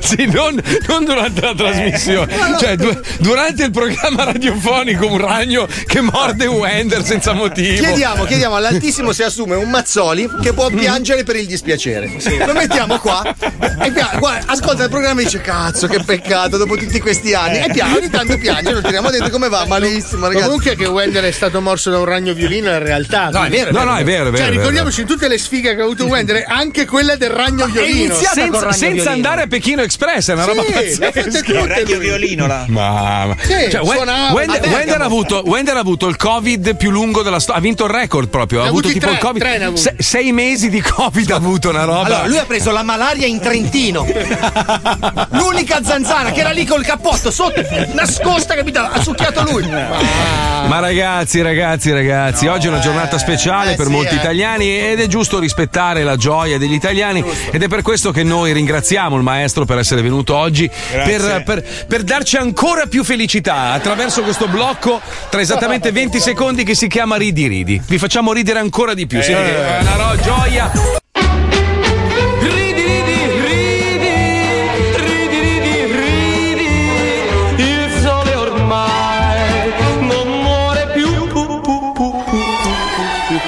[SPEAKER 2] Sì, non, non durante la
[SPEAKER 24] Eh.
[SPEAKER 2] trasmissione, cioè du- durante il programma radiofonico un ragno che morde Wender senza motivo.
[SPEAKER 24] Chiediamo, chiediamo all'altissimo se assume un Mazzoli che
[SPEAKER 3] Mm-hmm.
[SPEAKER 24] può piangere per il dispiacere. Lo mettiamo qua e pia- guarda, ascolta il programma e dice cazzo che peccato dopo tutti questi
[SPEAKER 3] Eh,
[SPEAKER 24] anni e piano ogni tanto piange, lo tiriamo dentro come va, malissimo ragazzi.
[SPEAKER 3] Comunque che Wender è stato morso da un ragno violino in realtà.
[SPEAKER 24] No, è
[SPEAKER 3] quindi-
[SPEAKER 24] vero, è No, vero, no, è vero, è
[SPEAKER 3] Cioè,
[SPEAKER 24] vero, è
[SPEAKER 3] ricordiamoci tutte le sfighe che ha avuto Wender, anche quella del ragno violino.
[SPEAKER 2] senza, senza andare a Pechino Express, è una
[SPEAKER 3] Sì,
[SPEAKER 2] roba
[SPEAKER 3] l'ha fatta
[SPEAKER 2] pazzesca.
[SPEAKER 3] tutte Un radio lui.
[SPEAKER 5] violino, là.
[SPEAKER 2] Ma, ma-
[SPEAKER 3] Sì,
[SPEAKER 2] cioè, Wen-
[SPEAKER 3] suonava.
[SPEAKER 2] Wender,
[SPEAKER 3] Vabbè,
[SPEAKER 2] Wender ha avuto, Wender ha avuto il Covid più lungo della storia. Ha vinto il record proprio. Ha
[SPEAKER 24] Ne ha
[SPEAKER 2] avuto
[SPEAKER 24] avuti
[SPEAKER 2] tipo
[SPEAKER 24] tre,
[SPEAKER 2] il Covid.
[SPEAKER 24] tre ne ha avuti.
[SPEAKER 2] se- sei mesi di Covid ha avuto una roba.
[SPEAKER 24] Allora, lui ha preso la malaria in
[SPEAKER 2] (laughs)
[SPEAKER 24] Trentino. L'unica zanzara che era lì col cappotto sotto, nascosta, capito? Ha succhiato lui.
[SPEAKER 2] Eh. Ma ragazzi, ragazzi, ragazzi, oggi è una
[SPEAKER 24] eh,
[SPEAKER 2] giornata speciale per molti italiani ed è giusto rispettare la gioia degli italiani ed è per questo che noi ringraziamo il maestro per essere venuto oggi, per,
[SPEAKER 5] Grazie.
[SPEAKER 2] per- per darci ancora più felicità attraverso questo blocco
[SPEAKER 24] (laughs)
[SPEAKER 2] tra esattamente 20 secondi che si chiama Ridi Ridi. Vi facciamo ridere ancora di più,
[SPEAKER 5] Eh.
[SPEAKER 2] siete che è una ro- gioia.
[SPEAKER 9] Ridi, ridi, ridi, ridi, ridi, ridi. Il sole ormai non muore più.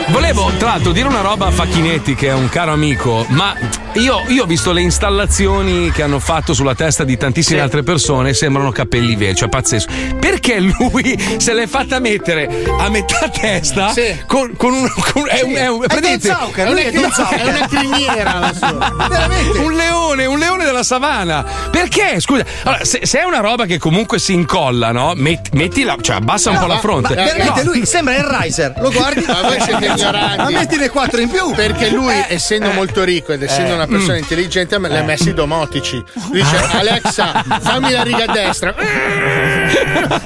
[SPEAKER 2] Volevo tra l'altro dire una roba a Facchinetti che è un caro amico, ma io, io ho visto le installazioni che hanno fatto sulla testa di tantissime altre persone, sembrano capelli veri, cioè pazzesco. Perché? perché lui se l'è fatta mettere a metà testa con, con un. con- è un, è un-
[SPEAKER 3] È
[SPEAKER 2] praticamente-
[SPEAKER 3] Don Zaucaro, lui è
[SPEAKER 2] (laughs)
[SPEAKER 3] Don
[SPEAKER 2] No,
[SPEAKER 3] Zaucaro, è una criniera la sua.
[SPEAKER 2] Veramente. Un leone, un leone della savana. Perché? Scusa, allora, se, se è una roba che comunque si incolla, no? Met- mettila, cioè abbassa un
[SPEAKER 24] No,
[SPEAKER 2] po' la
[SPEAKER 24] ma-
[SPEAKER 2] fronte. Eh,
[SPEAKER 24] ma veramente
[SPEAKER 2] No.
[SPEAKER 24] lui sembra il Riser. Lo guardi?
[SPEAKER 3] Ma voi
[SPEAKER 24] (laughs)
[SPEAKER 3] siete ignoranti.
[SPEAKER 24] Ma mettine quattro in più.
[SPEAKER 3] Perché lui, essendo molto ricco ed essendo
[SPEAKER 24] Eh.
[SPEAKER 3] una persona
[SPEAKER 24] Mm. Ah.
[SPEAKER 3] intelligente, me le ha messi domotici. Lui Dice, Alexa, fammi la riga a
[SPEAKER 24] (laughs)
[SPEAKER 9] (laughs)
[SPEAKER 3] destra.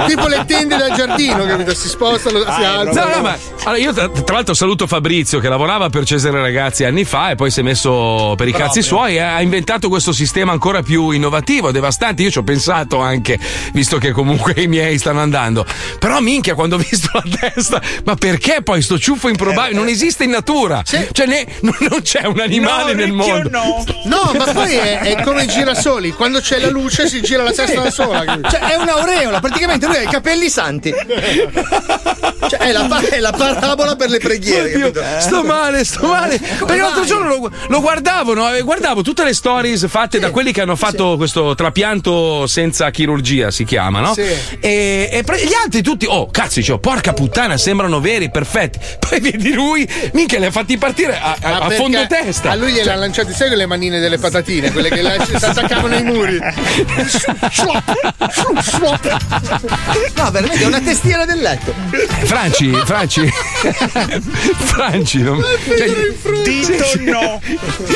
[SPEAKER 3] tipo le tende da giardino, capito? Si sposta,
[SPEAKER 2] Ah,
[SPEAKER 3] lo, si alza.
[SPEAKER 2] No, no, ma allora, io tra, tra l'altro saluto Fabrizio che lavorava per Cesare Ragazzi anni fa e poi si è messo per i cazzi suoi e ha inventato questo sistema ancora più innovativo, devastante. Io ci ho pensato anche, visto che comunque i miei stanno andando. Però minchia, quando ho visto la testa, ma perché poi sto ciuffo improbabile? Non esiste in natura. Cioè, ne- non, non c'è un animale nel mondo.
[SPEAKER 3] No, ma poi è, è come i girasoli. Quando c'è la luce si gira la testa da sola. capito?
[SPEAKER 24] Cioè, è un'aureola, praticamente lui ha i capelli santi. Cioè, è la, pa- è la parabola per le preghiere.
[SPEAKER 2] Oddio,
[SPEAKER 24] capito? Eh.
[SPEAKER 2] sto male, sto male. Perché l'altro giorno lo, lo guardavo, no? E guardavo tutte le stories fatte da quelli che hanno fatto questo trapianto senza chirurgia, si chiama, no?
[SPEAKER 6] Sì.
[SPEAKER 2] E, e pre- gli altri tutti, oh cazzo, dicevo, porca puttana, sembrano veri, perfetti. (laughs) Poi vedi lui, minchia, li ha fatti partire a, a-
[SPEAKER 3] Ma
[SPEAKER 2] a
[SPEAKER 3] perché
[SPEAKER 2] fondo testa.
[SPEAKER 3] A lui gliel'ha
[SPEAKER 2] Cioè,
[SPEAKER 3] lanciato, sai quelle manine delle patatine, quelle che la- si attaccavano ai
[SPEAKER 2] (laughs)
[SPEAKER 3] muri.
[SPEAKER 24] No, veramente è una testiera del letto.
[SPEAKER 2] Franci,
[SPEAKER 24] (laughs)
[SPEAKER 2] Franci, Franci, non... cioè,
[SPEAKER 24] Tito no.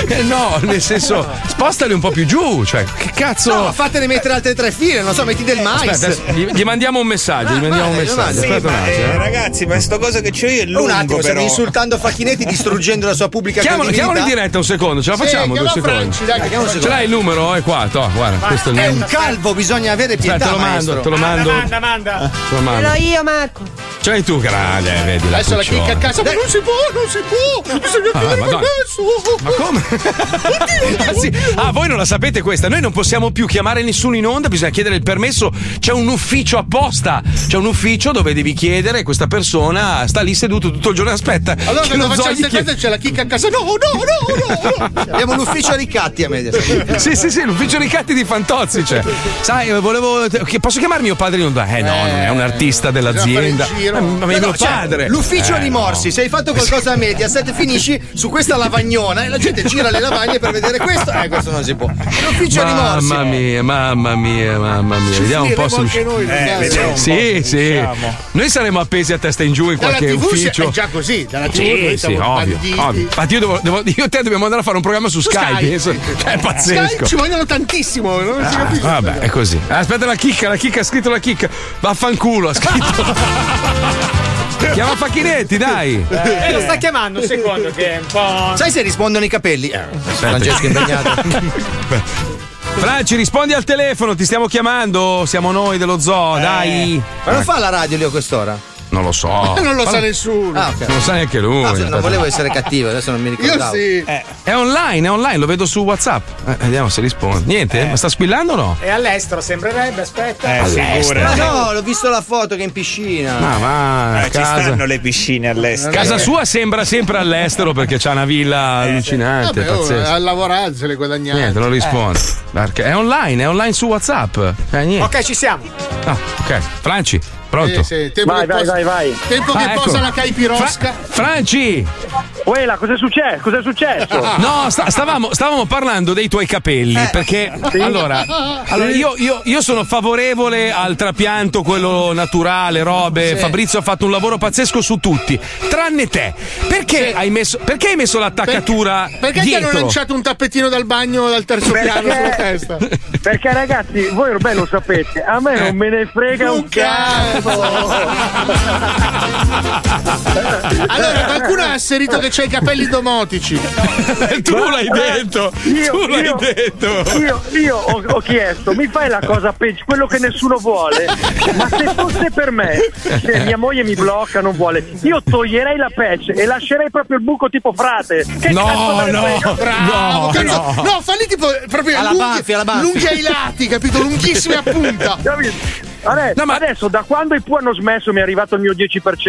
[SPEAKER 2] eh, (laughs) no, nel senso, spostali un po' più giù, cioè, che cazzo.
[SPEAKER 24] No, ma fatene mettere altre tre file, non so, metti del mais. Ah,
[SPEAKER 2] Aspetta, adesso gli, gli mandiamo un messaggio, gli mandiamo un messaggio.
[SPEAKER 24] Sì,
[SPEAKER 2] Aspetta un
[SPEAKER 24] ma,
[SPEAKER 2] attimo.
[SPEAKER 24] eh,
[SPEAKER 5] Ragazzi, ma sto coso che c'ho io è lungo
[SPEAKER 24] un attimo,
[SPEAKER 5] però.
[SPEAKER 24] stiamo insultando Facchinetti, distruggendo la sua pubblica
[SPEAKER 2] Chiamalo, chiamalo in
[SPEAKER 24] credibilità.
[SPEAKER 2] diretta un secondo, ce la
[SPEAKER 24] Sì,
[SPEAKER 2] facciamo due
[SPEAKER 24] chiama
[SPEAKER 2] secondi.
[SPEAKER 24] Franci, dai, che chiama un
[SPEAKER 2] Ce
[SPEAKER 24] secondo.
[SPEAKER 2] l'hai il numero? È qua, toh, guarda,
[SPEAKER 24] Ma
[SPEAKER 2] questo è il
[SPEAKER 24] è
[SPEAKER 2] numero.
[SPEAKER 24] un calvo, bisogna avere pietà.
[SPEAKER 2] Aspetta, te lo
[SPEAKER 24] maestro.
[SPEAKER 2] mando, te lo mando.
[SPEAKER 24] Manda, manda, manda.
[SPEAKER 2] Te lo mando.
[SPEAKER 10] Sono io, Marco.
[SPEAKER 2] Ce l'hai tu, grande, eh, vedi la
[SPEAKER 10] Adesso la
[SPEAKER 2] cucciona.
[SPEAKER 10] chicca a
[SPEAKER 3] casa, ma non si può, non si può. Bisogna
[SPEAKER 2] Ah,
[SPEAKER 3] chiedere
[SPEAKER 2] Madonna.
[SPEAKER 3] permesso.
[SPEAKER 2] Ma come? (laughs) Ah, sì. Ah, voi non la sapete questa. Noi non possiamo più chiamare nessuno in onda, bisogna chiedere il permesso. C'è un ufficio apposta. C'è un ufficio dove devi chiedere, questa persona sta lì seduto tutto il giorno e aspetta.
[SPEAKER 3] Allora,
[SPEAKER 2] che
[SPEAKER 3] quando
[SPEAKER 2] lo zoo
[SPEAKER 3] facciamo
[SPEAKER 2] gli
[SPEAKER 3] queste
[SPEAKER 2] chiede-
[SPEAKER 3] cose c'è la chicca a casa. No, no, no, no.
[SPEAKER 24] Abbiamo l'ufficio ricatti a Mediaset.
[SPEAKER 2] Sì, sì, sì, l'ufficio ricatti di Fantozzi. Cioè. Sai, eh, volevo. che Posso chiamare mio padre in onda? Eh no, non è un artista dell'azienda.
[SPEAKER 24] Bisogna fare il giro.
[SPEAKER 2] Eh, Ma
[SPEAKER 24] No,
[SPEAKER 2] mio
[SPEAKER 24] no, cioè,
[SPEAKER 2] padre.
[SPEAKER 24] l'ufficio
[SPEAKER 2] Eh,
[SPEAKER 24] rimorsi. Se hai fatto qualcosa a Mediaset, finisci su questa lavagnona e la gente gira le lavagne per vedere questo. Eh, questo non si può. L'ufficio rimorsi.
[SPEAKER 2] Mamma mia, mamma mia, mamma mia. Vediamo un po' se
[SPEAKER 24] anche noi, non Eh,
[SPEAKER 3] vediamo un po'
[SPEAKER 2] Sì, sì.
[SPEAKER 3] riusciamo.
[SPEAKER 2] Noi saremo appesi a testa in giù in
[SPEAKER 3] Dalla
[SPEAKER 2] qualche
[SPEAKER 3] TV si-
[SPEAKER 2] ufficio.
[SPEAKER 3] è eh, già così. Dalla TV
[SPEAKER 2] Sì,
[SPEAKER 3] noi
[SPEAKER 2] sì,
[SPEAKER 3] siamo
[SPEAKER 2] ovvio,
[SPEAKER 3] banditi.
[SPEAKER 2] ovvio. Infatti, io, devo- devo- (laughs) io e te dobbiamo andare a fare un programma su,
[SPEAKER 3] Su
[SPEAKER 2] Skype.
[SPEAKER 3] Skype.
[SPEAKER 2] Adesso- cioè, è pazzesco. Ah.
[SPEAKER 3] Sky ci vogliono tantissimo, non si capisce.
[SPEAKER 2] Vabbè, è così. Aspetta la chicca, la chicca ha scritto la chicca. Vaffanculo, ha scritto.
[SPEAKER 24] (laughs)
[SPEAKER 2] Chiama Facchinetti, dai.
[SPEAKER 10] Eh, lo sta chiamando un secondo che è un po'.
[SPEAKER 24] Sai se rispondono i capelli? Eh,
[SPEAKER 2] Francesco
[SPEAKER 24] Francesco è impegnato.
[SPEAKER 2] Franci, rispondi al telefono, ti stiamo chiamando. Siamo noi dello zoo, (laughs) dai.
[SPEAKER 24] Eh. Ma non fa la radio lì a quest'ora?
[SPEAKER 2] Non lo so.
[SPEAKER 24] (laughs) Non lo sa
[SPEAKER 3] nessuno.
[SPEAKER 24] Ah, ok.
[SPEAKER 2] Non lo sa neanche lui.
[SPEAKER 24] No, non volevo essere cattivo, adesso non mi ricordavo.
[SPEAKER 2] Eh, È online, è online, lo vedo su WhatsApp. Eh, vediamo se risponde. Niente,
[SPEAKER 24] Eh.
[SPEAKER 2] ma sta squillando o no?
[SPEAKER 10] È all'estero, sembrerebbe, aspetta.
[SPEAKER 2] Eh, All'estero.
[SPEAKER 24] Ma no, l'ho visto la foto che è in piscina.
[SPEAKER 2] Ma va,
[SPEAKER 5] Eh, ci
[SPEAKER 2] casa.
[SPEAKER 5] stanno le piscine all'estero. eh.
[SPEAKER 2] Casa sua sembra sempre all'estero perché c'ha una villa allucinante,
[SPEAKER 3] Vabbè, oh,
[SPEAKER 2] pazzesca.
[SPEAKER 3] a lavorare se le Eh. guadagnate.
[SPEAKER 2] Niente, non risponde. Perché È online, è online su WhatsApp. Eh, niente.
[SPEAKER 10] Ok, ci siamo.
[SPEAKER 2] Ah, ok. Franci, pronto?
[SPEAKER 3] Sì, sì, tempo che posa- Tempo che
[SPEAKER 2] Ah, ecco.
[SPEAKER 3] posa la caipirosca.
[SPEAKER 2] Franci!
[SPEAKER 20] Uela, cos'è successo? Cos'è successo?
[SPEAKER 2] (laughs) No, sta- stavamo, stavamo parlando dei tuoi capelli. Perché
[SPEAKER 20] Sì.
[SPEAKER 2] allora, allora io, io- io sono favorevole al trapianto, quello naturale, robe. Fabrizio ha fatto un lavoro pazzesco su tutti, tranne te. Perché, hai, messo, perché hai messo l'attaccatura?
[SPEAKER 3] Perché ti hanno
[SPEAKER 2] dietro?
[SPEAKER 3] lanciato un tappetino dal bagno dal terzo piano sulla testa?
[SPEAKER 20] Perché ragazzi, voi ormai lo sapete, a me non me ne frega un cazzo.
[SPEAKER 3] (laughs) Allora, qualcuno ha asserito che c'hai i capelli domotici.
[SPEAKER 2] tu l'hai
[SPEAKER 20] Eh,
[SPEAKER 2] detto!
[SPEAKER 20] tu l'hai detto! Io, io ho, ho chiesto, mi fai la cosa peggio, quello che nessuno vuole, ma se fosse per me, se mia moglie mi blocca, non vuole, io toglierei la patch e lascerei proprio il buco tipo frate. Che
[SPEAKER 2] No,
[SPEAKER 20] cazzo me ne
[SPEAKER 2] no,
[SPEAKER 20] frega?
[SPEAKER 3] Bravo, cazzo. no. falli tipo proprio
[SPEAKER 20] Alla
[SPEAKER 3] lunghi,
[SPEAKER 20] Banfi, alla Banfi.
[SPEAKER 3] lunghi ai lati, capito? Lunghissimi a punta.
[SPEAKER 20] (laughs) Capito? Adesso, adesso, da quando i PU hanno smesso mi è arrivato il mio 10%.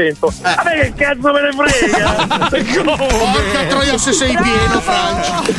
[SPEAKER 3] Eh.
[SPEAKER 20] A me che cazzo me ne frega?
[SPEAKER 3] Porca troia se sei pieno, Franci.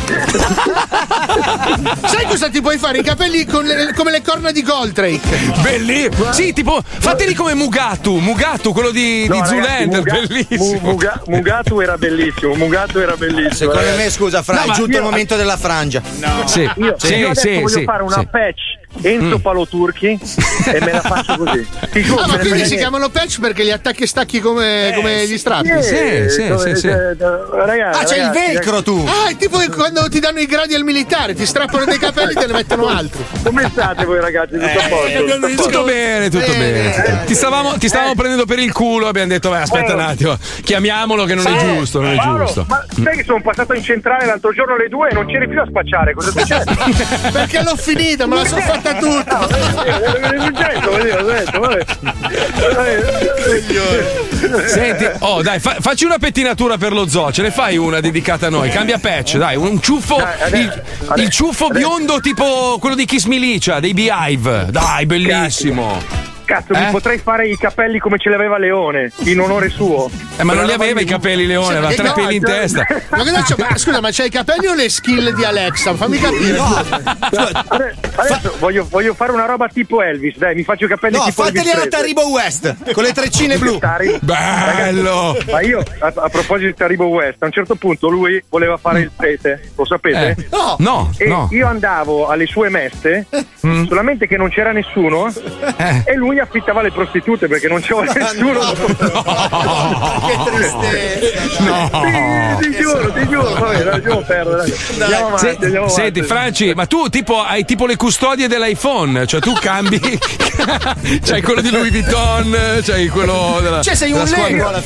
[SPEAKER 3] Sai cosa ti puoi fare? I capelli con le- come le corna di Goldrake.
[SPEAKER 2] Bellissimo. Sì, tipo, fateli come Mugatu, Mugatu, quello di,
[SPEAKER 3] No,
[SPEAKER 2] di
[SPEAKER 3] ragazzi,
[SPEAKER 2] Zoolander,
[SPEAKER 3] Muga-
[SPEAKER 2] bellissimo.
[SPEAKER 20] Mugatu era bellissimo, Mugatu era bellissimo.
[SPEAKER 4] Secondo
[SPEAKER 20] ragazzi.
[SPEAKER 4] me, scusa, Fra, è giunto il momento della frangia.
[SPEAKER 20] No. io, io adesso voglio fare una patch Enzo Paloturchi e me la faccio così. Ti giuro,
[SPEAKER 3] Ah,
[SPEAKER 20] me
[SPEAKER 3] ma quindi
[SPEAKER 20] ne frega
[SPEAKER 3] si
[SPEAKER 20] niente.
[SPEAKER 3] chiamano patch perché li attacchi e stacchi come, come gli strappi?
[SPEAKER 20] Eh, sì, sì, come- sì, sì. eh, ragazzi, Ah, c'è il ragazzi, velcro, ragazzi. tu.
[SPEAKER 3] Ah, è tipo quando ti danno i gradi al militare, ti strappano dei capelli e te ne mettono altri.
[SPEAKER 20] Come state voi ragazzi? Tutto a posto? Tutto a posto?
[SPEAKER 2] Eh,
[SPEAKER 20] Eh,
[SPEAKER 2] Tutto bene, tutto bene. Ti stavamo, ti stavamo prendendo per il culo e abbiamo detto, vai, aspetta un attimo, chiamiamolo che non è
[SPEAKER 20] Paolo,
[SPEAKER 2] giusto, non è
[SPEAKER 20] Paolo,
[SPEAKER 2] giusto.
[SPEAKER 20] Ma sai che sono passato in centrale l'altro giorno alle due e non c'eri più a spacciare, cosa succede?
[SPEAKER 3] Perché l'ho finita, me la sono fatta tutta.
[SPEAKER 20] eh,
[SPEAKER 2] Senti, oh dai, fa- facci una pettinatura per lo zoo, ce ne fai una dedicata a noi, cambia patch, dai, un ciuffo, il, il ciuffo biondo tipo quello di Kiss Milicia, dei Beehive, dai, bellissimo.
[SPEAKER 20] Cazzo,
[SPEAKER 2] Eh?
[SPEAKER 20] mi potrei fare i capelli come ce li aveva Leone, in onore suo.
[SPEAKER 2] Eh, ma non li aveva i capelli Leone, aveva
[SPEAKER 3] Sì,
[SPEAKER 2] tre
[SPEAKER 3] no,
[SPEAKER 2] peli in
[SPEAKER 3] cioè-
[SPEAKER 2] testa.
[SPEAKER 3] Ma cosa c'è? Ma scusa, ma c'hai i capelli o le skill di Alexa? Fammi capire.
[SPEAKER 20] Adesso voglio, voglio fare una roba tipo Elvis, dai, mi faccio i capelli
[SPEAKER 4] No,
[SPEAKER 20] tipo
[SPEAKER 4] fateli
[SPEAKER 20] Elvis
[SPEAKER 4] alla
[SPEAKER 20] Presley.
[SPEAKER 4] Taribo West con le treccine blu.
[SPEAKER 20] Tari-
[SPEAKER 2] Bello!
[SPEAKER 20] Ma io, a, a proposito di Taribo West, a un certo punto lui voleva fare il prete, lo sapete?
[SPEAKER 2] Eh, no. No,
[SPEAKER 20] E
[SPEAKER 2] no. Mm.
[SPEAKER 20] io andavo alle sue messe, solamente che non c'era nessuno,
[SPEAKER 2] Eh.
[SPEAKER 20] e lui affittava le prostitute perché non c'era nessuno.
[SPEAKER 2] che
[SPEAKER 20] tristezza!
[SPEAKER 2] No.
[SPEAKER 20] Sì, ti giuro, ti giuro, vabbè, lasciamo perdere. dai. Andiamo avanti,
[SPEAKER 2] Se-
[SPEAKER 20] andiamo avanti.
[SPEAKER 2] senti, Franci, ma tu tipo hai tipo le custodie dell'iPhone, cioè tu cambi, c'hai quello di Louis Vuitton, c'hai quello della. della squadra.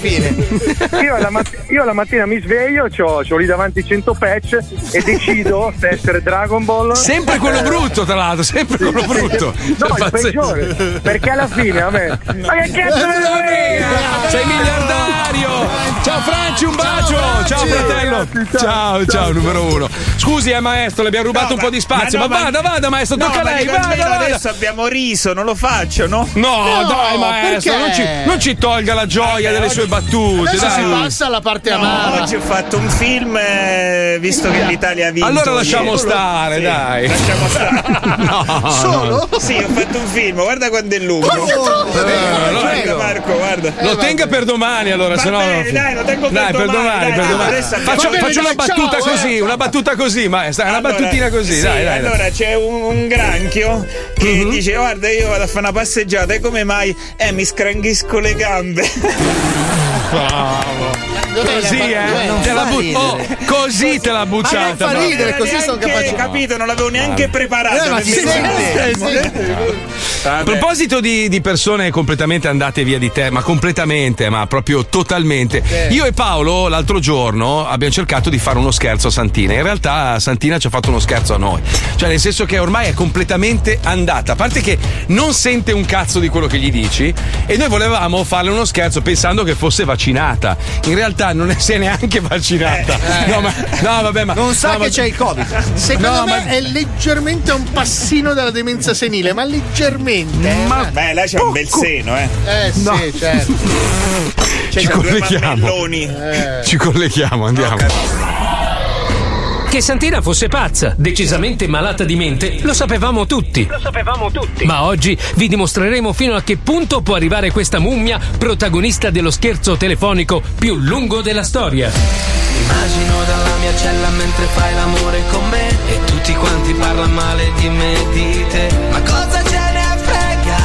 [SPEAKER 20] Io alla, mat- io alla mattina mi sveglio, c'ho, c'ho lì davanti 100 patch e decido se essere Dragon Ball. Eh,
[SPEAKER 2] Sempre quello brutto, tra l'altro, sempre quello brutto.
[SPEAKER 20] No,
[SPEAKER 2] Cioè,
[SPEAKER 20] il
[SPEAKER 2] pazzesco.
[SPEAKER 20] peggiore. Perché alla fine a me. Ma che cazzo me ne frega?
[SPEAKER 2] Sei miliardario! Ciao Franci, un bacio! Ciao, fratello! Ciao, ciao, numero uno. Scusi, eh, maestro, le abbiamo rubato un po' di spazio, ma,
[SPEAKER 5] no,
[SPEAKER 2] vada, vada, maestro,
[SPEAKER 5] no,
[SPEAKER 2] tocca a
[SPEAKER 5] ma
[SPEAKER 2] lei,
[SPEAKER 5] dico,
[SPEAKER 2] vada,
[SPEAKER 5] almeno
[SPEAKER 2] vada!
[SPEAKER 5] Adesso abbiamo riso, non lo faccio, no?
[SPEAKER 2] No, dai, maestro, non ci, non ci tolga la gioia delle sue battute,
[SPEAKER 5] Eh, adesso
[SPEAKER 2] dai.
[SPEAKER 5] si passa
[SPEAKER 3] alla parte
[SPEAKER 5] amara. Oggi ho fatto un film, eh, visto che l'Italia ha vinto.
[SPEAKER 2] Allora lasciamo
[SPEAKER 5] ieri.
[SPEAKER 2] stare,
[SPEAKER 5] Sì,
[SPEAKER 2] dai.
[SPEAKER 5] Lasciamo stare.
[SPEAKER 2] (laughs) No,
[SPEAKER 5] Solo? Sì, ho fatto un film, guarda quando è lungo.
[SPEAKER 2] Eh, lo-
[SPEAKER 5] guarda Marco, Ecco, guarda.
[SPEAKER 2] Lo tenga per domani allora,
[SPEAKER 5] Va
[SPEAKER 2] se no.
[SPEAKER 5] bene, dai, lo tengo per
[SPEAKER 2] Dai, per
[SPEAKER 5] domani,
[SPEAKER 2] domani,
[SPEAKER 5] dai,
[SPEAKER 2] per
[SPEAKER 5] dai,
[SPEAKER 2] domani.
[SPEAKER 5] adesso abbiamo-
[SPEAKER 2] Faccio,
[SPEAKER 5] Va bene,
[SPEAKER 2] faccio una
[SPEAKER 5] dai, ciao,
[SPEAKER 2] battuta
[SPEAKER 5] eh.
[SPEAKER 2] così, una battuta così, ma sta- una battutina così,
[SPEAKER 5] sì,
[SPEAKER 2] dai, Mhm. dai. dai.
[SPEAKER 5] Allora c'è un, un granchio che dice: Guarda, io vado a fare una passeggiata, e come mai? Eh, mi scranghisco le gambe. (laughs)
[SPEAKER 2] Così, eh? Te la but- oh, così te l'ha
[SPEAKER 5] Ma
[SPEAKER 2] bucciata.
[SPEAKER 5] non fa
[SPEAKER 2] ma-
[SPEAKER 5] ridere, così sono capace. capito, non l'avevo neanche
[SPEAKER 2] Ah.
[SPEAKER 5] preparato.
[SPEAKER 2] Eh, ma
[SPEAKER 5] nemmeno
[SPEAKER 2] sì, sì,
[SPEAKER 5] io.
[SPEAKER 2] A proposito di, di persone completamente andate via di te, ma completamente, ma proprio totalmente. Io e Paolo l'altro giorno abbiamo cercato di fare uno scherzo a Santina. In realtà Santina ci ha fatto uno scherzo a noi. Cioè, nel senso che ormai è completamente andata. A parte che non sente un cazzo di quello che gli dici. E noi volevamo farle uno scherzo pensando che fosse vaccinata. In realtà non è- si è neanche vaccinata. No, ma, no, vabbè, ma.
[SPEAKER 4] Eh, Non sa
[SPEAKER 2] no,
[SPEAKER 4] che
[SPEAKER 2] ma-
[SPEAKER 4] c'è il
[SPEAKER 2] (laughs)
[SPEAKER 4] Covid.
[SPEAKER 3] Secondo
[SPEAKER 2] No,
[SPEAKER 3] me
[SPEAKER 2] ma-
[SPEAKER 3] è leggermente un passino dalla demenza senile, ma leggermente. Ma
[SPEAKER 5] Beh, là c'è un bel seno, eh.
[SPEAKER 3] Eh sì, certo.
[SPEAKER 5] C'è
[SPEAKER 2] Ci
[SPEAKER 5] due
[SPEAKER 2] colleghiamo.
[SPEAKER 5] mammelloni.
[SPEAKER 3] Eh.
[SPEAKER 2] Ci colleghiamo, andiamo.
[SPEAKER 6] Che Santina fosse pazza, decisamente malata di mente, lo sapevamo tutti. Lo sapevamo tutti. Ma oggi vi dimostreremo fino a che punto può arrivare questa mummia, protagonista dello scherzo telefonico più lungo della storia.
[SPEAKER 13] Immagino dalla mia cella mentre fai l'amore con me E tutti quanti parlano male di me e di te Ma cosa ce ne frega,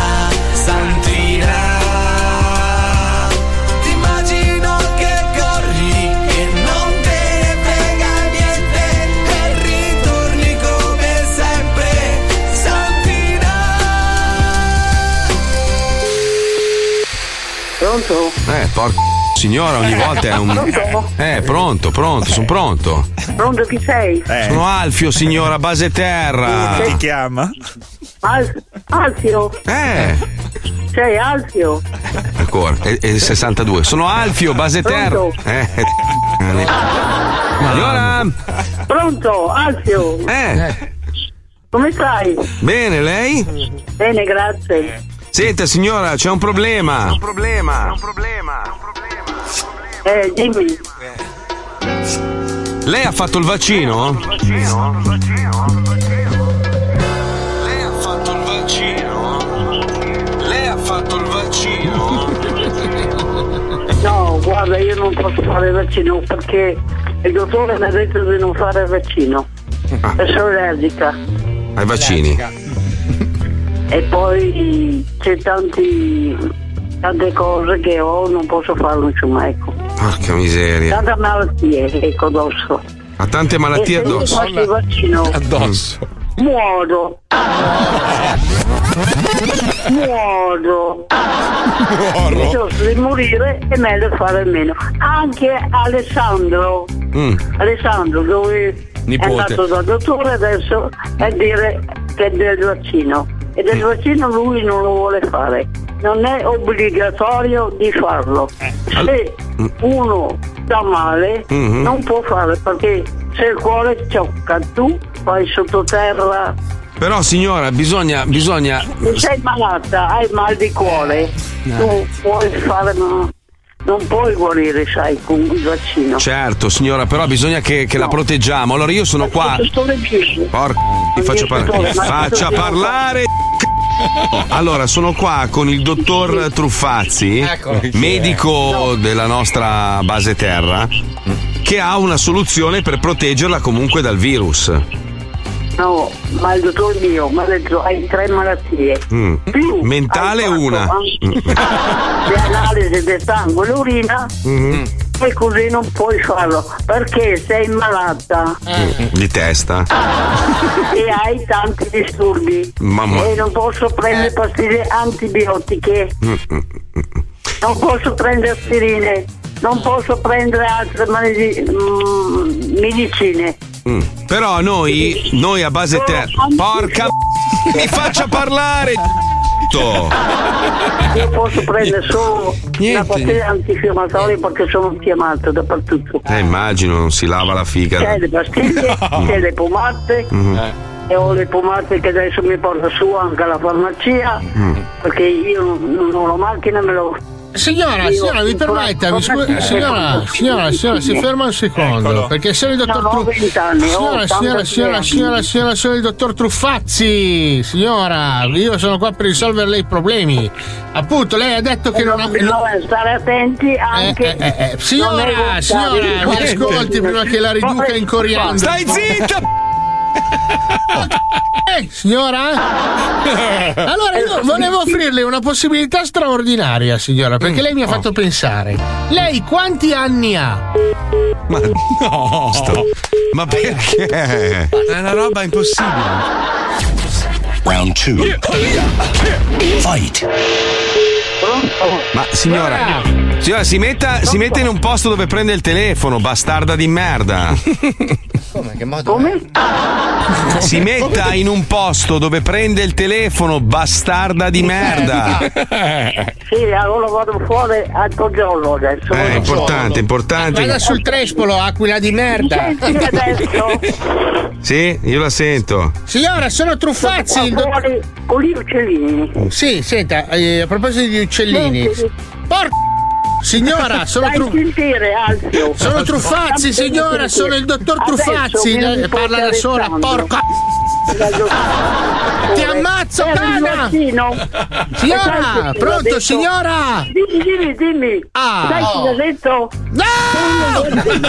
[SPEAKER 13] Santina Ti immagino che corri e non te ne frega niente E ritorni come sempre, Santina
[SPEAKER 2] Pronto? Eh, porca signora, ogni volta è un.
[SPEAKER 23] Pronto?
[SPEAKER 2] Eh, pronto, pronto, sono pronto.
[SPEAKER 23] Pronto chi sei?
[SPEAKER 2] Sono Alfio, signora, base terra.
[SPEAKER 23] Chi ti
[SPEAKER 5] chiama?
[SPEAKER 23] Al- Alfio?
[SPEAKER 2] Eh,
[SPEAKER 23] Sei Alfio?
[SPEAKER 2] ancora, è, è il 62. Sono Alfio, base terra.
[SPEAKER 23] Pronto?
[SPEAKER 2] Eh, eh, Ma allora,
[SPEAKER 23] Pronto, Alfio?
[SPEAKER 2] Ah. Eh.
[SPEAKER 23] Come stai?
[SPEAKER 2] bene, lei?
[SPEAKER 23] Bene, grazie.
[SPEAKER 2] Senta, signora, c'è un problema. problema.
[SPEAKER 23] Eh, dimmi.
[SPEAKER 2] Lei ha fatto il vaccino?
[SPEAKER 23] vaccino perché il dottore mi ha detto di non fare il vaccino.
[SPEAKER 2] Ah.
[SPEAKER 23] E sono allergica.
[SPEAKER 2] Ai vaccini.
[SPEAKER 23] E poi c'è tanti, tante cose che ho, non posso farlo insomma, ecco.
[SPEAKER 2] Porca miseria.
[SPEAKER 23] Tante malattie, ecco, addosso.
[SPEAKER 2] Ha tante malattie
[SPEAKER 23] E se io
[SPEAKER 2] addosso.
[SPEAKER 23] faccio il vaccino,
[SPEAKER 2] Addosso.
[SPEAKER 23] muoio. Muoio. Io so di morire è meglio fare meno. Anche Alessandro, Alessandro dove è
[SPEAKER 9] Nipote.
[SPEAKER 23] andato dal dottore adesso a dire che è del vaccino. E del vaccino lui non lo vuole fare. Non è obbligatorio di farlo. Se uno sta male
[SPEAKER 9] Mhm.
[SPEAKER 23] non può fare perché se il cuore ciocca tu vai sottoterra
[SPEAKER 2] Però signora, bisogna, bisogna.
[SPEAKER 23] se sei malata, hai mal di cuore,
[SPEAKER 2] no.
[SPEAKER 23] tu puoi fare. Non puoi guarire, sai, con il vaccino.
[SPEAKER 2] Certo, signora, però bisogna che, che la proteggiamo. Allora io sono qua.
[SPEAKER 23] Dottore Giuseppe,
[SPEAKER 2] Porca, ti faccio parlare.
[SPEAKER 23] dottore, ma-
[SPEAKER 2] Faccia parlare. c***o. Allora, sono qua con il dottor Truffazzi,
[SPEAKER 15] Eccolo.
[SPEAKER 2] medico della nostra base terra, che ha una soluzione per proteggerla comunque dal virus.
[SPEAKER 23] No, ma il dottore mio mi ha detto hai tre malattie.
[SPEAKER 2] Mm.
[SPEAKER 23] Più
[SPEAKER 2] Mentale una.
[SPEAKER 23] le analisi del sangue, e l'urina,
[SPEAKER 2] Mm.
[SPEAKER 23] e così non puoi farlo. Perché sei malata
[SPEAKER 2] Mm. Di testa.
[SPEAKER 23] e hai tanti disturbi.
[SPEAKER 2] Mamma.
[SPEAKER 23] E non posso prendere pastiglie antibiotiche.
[SPEAKER 2] Mm, mm.
[SPEAKER 23] non posso prendere aspirine, non posso prendere altre male- mm, medicine.
[SPEAKER 2] Mm. Però noi, noi a base terra. Porca m- mi faccia parlare! c***o.
[SPEAKER 23] Io posso prendere solo la pastiglia antinfiammatoria perché sono infiammato dappertutto.
[SPEAKER 2] Eh, immagino, non si lava la figa.
[SPEAKER 23] C'è le pastiglie, c'è le pomate
[SPEAKER 2] Mm.
[SPEAKER 23] e ho le pomate che adesso mi porta su anche alla farmacia perché io non ho la macchina me lo.
[SPEAKER 3] Signora,
[SPEAKER 23] Io-
[SPEAKER 3] signora, mi permetta, mi
[SPEAKER 23] Ecco.
[SPEAKER 3] scusi, signora, signora, signora, si ferma un secondo, perché sono il dottor
[SPEAKER 23] No, no,
[SPEAKER 3] Tru-
[SPEAKER 23] 20 anni, ho
[SPEAKER 3] Signora,
[SPEAKER 23] 83
[SPEAKER 3] signora, signora,
[SPEAKER 23] anni.
[SPEAKER 3] signora, signora, sono il dottor Truffazzi. Signora, io sono qua per risolverle i problemi. Appunto, lei ha detto che non ha
[SPEAKER 23] No, eh, stare attenti anche.
[SPEAKER 3] Eh, eh, eh, eh,
[SPEAKER 23] Non è
[SPEAKER 3] Signora,
[SPEAKER 23] volontario.
[SPEAKER 3] signora, mi ascolti prima che la riduca in coriandolo.
[SPEAKER 23] Stai zitta!
[SPEAKER 3] (laughs) Eh, signora? Allora, io volevo offrirle una possibilità straordinaria, signora, perché
[SPEAKER 2] Mm,
[SPEAKER 3] lei mi
[SPEAKER 2] oh.
[SPEAKER 3] ha fatto pensare. Lei quanti anni ha?
[SPEAKER 2] Ma no! Ma perché? È una roba impossibile.
[SPEAKER 17] Round two. Fight.
[SPEAKER 2] Ma signora, signora si, metta, si metta in un posto dove prende il telefono, bastarda di
[SPEAKER 3] (laughs)
[SPEAKER 2] merda.
[SPEAKER 4] Come? Che modo? Come?
[SPEAKER 2] Si metta in un posto dove prende il telefono, bastarda di
[SPEAKER 3] (laughs)
[SPEAKER 2] merda. È
[SPEAKER 23] Sì, allora vado fuori al giorno adesso. Vado
[SPEAKER 2] importante,
[SPEAKER 3] Vada
[SPEAKER 2] importante.
[SPEAKER 3] sul trespolo, aquila di merda.
[SPEAKER 2] Sì, io la sento.
[SPEAKER 3] Signora, sono truffazzi.
[SPEAKER 23] Con gli uccellini.
[SPEAKER 3] Sì, senta, eh, a proposito di uccellini. Porca. (laughs) Signora, sono,
[SPEAKER 23] Dai,
[SPEAKER 3] tru-
[SPEAKER 23] sentire, Alfio.
[SPEAKER 3] sono truffazzi, signora, sono il dottor
[SPEAKER 23] Adesso
[SPEAKER 3] Truffazzi.
[SPEAKER 23] vieni
[SPEAKER 3] Eh, Parla da
[SPEAKER 23] porca
[SPEAKER 3] sola,
[SPEAKER 23] Alessandro.
[SPEAKER 3] porca. Ti ammazzo, cana! Signora, pronto, signora?
[SPEAKER 23] Dimmi, dimmi, dimmi.
[SPEAKER 3] Ah.
[SPEAKER 23] Sai chi l'ha detto? No!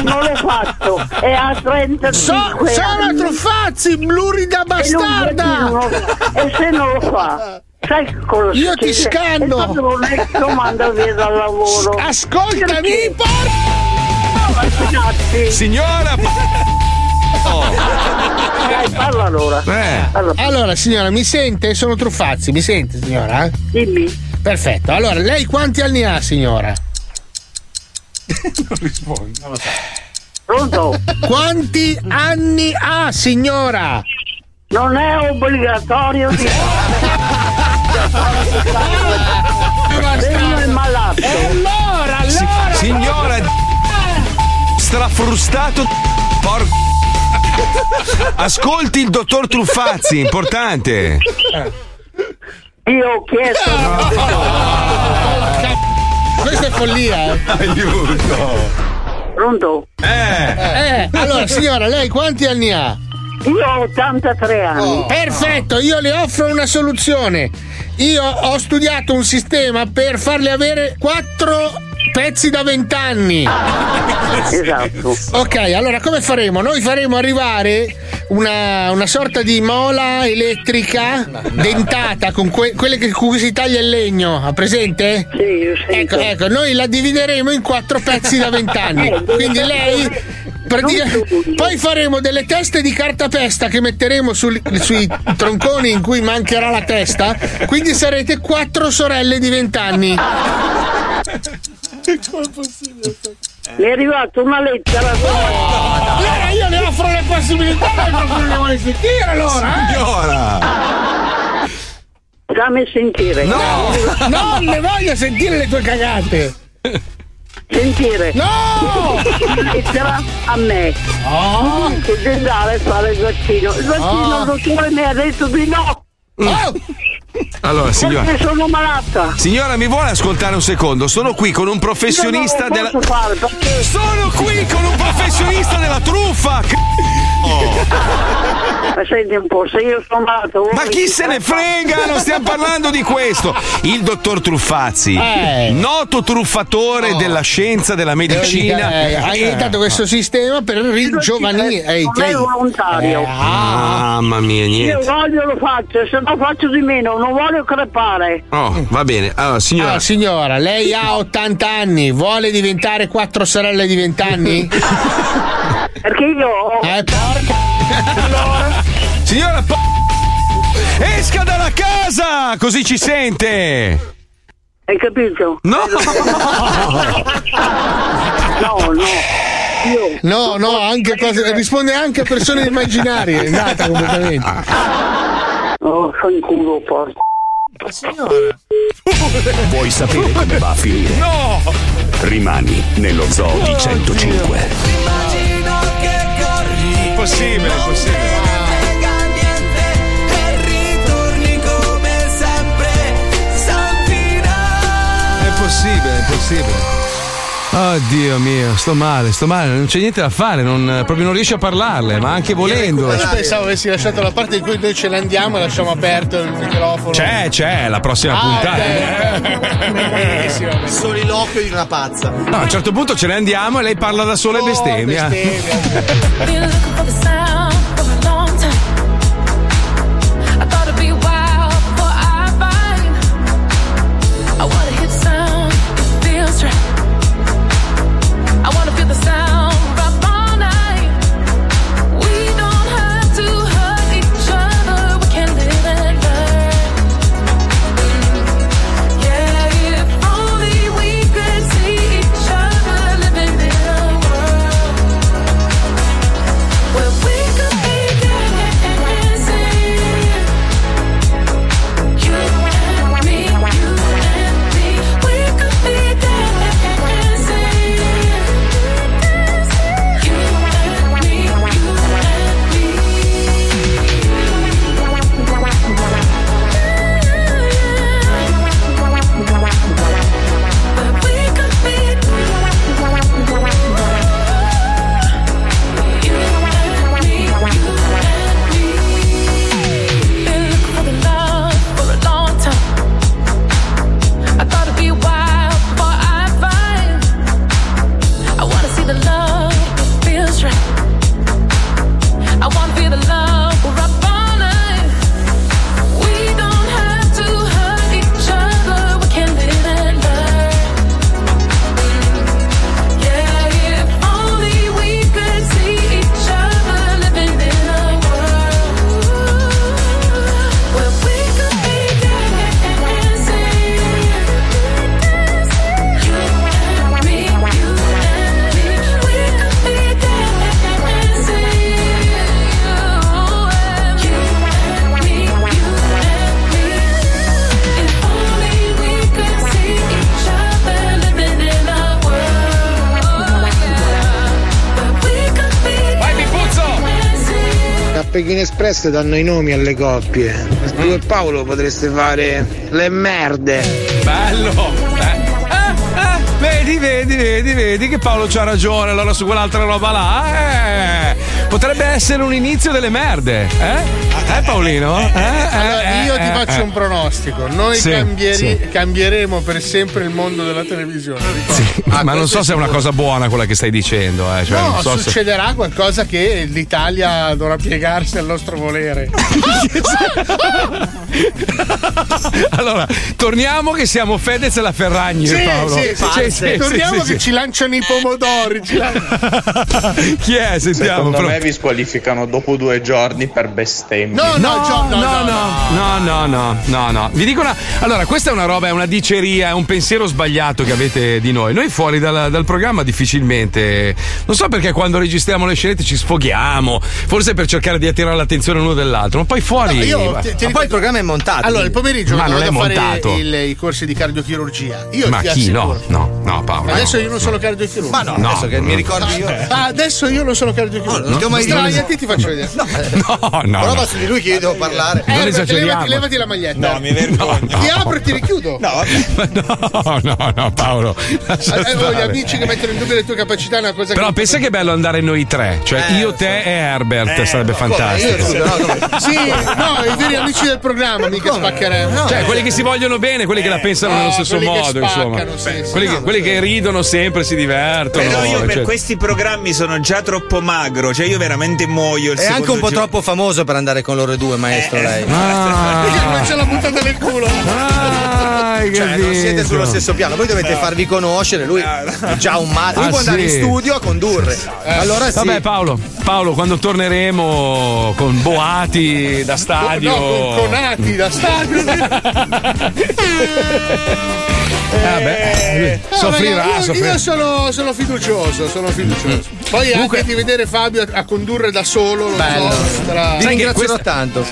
[SPEAKER 23] Non l'ho fatto. È a 35
[SPEAKER 3] So- sono
[SPEAKER 23] anni.
[SPEAKER 3] truffazzi, blurida
[SPEAKER 23] E, non
[SPEAKER 3] bastarda!
[SPEAKER 23] lo- e se non lo fa? Sai cosa
[SPEAKER 3] Io ti
[SPEAKER 23] succede?
[SPEAKER 3] scanno. Ah,
[SPEAKER 23] E quando non è lo manda via dal lavoro.
[SPEAKER 3] Ascoltami,
[SPEAKER 23] porca!
[SPEAKER 2] Signora!
[SPEAKER 23] Dai, parla allora.
[SPEAKER 3] Allora, signora, mi sente? Sono truffazzi, mi sente, signora?
[SPEAKER 23] Dimmi.
[SPEAKER 3] Perfetto. Allora, lei quanti anni ha, signora?
[SPEAKER 2] Non rispondo.
[SPEAKER 23] Pronto?
[SPEAKER 3] Quanti anni ha, signora? Eh,
[SPEAKER 23] Non è obbligatorio di Vengo il malato.
[SPEAKER 3] allora, eh, allora!
[SPEAKER 2] Signora strafrustato porco Ascolti il dottor Truffazzi, importante.
[SPEAKER 23] Io ho chiesto.
[SPEAKER 3] Questa è follia, eh.
[SPEAKER 2] Aiuto.
[SPEAKER 23] Pronto?
[SPEAKER 3] Eh, allora, signora, lei quanti anni ha? Oh.
[SPEAKER 23] Io ho 83 anni.
[SPEAKER 3] Perfetto, io le offro una soluzione. Io ho studiato un sistema per farle avere quattro Pezzi da vent'anni. Ah,
[SPEAKER 23] Esatto.
[SPEAKER 3] Ok, allora come faremo? Noi faremo arrivare una, una sorta di mola elettrica dentata con que- quelle che- con cui si taglia il legno, ha presente? Sì, ecco, ecco, noi la divideremo in quattro pezzi da vent'anni.
[SPEAKER 23] (laughs) Eh,
[SPEAKER 3] Quindi
[SPEAKER 23] devi-
[SPEAKER 3] lei. pratica- Poi faremo delle teste di cartapesta che metteremo sul- sui tronconi in cui mancherà la testa. Quindi sarete quattro sorelle di vent'anni.
[SPEAKER 23] Mi è arrivata una lettera.
[SPEAKER 3] Oh, Allora io le offro le possibilità, lei proprio non le vuole sentire allora! eh?
[SPEAKER 23] Dammi sentire.
[SPEAKER 3] No! Non le voglio sentire le tue cagate!
[SPEAKER 23] Sentire.
[SPEAKER 3] No! Oh!
[SPEAKER 23] Lettera a me. Che devi andare a fare il vaccino. Il vaccino
[SPEAKER 2] Oh.
[SPEAKER 23] il dottore mi ha detto di no.
[SPEAKER 3] Oh!
[SPEAKER 2] Allora, signora.
[SPEAKER 23] Perché sono malata.
[SPEAKER 2] Signora, mi vuole ascoltare un secondo? Sono qui con un professionista
[SPEAKER 23] Io non
[SPEAKER 2] della.
[SPEAKER 23] lo posso fare perché-
[SPEAKER 2] Sono qui con un professionista della truffa!
[SPEAKER 23] Ma senti un po', se io sono malato.
[SPEAKER 2] Ma chi se ne frega? Ah, Non stiamo parlando di questo. Il dottor Truffazzi,
[SPEAKER 3] Eh.
[SPEAKER 2] noto truffatore della scienza, della medicina.
[SPEAKER 3] Eh, Hai inventato questo sistema per ringiovanire. eh,
[SPEAKER 23] Non è
[SPEAKER 3] cioè-
[SPEAKER 23] volontario.
[SPEAKER 3] Eh, ah.
[SPEAKER 2] Mamma mia,
[SPEAKER 23] Io
[SPEAKER 2] niente.
[SPEAKER 23] voglio lo faccio, se no faccio di meno, non voglio crepare.
[SPEAKER 2] Oh, va bene. Allora, signora.
[SPEAKER 3] Allora, Ah, signora,
[SPEAKER 2] (laughs)
[SPEAKER 3] lei ha 80 anni, vuole diventare quattro sorelle di 20 anni?
[SPEAKER 23] (laughs) Perché io.
[SPEAKER 3] Eh, porca.
[SPEAKER 2] Signora, po- esca dalla casa! Così ci sente!
[SPEAKER 23] Hai capito?
[SPEAKER 2] No!
[SPEAKER 23] no, no. Io
[SPEAKER 3] No, no, anche cose- risponde anche a persone immaginarie. È andata completamente.
[SPEAKER 23] (laughs) Oh, sono in culo, porco.
[SPEAKER 17] Vuoi
[SPEAKER 4] (laughs)
[SPEAKER 17] sapere come va a finire?
[SPEAKER 2] No!
[SPEAKER 17] Rimani nello zoo di 105.
[SPEAKER 9] Immagino che corri.
[SPEAKER 2] Possibile, possibile.
[SPEAKER 9] Ritorni come sempre, Santina.
[SPEAKER 2] È possibile, è possibile. Oddio mio, sto male, sto male, non c'è niente da fare, non- eh, proprio non riesci a parlarle, ma anche volendo.
[SPEAKER 3] Io pensavo avessi lasciato la parte in cui noi ce ne andiamo e lasciamo aperto il microfono. (laughs)
[SPEAKER 2] C'è, c'è, la prossima puntata.
[SPEAKER 3] Buonissimo.
[SPEAKER 24] Soliloquio di una pazza.
[SPEAKER 2] No, a un certo punto ce ne andiamo e lei parla da sola e bestemmia.
[SPEAKER 9] Been looking for the sound for a long time. I thought it'd be a while before I find. I want a hip sound that feels right. I wanna feel the sound rock all night. We don't have to hurt each other. We can live and learn. Yeah, if only we could see each other living in a world. Where we could be dancing, you and me, you and me. We could be dancing, you and me, you and me. Where we could be, you and me, you been looking for the love for a long time. I thought it'd be a while before I find. I wanna see the love that feels right. I wanna feel the love we're up all night. We don't have to hurt each other. We can live and learn. Yeah, if only we could see each other living in a world. Where we could be dancing, you and me, you and me. We could be dancing, you and me, you and me. If only we could see each other living in a world. Where we could be dancing.
[SPEAKER 15] A Pechino Express danno i nomi alle coppie. Tu e Paolo potreste fare le merde.
[SPEAKER 2] Bello! Eh, eh, eh, Vedi, vedi, vedi, vedi che Paolo c'ha ragione, allora su quell'altra roba là. eh. potrebbe essere un inizio delle merde, eh? Eh, Paolino? Eh, eh,
[SPEAKER 3] Allora,
[SPEAKER 2] eh,
[SPEAKER 3] io
[SPEAKER 2] eh,
[SPEAKER 3] ti faccio
[SPEAKER 2] eh.
[SPEAKER 3] un pronostico. Noi
[SPEAKER 2] Sì,
[SPEAKER 3] cambieri-
[SPEAKER 2] sì.
[SPEAKER 3] cambieremo per sempre il mondo della televisione.
[SPEAKER 2] eh. Ma non so se è una cosa buona quella che stai dicendo, eh. cioè,
[SPEAKER 3] no,
[SPEAKER 2] non so se-
[SPEAKER 3] succederà qualcosa che l'Italia dovrà piegarsi al
[SPEAKER 2] (laughs)
[SPEAKER 3] nostro volere.
[SPEAKER 2] Allora, torniamo che siamo Fedez e la Ferragni,
[SPEAKER 3] Sì,
[SPEAKER 2] Paolo.
[SPEAKER 3] sì, sì,
[SPEAKER 2] Cioè, sì, sì,
[SPEAKER 3] torniamo che
[SPEAKER 2] sì.
[SPEAKER 3] ci lanciano i pomodori. ci lan-
[SPEAKER 2] Chi è? Sentiamo.
[SPEAKER 27] Secondo
[SPEAKER 2] però.
[SPEAKER 27] me vi squalificano dopo due giorni per bestemmie.
[SPEAKER 3] No, no, Gio- no, no,
[SPEAKER 2] No, no, no, no, no. Vi dico una. Allora, questa è una roba, è una diceria, è un pensiero sbagliato che avete di noi. Noi fuori dalla- dal programma difficilmente. Non so perché quando registriamo le scenette ci sfoghiamo. Forse per cercare di attirare l'attenzione l'uno dell'altro. Ma poi fuori.
[SPEAKER 3] Io, ti- ti
[SPEAKER 2] Ma
[SPEAKER 3] ricordo-
[SPEAKER 2] poi-
[SPEAKER 3] Allora, il pomeriggio
[SPEAKER 2] Ma
[SPEAKER 3] quando
[SPEAKER 2] non è
[SPEAKER 3] vado a fare
[SPEAKER 2] montato.
[SPEAKER 3] il- i corsi di cardiochirurgia. Io
[SPEAKER 2] Ma
[SPEAKER 3] ti
[SPEAKER 2] chi?
[SPEAKER 3] assicuro.
[SPEAKER 2] No, no, no, Paolo.
[SPEAKER 3] Adesso
[SPEAKER 2] no.
[SPEAKER 3] io non sono cardiochirurgo. Ma
[SPEAKER 2] no, No, adesso che mi no. ricordo
[SPEAKER 3] io. Ah, adesso io non sono cardiochirurgo.
[SPEAKER 2] No, non ti ho mai detto.
[SPEAKER 3] Sdraiati, ti faccio vedere.
[SPEAKER 2] No, no.
[SPEAKER 3] Prova
[SPEAKER 2] no.
[SPEAKER 3] su
[SPEAKER 24] Di lui che io devo parlare.
[SPEAKER 3] Eh,
[SPEAKER 2] Non esageriamo.
[SPEAKER 3] levati, levati la maglietta.
[SPEAKER 2] No, mi vergogno.
[SPEAKER 3] Ti
[SPEAKER 2] No.
[SPEAKER 3] apro e ti richiudo. No,
[SPEAKER 2] Ma (laughs) No, no, no, Paolo. lascia
[SPEAKER 3] gli
[SPEAKER 2] stare.
[SPEAKER 3] Eh, amici che mettono in dubbio le tue capacità è una cosa
[SPEAKER 2] Però
[SPEAKER 3] che.
[SPEAKER 2] pensa che è bello andare noi tre, cioè
[SPEAKER 3] Eh,
[SPEAKER 2] io, te e Herbert, sarebbe fantastico.
[SPEAKER 3] Sì, no, i veri amici del programma mica spaccheremo.
[SPEAKER 2] Cioè, quelli che si vogliono bene, quelli che la pensano
[SPEAKER 3] eh, no,
[SPEAKER 2] nello stesso
[SPEAKER 3] quelli che
[SPEAKER 2] modo,
[SPEAKER 3] spaccano,
[SPEAKER 2] insomma.
[SPEAKER 3] sì, sì.
[SPEAKER 2] quelli, che, quelli che ridono sempre, si divertono.
[SPEAKER 5] Però io per
[SPEAKER 2] cioè-
[SPEAKER 5] questi programmi sono già troppo magro, cioè io veramente muoio il
[SPEAKER 4] È anche un po' troppo famoso per andare con loro due, maestro. lei. Ah.
[SPEAKER 3] Perché
[SPEAKER 2] Ah,
[SPEAKER 3] non ce l'ha buttata nel culo.
[SPEAKER 4] Cioè, non siete sullo stesso piano, voi dovete farvi conoscere. Lui è già un male. Lui
[SPEAKER 2] Ah,
[SPEAKER 4] può andare in
[SPEAKER 2] sì.
[SPEAKER 4] studio a condurre. Eh,
[SPEAKER 20] Eh.
[SPEAKER 4] Allora sì.
[SPEAKER 2] Vabbè, Paolo, Paolo, quando torneremo con Boati da stadio. Ah,
[SPEAKER 3] No, con conati da stadio.
[SPEAKER 2] (laughs) Vabbè, soffrirà,
[SPEAKER 3] Eh, Io- io,
[SPEAKER 2] soffrirà.
[SPEAKER 3] sono, sono fiducioso, sono fiducioso.
[SPEAKER 2] Mm.
[SPEAKER 3] Poi anche di vedere Fabio a, a condurre da solo, lo so, sarà-
[SPEAKER 2] Sai che questa-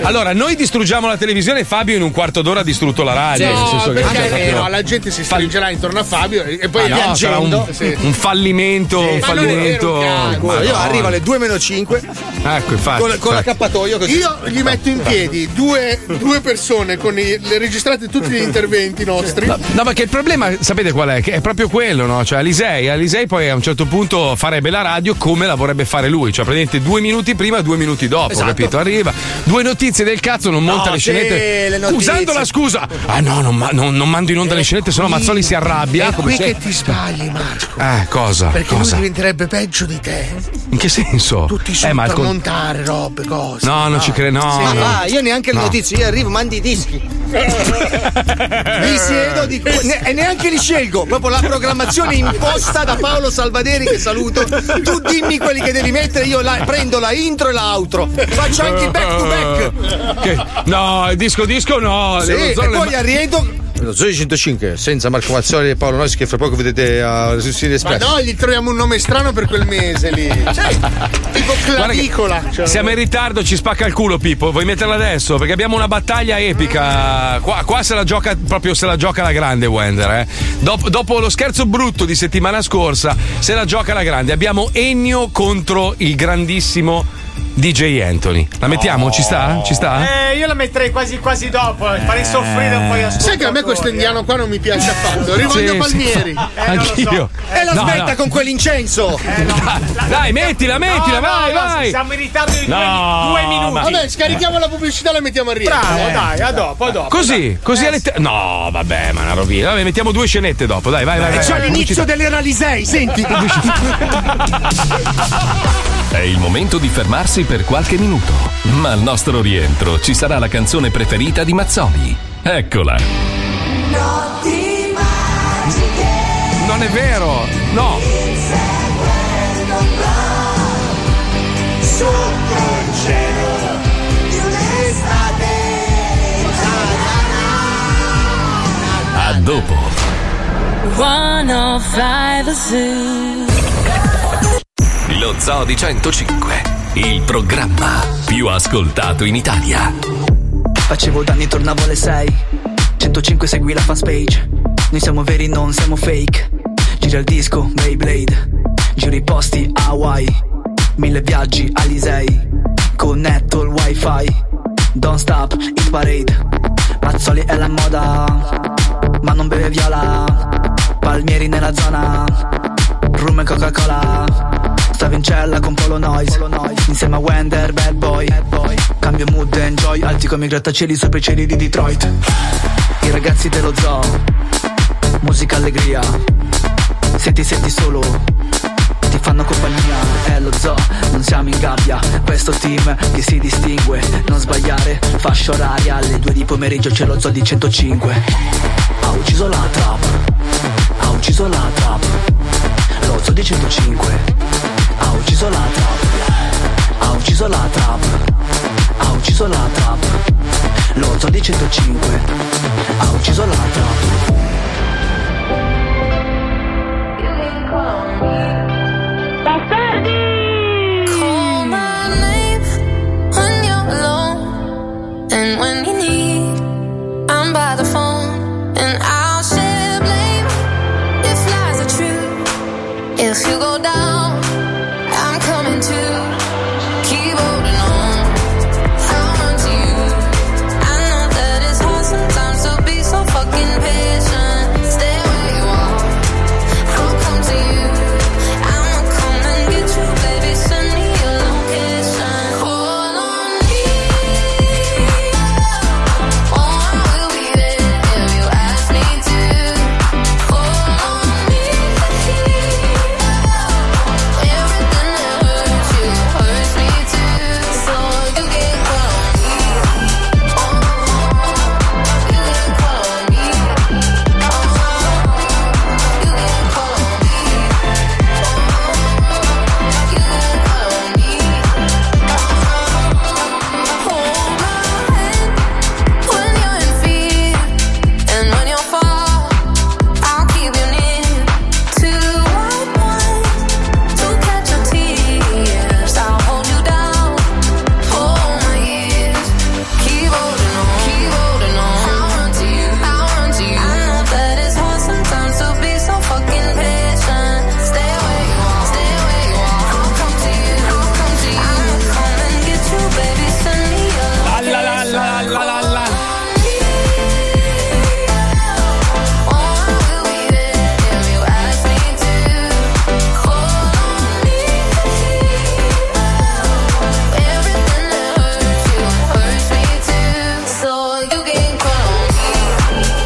[SPEAKER 2] Allora, noi distruggiamo la televisione e Fabio in un quarto d'ora ha distrutto la radio. nel senso
[SPEAKER 3] No,
[SPEAKER 2] che-
[SPEAKER 3] perché
[SPEAKER 2] Cioè,
[SPEAKER 3] eh,
[SPEAKER 2] proprio-
[SPEAKER 3] no, la gente si stringerà intorno a Fabio e e poi
[SPEAKER 2] Ah, no, sarà un,
[SPEAKER 3] Sì.
[SPEAKER 2] un fallimento, un
[SPEAKER 3] Ma non è
[SPEAKER 2] fallimento.
[SPEAKER 3] vero un cazzo.
[SPEAKER 2] Madonna.
[SPEAKER 3] Io arrivo alle
[SPEAKER 4] 2 meno 5
[SPEAKER 2] Ecco, infatti. infatti.
[SPEAKER 4] l'accappatoio
[SPEAKER 2] così.
[SPEAKER 3] Io gli metto in piedi due, due persone con i, le registrate tutti gli interventi nostri.
[SPEAKER 2] No, no, ma che il problema, sapete qual è? Che è proprio quello, no? Cioè, Alisei, Alisei poi a un certo punto farebbe la radio come la vorrebbe fare lui, cioè praticamente due minuti prima e due minuti dopo,
[SPEAKER 4] Esatto.
[SPEAKER 2] capito? Arriva, due notizie del cazzo, non monta
[SPEAKER 4] No,
[SPEAKER 2] le
[SPEAKER 4] sì,
[SPEAKER 2] scenette.
[SPEAKER 4] le notizie. Eh,
[SPEAKER 2] usando la scusa, ah no, non, ma- non- non mando in onda le scenette, sennò Mazzoli si arrabbia.
[SPEAKER 3] È
[SPEAKER 2] come
[SPEAKER 3] qui
[SPEAKER 2] se-
[SPEAKER 3] che ti sbagli, Marco.
[SPEAKER 2] Eh, cosa?
[SPEAKER 3] Perché
[SPEAKER 2] cosa?
[SPEAKER 3] lui diventerebbe peggio di te.
[SPEAKER 2] In che senso?
[SPEAKER 3] Tutti su
[SPEAKER 2] Eh, ma al con-
[SPEAKER 3] montare robe, cose.
[SPEAKER 2] No, non ci credo, no,
[SPEAKER 4] Sì,
[SPEAKER 2] no.
[SPEAKER 4] ah, io neanche le
[SPEAKER 2] No.
[SPEAKER 4] notizie, io arrivo, mandi i
[SPEAKER 2] (laughs)
[SPEAKER 4] dischi. Mi siedo di- ne- e neanche li scelgo. Proprio la programmazione imposta da Paolo Salvaderi che saluto. Tu dimmi quelli che devi mettere, io la- prendo la intro e l'outro. Faccio anche il back to back.
[SPEAKER 2] Che- No, il disco disco no.
[SPEAKER 4] Sì,
[SPEAKER 2] le-
[SPEAKER 4] e
[SPEAKER 2] le-
[SPEAKER 4] poi arrivo. Lo 105 senza Marco Mazzoli e Paolo Nois che fra poco vedete eh, a Resistire
[SPEAKER 3] Ma no, gli troviamo un nome strano per quel mese lì. Cioè, tipo clavicola. Cioè,
[SPEAKER 2] Siamo in ritardo, ci spacca il culo, Pippo. Vuoi metterla adesso? Perché abbiamo una battaglia epica. Qua, qua se la gioca proprio se la gioca la grande, Wender. eh. Dopo, dopo lo scherzo brutto di settimana scorsa, se la gioca la grande. Abbiamo Ennio contro il grandissimo DJ Anthony. La mettiamo? Ci sta? Ci sta?
[SPEAKER 10] Eh, io la metterei quasi quasi dopo, eh, farei soffrire un po' gli
[SPEAKER 3] Sai che a me questo indiano qua non mi piace affatto. Rivoglio
[SPEAKER 2] Sì, Eh,
[SPEAKER 3] Palmieri. Eh,
[SPEAKER 2] sì. Anch'io.
[SPEAKER 4] E la
[SPEAKER 2] No,
[SPEAKER 4] smetta
[SPEAKER 2] no. Eh,
[SPEAKER 4] con quell'incenso.
[SPEAKER 2] Dai, mettila, mettila,
[SPEAKER 3] No, no,
[SPEAKER 2] vai,
[SPEAKER 3] no,
[SPEAKER 2] vai.
[SPEAKER 3] siamo in ritardo di
[SPEAKER 2] due- No, due minuti. ma-
[SPEAKER 3] Vabbè, scarichiamo la pubblicità e la mettiamo a Eh. riva.
[SPEAKER 10] Bravo, dai, a dopo, a dopo.
[SPEAKER 2] Così,
[SPEAKER 10] Eh.
[SPEAKER 2] così alle te- No, vabbè, ma è una rovina. Vabbè, mettiamo due scenette dopo, dai, vai, vai.
[SPEAKER 10] E
[SPEAKER 2] vai,
[SPEAKER 10] c'è
[SPEAKER 2] vai.
[SPEAKER 10] Eh, l'inizio
[SPEAKER 4] dell'era Lisei,
[SPEAKER 2] (laughs)
[SPEAKER 4] senti.
[SPEAKER 14] È il momento di fermarsi per qualche minuto, ma al nostro rientro ci sarà la canzone preferita di Mazzoli. Eccola.
[SPEAKER 2] Non è vero, no.
[SPEAKER 9] Sotto il cielo di un'estate
[SPEAKER 14] A dopo.
[SPEAKER 11] 105 The Zoo.
[SPEAKER 14] Lo Zoo di 105, il programma più ascoltato in Italia.
[SPEAKER 21] Facevo danni, tornavo alle 6. 105 segui la fanpage. Noi siamo veri, non siamo fake. Gira il disco, Beyblade. Giro i posti, Hawaii. Mille viaggi, Alisei. Connetto il wifi. Don't stop, hit parade. Mazzoli è la moda. Ma non beve viola. Palmieri nella zona. Rum e Coca-Cola. Stavo in cella con Polo Noise, Insieme a Wender, bad boy, Cambio mood e enjoy Alti come i grattacieli sopra i cieli di Detroit I ragazzi dello zoo Musica allegria Se ti senti solo Ti fanno compagnia È lo zoo, non siamo in gabbia Questo team che si distingue Non sbagliare, fascia oraria Alle due di pomeriggio c'è lo zoo di 105 Ha ucciso la trap Ha ucciso la trap Lo zoo di 105 Ha ucciso la trap Ha ucciso la trap Ha ucciso la trap Lo zoo di 105 Ha ucciso la trap
[SPEAKER 9] Bastardi! Call my name when you're alone and when you need. I'm by the phone and I'll share blame if lies are true. If you go down, I'm coming too. Keep holding on. I'll run to you. I know that it's hard sometimes to be so fucking patient. Stay where you are. I'll come to you. I'ma come and get you, baby. Send me your location. Call on me. Oh, I will be there if you ask me to. Call on me. Everything that hurts you hurts me too. So you can call on me. You can call on me. You can call on me. Stay where you are. Stay where you are. I'll come to you. I'll come to you. I'll come and get you, baby. Send me your
[SPEAKER 2] La la la la la la.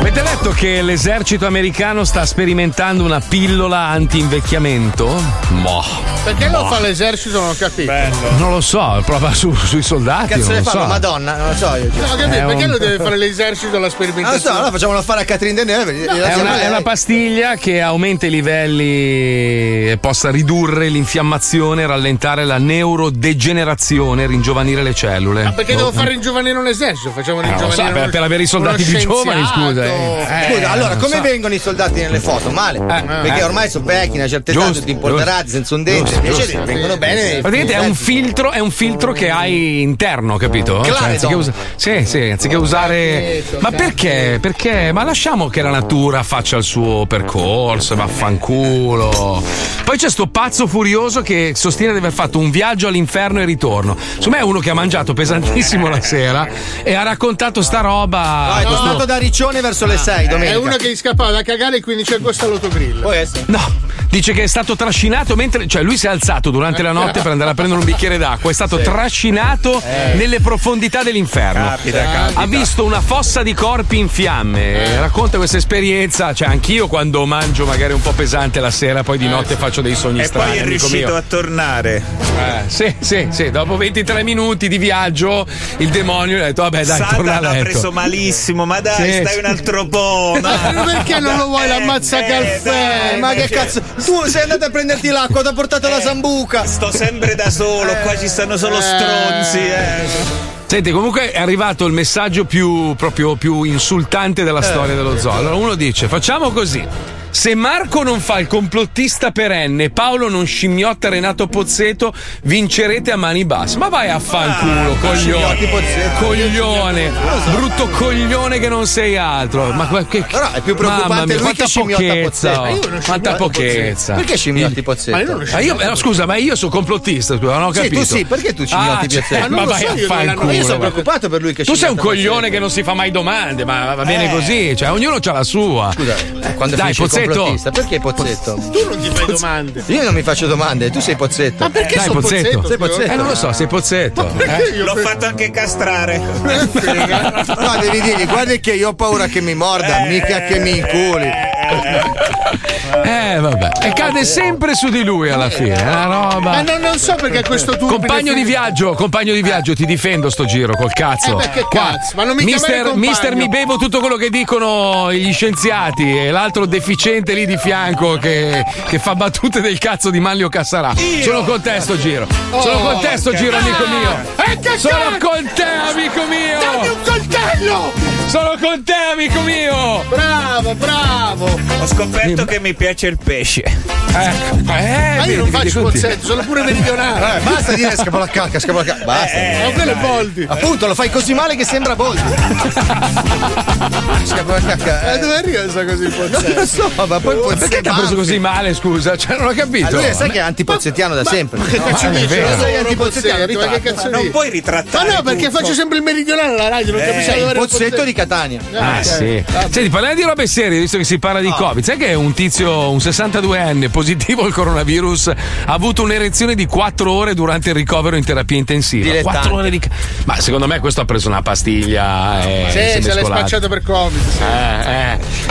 [SPEAKER 2] Avete letto che l'esercito americano sta sperimentando una pillola anti-invecchiamento? Moh.
[SPEAKER 3] Perché lo
[SPEAKER 2] Moh.
[SPEAKER 3] fa l'esercito? Non ho capito.
[SPEAKER 2] Non lo so, prova su- sui soldati.
[SPEAKER 3] Cazzo
[SPEAKER 2] Ah, non
[SPEAKER 3] ne
[SPEAKER 2] lo
[SPEAKER 3] fanno,
[SPEAKER 2] so.
[SPEAKER 4] Madonna, non lo so io. cioè.
[SPEAKER 3] No, ho capito,
[SPEAKER 2] È
[SPEAKER 3] perché
[SPEAKER 2] un-
[SPEAKER 3] lo deve fare l'esercito la sperimentazione?
[SPEAKER 4] Non
[SPEAKER 3] eh,
[SPEAKER 4] lo so, allora facciamolo fare a Catherine Deneuve. gliela
[SPEAKER 2] È
[SPEAKER 4] chiama
[SPEAKER 2] una,
[SPEAKER 4] lei.
[SPEAKER 2] è una pastiglia che aumenta i livelli e possa ridurre l'infiammazione, rallentare la neurodegenerazione, ringiovanire le cellule.
[SPEAKER 3] Ah, Perché
[SPEAKER 2] Oh.
[SPEAKER 3] devo far ringiovanire un esercito? Facciamo
[SPEAKER 2] Eh, non lo
[SPEAKER 3] ringiovanire
[SPEAKER 2] so,
[SPEAKER 3] un-
[SPEAKER 2] per, per avere i soldati
[SPEAKER 3] uno
[SPEAKER 2] più giovani,
[SPEAKER 3] scienziato.
[SPEAKER 2] scusa. eh.
[SPEAKER 4] Scusa,
[SPEAKER 2] Eh,
[SPEAKER 4] allora
[SPEAKER 2] non
[SPEAKER 4] come
[SPEAKER 2] so.
[SPEAKER 4] vengono i soldati nelle foto? Male, perché
[SPEAKER 2] eh.
[SPEAKER 4] ormai sono vecchi, una certa età,
[SPEAKER 2] Giusto,
[SPEAKER 4] tutti impolverati,
[SPEAKER 2] giusto,
[SPEAKER 4] senza un dente,
[SPEAKER 2] giusto,
[SPEAKER 4] invece
[SPEAKER 2] giusto.
[SPEAKER 4] vengono bene.
[SPEAKER 2] Praticamente è un filtro, è un filtro che hai interno, capito? Cioè,
[SPEAKER 4] Claro,
[SPEAKER 2] anziché,
[SPEAKER 4] no.
[SPEAKER 2] usa- sì, sì, anziché usare. Ma perché? Perché? Ma lasciamo che la natura faccia il suo percorso, vaffanculo. Poi c'è sto pazzo furioso che sostiene di aver fatto un viaggio all'inferno e ritorno. Su me è uno che ha mangiato pesantissimo la sera e ha raccontato sta roba.
[SPEAKER 4] No, è
[SPEAKER 2] questo-
[SPEAKER 4] tornato da Riccione verso
[SPEAKER 2] Ah,
[SPEAKER 4] le
[SPEAKER 2] eh,
[SPEAKER 4] 6 domenica.
[SPEAKER 3] È uno che gli scappava da cagare il 15 agosto all'autogrill.
[SPEAKER 4] Può essere.
[SPEAKER 2] No, dice che è stato trascinato mentre, cioè lui si è alzato durante la notte per andare a prendere un bicchiere d'acqua, è stato
[SPEAKER 14] Sì.
[SPEAKER 2] trascinato
[SPEAKER 5] Eh.
[SPEAKER 2] nelle profondità dell'inferno.
[SPEAKER 14] Capita,
[SPEAKER 2] Ha
[SPEAKER 14] capita.
[SPEAKER 2] visto una fossa di corpi in fiamme.
[SPEAKER 5] Eh.
[SPEAKER 2] Racconta questa esperienza, cioè anch'io quando mangio magari un po' pesante la sera, poi di notte faccio dei sogni
[SPEAKER 5] Eh. E
[SPEAKER 2] strani.
[SPEAKER 5] poi è
[SPEAKER 2] amico
[SPEAKER 5] riuscito
[SPEAKER 2] mio.
[SPEAKER 5] a tornare.
[SPEAKER 2] Eh, sì, sì, sì, dopo 23 minuti di viaggio il demonio gli ha detto vabbè dai, torna a
[SPEAKER 5] Satana ha
[SPEAKER 2] letto."
[SPEAKER 5] preso malissimo, ma dai,
[SPEAKER 2] Sì,
[SPEAKER 5] stai
[SPEAKER 2] sì.
[SPEAKER 5] un altro po'.
[SPEAKER 2] (laughs)
[SPEAKER 5] Eh,
[SPEAKER 3] Ma perché non lo vuoi l'ammazza caffè?
[SPEAKER 4] Ma che cazzo? Tu sei andato a prenderti l'acqua, ti ha portato la sambuca.
[SPEAKER 5] Eh, Sto sempre da solo, qua ci stanno solo stronzi. Eh.
[SPEAKER 2] Senti, comunque è arrivato il messaggio più proprio più insultante
[SPEAKER 4] Eh.
[SPEAKER 2] della storia dello zoo. Allora uno dice: facciamo così. Se Marco non fa il complottista perenne, Paolo non scimmiotta Renato Pozzetto, vincerete a mani basse. Ma vai a fanculo,
[SPEAKER 4] Ah,
[SPEAKER 2] coglione. Coglione, brutto coglione che non sei altro. Ma ma che Però
[SPEAKER 4] è più preoccupante lui che scimmiotta Pozzetto. Ma io non
[SPEAKER 2] Quanta
[SPEAKER 4] scimmiotta
[SPEAKER 2] pochezza.
[SPEAKER 4] Pozzetto. Perché scimmiotti Pozzetto?
[SPEAKER 2] Ma io, non scimmiotta- Ma io- eh, scusa, ma io sono complottista, scusa, non ho
[SPEAKER 4] Sì,
[SPEAKER 2] capito.
[SPEAKER 4] tu sì, perché tu scimmiotti
[SPEAKER 2] Ah, cioè,
[SPEAKER 4] Pozzetto? Ma
[SPEAKER 2] ma
[SPEAKER 4] non lo
[SPEAKER 2] vai
[SPEAKER 4] so,
[SPEAKER 2] a
[SPEAKER 4] io non l'hanno- io
[SPEAKER 2] fanculo.
[SPEAKER 4] sono
[SPEAKER 2] guarda.
[SPEAKER 4] preoccupato per lui che
[SPEAKER 2] Tu sei un
[SPEAKER 4] scimmiotta
[SPEAKER 2] coglione che non si fa mai domande, ma va bene così, cioè ognuno ha la sua. Scusa,
[SPEAKER 4] Eh. quando
[SPEAKER 2] Dai,
[SPEAKER 4] finisce il
[SPEAKER 2] Pozzetto,
[SPEAKER 4] complottista. Perché Pozzetto?
[SPEAKER 3] Tu non ti fai domande.
[SPEAKER 4] Io non mi faccio domande, tu sei Pozzetto.
[SPEAKER 3] Ma perché
[SPEAKER 2] Dai,
[SPEAKER 3] sono
[SPEAKER 2] pozzetto.
[SPEAKER 4] Sei Pozzetto.
[SPEAKER 2] Eh, non lo so, sei pozzetto.
[SPEAKER 4] perché
[SPEAKER 2] Eh?
[SPEAKER 4] io-
[SPEAKER 5] L'ho fatto anche (laughs) castrare.
[SPEAKER 4] No, devi dirgli, guarda che io ho paura che mi morda, mica che mi inculi.
[SPEAKER 2] Eh, vabbè. E cade sempre su di lui
[SPEAKER 4] Eh,
[SPEAKER 2] alla fine. È una roba.
[SPEAKER 3] Ma Eh, non, non so perché questo tuo
[SPEAKER 2] Ah, Eh. Compagno di viaggio, compagno di viaggio, ti difendo sto giro col cazzo.
[SPEAKER 3] Eh beh, che
[SPEAKER 2] Qua,
[SPEAKER 3] cazzo, ma non mi chiamare
[SPEAKER 2] mister,
[SPEAKER 3] compagno.
[SPEAKER 2] mister, mi bevo tutto quello che dicono gli scienziati e l'altro deficiente lì di fianco che, che fa battute del cazzo di Manlio Cassarà.
[SPEAKER 9] Io?
[SPEAKER 2] Sono con te sto giro. Sono con te sto
[SPEAKER 9] porca
[SPEAKER 2] giro,
[SPEAKER 9] merda.
[SPEAKER 2] amico mio.
[SPEAKER 9] Eh, che
[SPEAKER 2] Sono
[SPEAKER 9] cazzo?
[SPEAKER 2] con te, amico mio.
[SPEAKER 9] Dammi un
[SPEAKER 3] coltello!
[SPEAKER 2] Sono con te, amico mio.
[SPEAKER 3] Bravo, eh, bravo.
[SPEAKER 5] Ho scoperto che mi piace il pesce. Ecco,
[SPEAKER 3] Ma io non faccio pozzetto, sono pure meridionale.
[SPEAKER 5] Eh, basta dire
[SPEAKER 4] scappa la cacca, scappa la cacca. Basta.
[SPEAKER 3] eh,
[SPEAKER 2] Eh,
[SPEAKER 3] Ma quello è Boldi.
[SPEAKER 4] Appunto, lo fai così male che sembra Boldi. scappa la cacca.
[SPEAKER 3] Ma Eh, dove arriva questa così pozzetto?
[SPEAKER 4] Non lo so, ma poi
[SPEAKER 2] Ma perché ti ha preso così male, scusa? Cioè, non ho capito.
[SPEAKER 4] Ma lui è- sai che è antipozzettiano da sempre.
[SPEAKER 3] Ma che
[SPEAKER 4] No,
[SPEAKER 3] cazzo
[SPEAKER 4] non è
[SPEAKER 3] dici?
[SPEAKER 4] vero.
[SPEAKER 3] Lo sai che è
[SPEAKER 4] Pozzetto,
[SPEAKER 3] antipozzettiano,
[SPEAKER 4] ritratto.
[SPEAKER 3] ma che cazzo
[SPEAKER 4] Non
[SPEAKER 3] dici?
[SPEAKER 4] puoi ritrattare
[SPEAKER 3] Ma no, perché
[SPEAKER 4] tutto.
[SPEAKER 3] faccio sempre il meridionale alla radio, non
[SPEAKER 4] Eh,
[SPEAKER 3] capisco
[SPEAKER 4] il
[SPEAKER 3] dove era
[SPEAKER 4] pozzetto di Catania.
[SPEAKER 3] Eh,
[SPEAKER 2] Ah, sì.
[SPEAKER 4] Eh,
[SPEAKER 2] Senti, parliamo di robe serie, visto che si parla di Covid. Sai che un tizio, un 62enne positivo al coronavirus, ha avuto un'erezione di 4 ore durante il ricovero in terapia intensiva.
[SPEAKER 3] Dilettante.
[SPEAKER 2] 4 ore di. ca- Ma secondo me questo ha preso una pastiglia. Eh, si è
[SPEAKER 3] Sì, se l'hai
[SPEAKER 2] mescolato.
[SPEAKER 3] spacciato per Covid. sì.
[SPEAKER 2] Eh,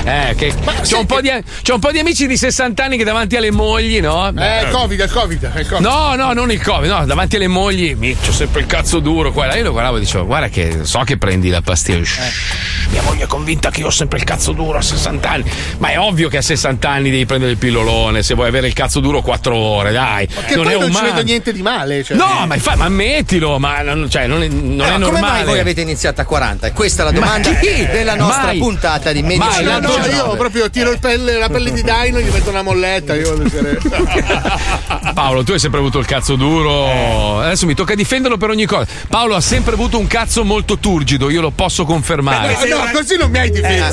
[SPEAKER 2] eh, eh, che- c'ho, un po di, c'ho un po' di amici di 60 anni che davanti alle mogli, no?
[SPEAKER 3] Eh, Covid, è Covid, è Covid.
[SPEAKER 2] No, no, non il Covid, no, davanti alle mogli, mi c'ho sempre il cazzo duro qua. e là. Io lo guardavo e dicevo, guarda che so che prendi la pastiglia.
[SPEAKER 3] Eh.
[SPEAKER 2] Shh, Mia moglie è convinta che io ho sempre il cazzo duro a 60 anni. Ma è ovvio che a 60 anni devi prendere il pillolone se vuoi avere il cazzo duro 4 ore, dai.
[SPEAKER 3] Che
[SPEAKER 2] non
[SPEAKER 3] poi
[SPEAKER 2] è
[SPEAKER 3] non ci
[SPEAKER 2] umano.
[SPEAKER 3] vedo niente di male. Cioè.
[SPEAKER 2] No, ma, infa- ma ammettilo, ma non, cioè, non è, non
[SPEAKER 3] Eh,
[SPEAKER 4] eh. Allora,
[SPEAKER 2] è
[SPEAKER 4] come
[SPEAKER 2] normale.
[SPEAKER 4] mai voi avete iniziato a 40? E Questa è la domanda
[SPEAKER 2] Ma chi?
[SPEAKER 4] della nostra
[SPEAKER 2] Mai.
[SPEAKER 4] puntata di
[SPEAKER 2] Mai,
[SPEAKER 4] medicina.
[SPEAKER 2] l'altro
[SPEAKER 3] No,
[SPEAKER 4] generale.
[SPEAKER 3] io proprio tiro il pelle- la pelle di Dino e gli metto una molletta. Io voglio essere-
[SPEAKER 2] Ah, Paolo, tu hai sempre avuto il cazzo duro.
[SPEAKER 3] Eh.
[SPEAKER 2] Adesso mi tocca difenderlo per ogni cosa. Paolo ha sempre avuto un cazzo molto turgido, io lo posso confermare.
[SPEAKER 3] Eh, no, così non mi hai difeso.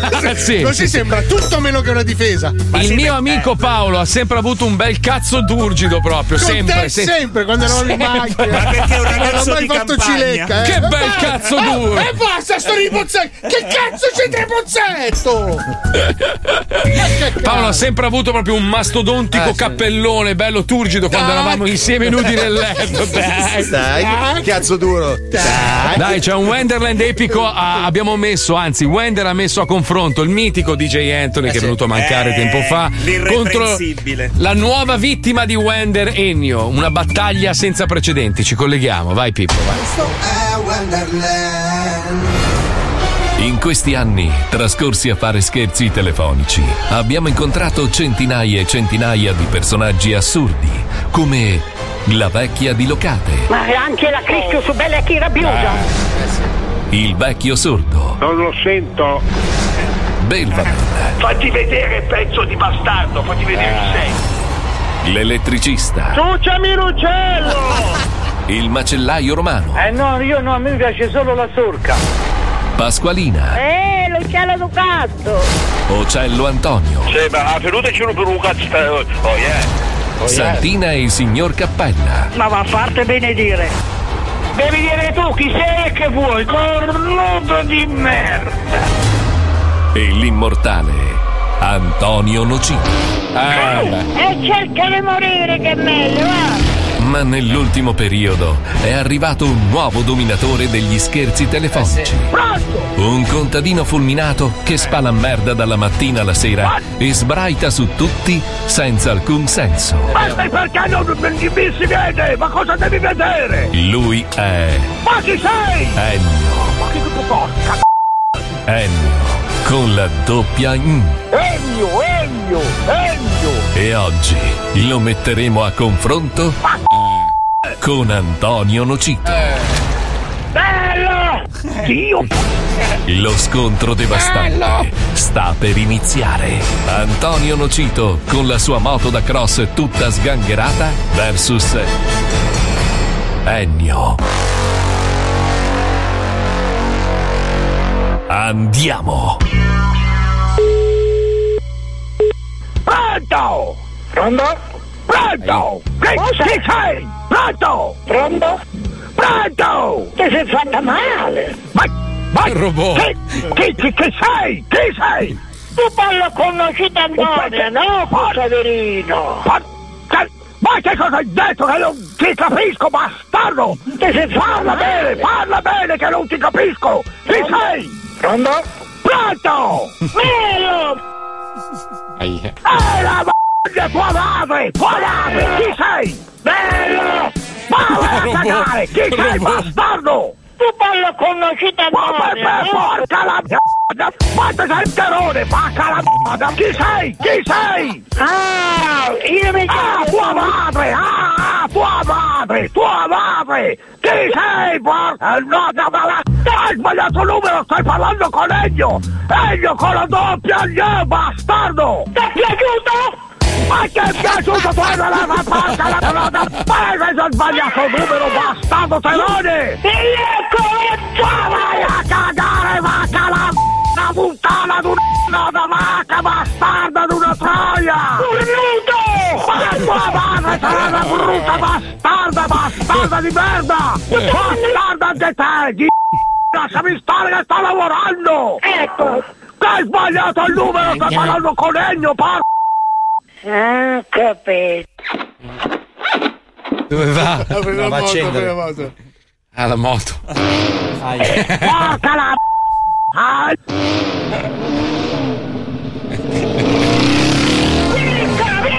[SPEAKER 2] Ah, Eh, sì.
[SPEAKER 3] così
[SPEAKER 2] Sì, sì.
[SPEAKER 3] sembra tutto meno che una difesa.
[SPEAKER 2] il mio amico Paolo ha sempre avuto un bel cazzo turgido proprio,
[SPEAKER 3] Con
[SPEAKER 2] sempre,
[SPEAKER 3] te sempre, quando eravamo in
[SPEAKER 2] Sempre.
[SPEAKER 3] macchina. Ma perché è un ragazzo Non ho mai di fatto campagna. cilecca, eh.
[SPEAKER 2] Che bel cazzo Eh. duro!
[SPEAKER 3] E basta, sto di Pozzetto! Che cazzo c'entra il Pozzetto?
[SPEAKER 2] (laughs) Paolo ha sempre avuto proprio un mastodontico cappellone bello turgido quando eravamo insieme nudi nel letto. (laughs) Eh, Dai,
[SPEAKER 4] Dai, cazzo duro.
[SPEAKER 2] Dai, c'è un Wonderland epico. a- abbiamo messo, anzi, Wender ha messo a confronto il mitico DJ Anthony che è venuto a mancare
[SPEAKER 5] Eh,
[SPEAKER 2] tempo fa contro
[SPEAKER 5] l'irreprensibile.
[SPEAKER 2] la nuova vittima di Wender Ennio. Una battaglia senza precedenti. Ci colleghiamo, vai Pippo, vai.
[SPEAKER 14] In questi anni, trascorsi a fare scherzi telefonici, abbiamo incontrato centinaia e centinaia di personaggi assurdi, come la vecchia di Locate,
[SPEAKER 16] Ma anche la Cristo su bella che rabbiosa.
[SPEAKER 14] il vecchio sordo.
[SPEAKER 8] Non lo sento.
[SPEAKER 14] Belvaman,
[SPEAKER 8] Fatti vedere, pezzo di bastardo, fatti vedere chi sei.
[SPEAKER 14] l'elettricista,
[SPEAKER 8] Ciucciami Eh. l'uccello!
[SPEAKER 14] il macellaio romano,
[SPEAKER 8] Eh no, io no, a me piace solo la sorca.
[SPEAKER 14] Pasqualina,
[SPEAKER 8] Eh, l'uccello su cazzo!
[SPEAKER 14] Ocello Antonio,
[SPEAKER 8] Sì, ma a venuta c'è uno per un cazzo. Oh yeah!
[SPEAKER 14] Santina e il signor Cappella,
[SPEAKER 8] Ma va a farti benedire! Devi dire tu chi sei e che vuoi, cornuto di merda!
[SPEAKER 14] e l'immortale Antonio Ah, Nocini.
[SPEAKER 8] Ah,
[SPEAKER 16] E cerca di morire che è meglio,
[SPEAKER 8] eh.
[SPEAKER 16] va!
[SPEAKER 14] Ma nell'ultimo periodo è arrivato un nuovo dominatore degli scherzi telefonici. Un contadino fulminato che spala merda dalla mattina alla sera e sbraita su tutti senza alcun senso.
[SPEAKER 8] Ma perché non mi, mi si vede? Ma cosa devi vedere?
[SPEAKER 14] Lui è
[SPEAKER 8] Ma chi sei?
[SPEAKER 14] Ennio.
[SPEAKER 8] Ma che porca
[SPEAKER 14] Ennio con la doppia N
[SPEAKER 8] Ennio, Ennio, Ennio!
[SPEAKER 14] e oggi lo metteremo a confronto con Antonio Nocito.
[SPEAKER 8] Bello! Dio!
[SPEAKER 14] Lo scontro devastante sta per iniziare. Antonio Nocito con la sua moto da cross tutta sgangherata versus Ennio. Andiamo!
[SPEAKER 8] Pronto! Pronto? Pronto! Che chi sei? Pronto! Pronto? Pronto! Ti sei fatta male! Ma... Ma... Robot! Chi, chi, chi, chi sei? Chi sei?
[SPEAKER 16] tu parla con la cittadina, no, Saverino?
[SPEAKER 8] Ma che cosa hai detto che non ti capisco, bastardo? Ti si parla bene, parla bene che non ti capisco! Chi sei? Pronto? Pronto! Milo! E la moglie tua madre! Tua madre! Chi sei? Bello! Ma vai a cagare! Chi sei, bastardo? Tu parla con la cittadina! Porca la merda! Quanto sei il terrore, porca la merda! Chi sei? Chi sei? Ah, io mi Ah, tua madre! Ah, tua madre! Tua madre! Chi sei, porca? No, no, ma la... Hai sbagliato numero, stai parlando con Elio! Elio con la doppia, Elio, bastardo! Ti è piaciuto? Ma che è piaciuto tu la la porca la pelota! Ma hai preso il sbagliato numero, bastardo telone! E ecco! Ma vai a cagare, vacca la m***a puttana d'una da vacca, bastarda d'una troia! Cornuto! Ma tua madre sarà una brutta bastarda, bastarda di merda! Bastarda anche te, di (laughs) lasciami stare che sto lavorando! Ecco! Hai sbagliato il numero, stai parlando con Egno, porca!
[SPEAKER 16] Ah, capito.
[SPEAKER 2] Dove va?
[SPEAKER 16] Avrei
[SPEAKER 2] No, va a accendere.
[SPEAKER 3] moto.
[SPEAKER 2] Ah, la moto.
[SPEAKER 16] Porca la Ah.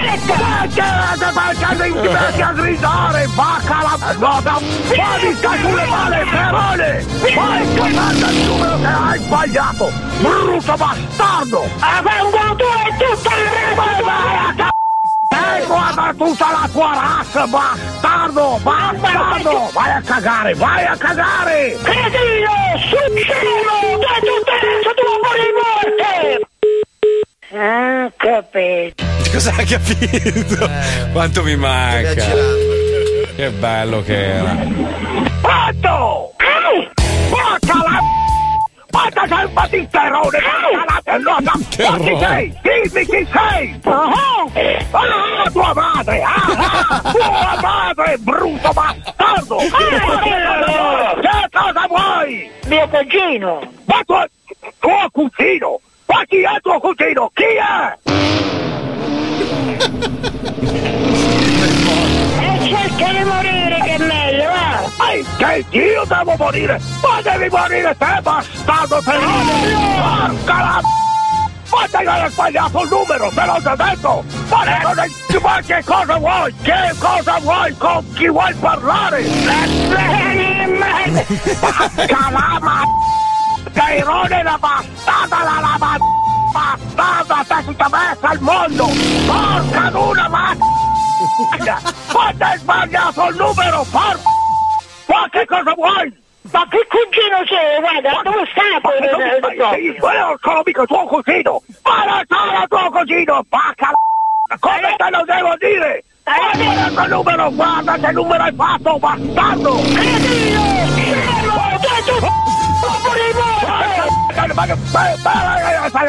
[SPEAKER 8] Perché perché devi metti a gridare, vacca la nota, panica sulle male, ferone! Vai cagando il numero che hai sbagliato, brutto bastardo! Avendo tu e tutta la Ma vai a c***o! Ecco da tutta la tua razza, bastardo, bastardo! Vai a cagare, vai a cagare! Cretino, succino, da tutta la razza tua morte!
[SPEAKER 16] Ah, capito.
[SPEAKER 2] Cosa ha capito? Quanto mi manca. Che bello che era.
[SPEAKER 8] Pronto! Porca la Porca calma di terrore! Porca la Ma Chi sei? Dimmi chi sei! Ah, tua madre! Ah, ah, tua madre, brutto bastardo! Che cosa vuoi? Mio cugino! Ma tuo, tuo cugino! Ma chi è tuo cugino? Chi è?
[SPEAKER 16] E cerca di morire che è meglio, va!
[SPEAKER 8] Ai, che io devo morire! Ma devi morire te, bastardo terrore! Porca la ma te l'hai sbagliato il numero, te l'ho già detto! Ma, ne- non ne- ma che cosa vuoi? Che cosa vuoi? Con chi vuoi parlare? Porca la ma... Cairone la bastarda, la la ma... Bastarda, te si traversa al mondo! Porca luna, ma... Ma te hai sbagliato il numero, porca... Ma che cosa vuoi? Ma che cugino sei? Guarda, dove stai? Quello è solo mica tuo cugino! Ma non sono tuo cugino! Pacca la... Come te lo devo dire? Guarda quel numero, guarda che numero hai fatto, bastardo! Cretino! Cielo! Dai tu...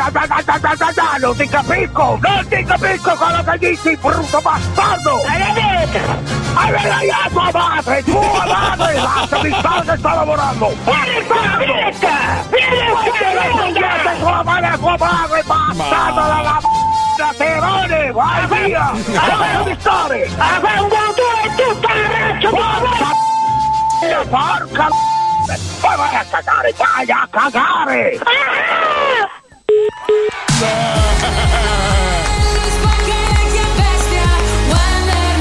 [SPEAKER 8] Non ti capisco, non ti capisco quello che dici, brutto bastardo! Alla destra! Alla la tua madre, tua madre! Lasciami stare che sto lavorando! Bastardo! Vieni qua! tua madre, a tua madre, bastardo la la merda, Terone, vai via! Lasciami stare! Avendo tu e tutta la razza Porca Porca Poi vai a cagare, vai a cagare!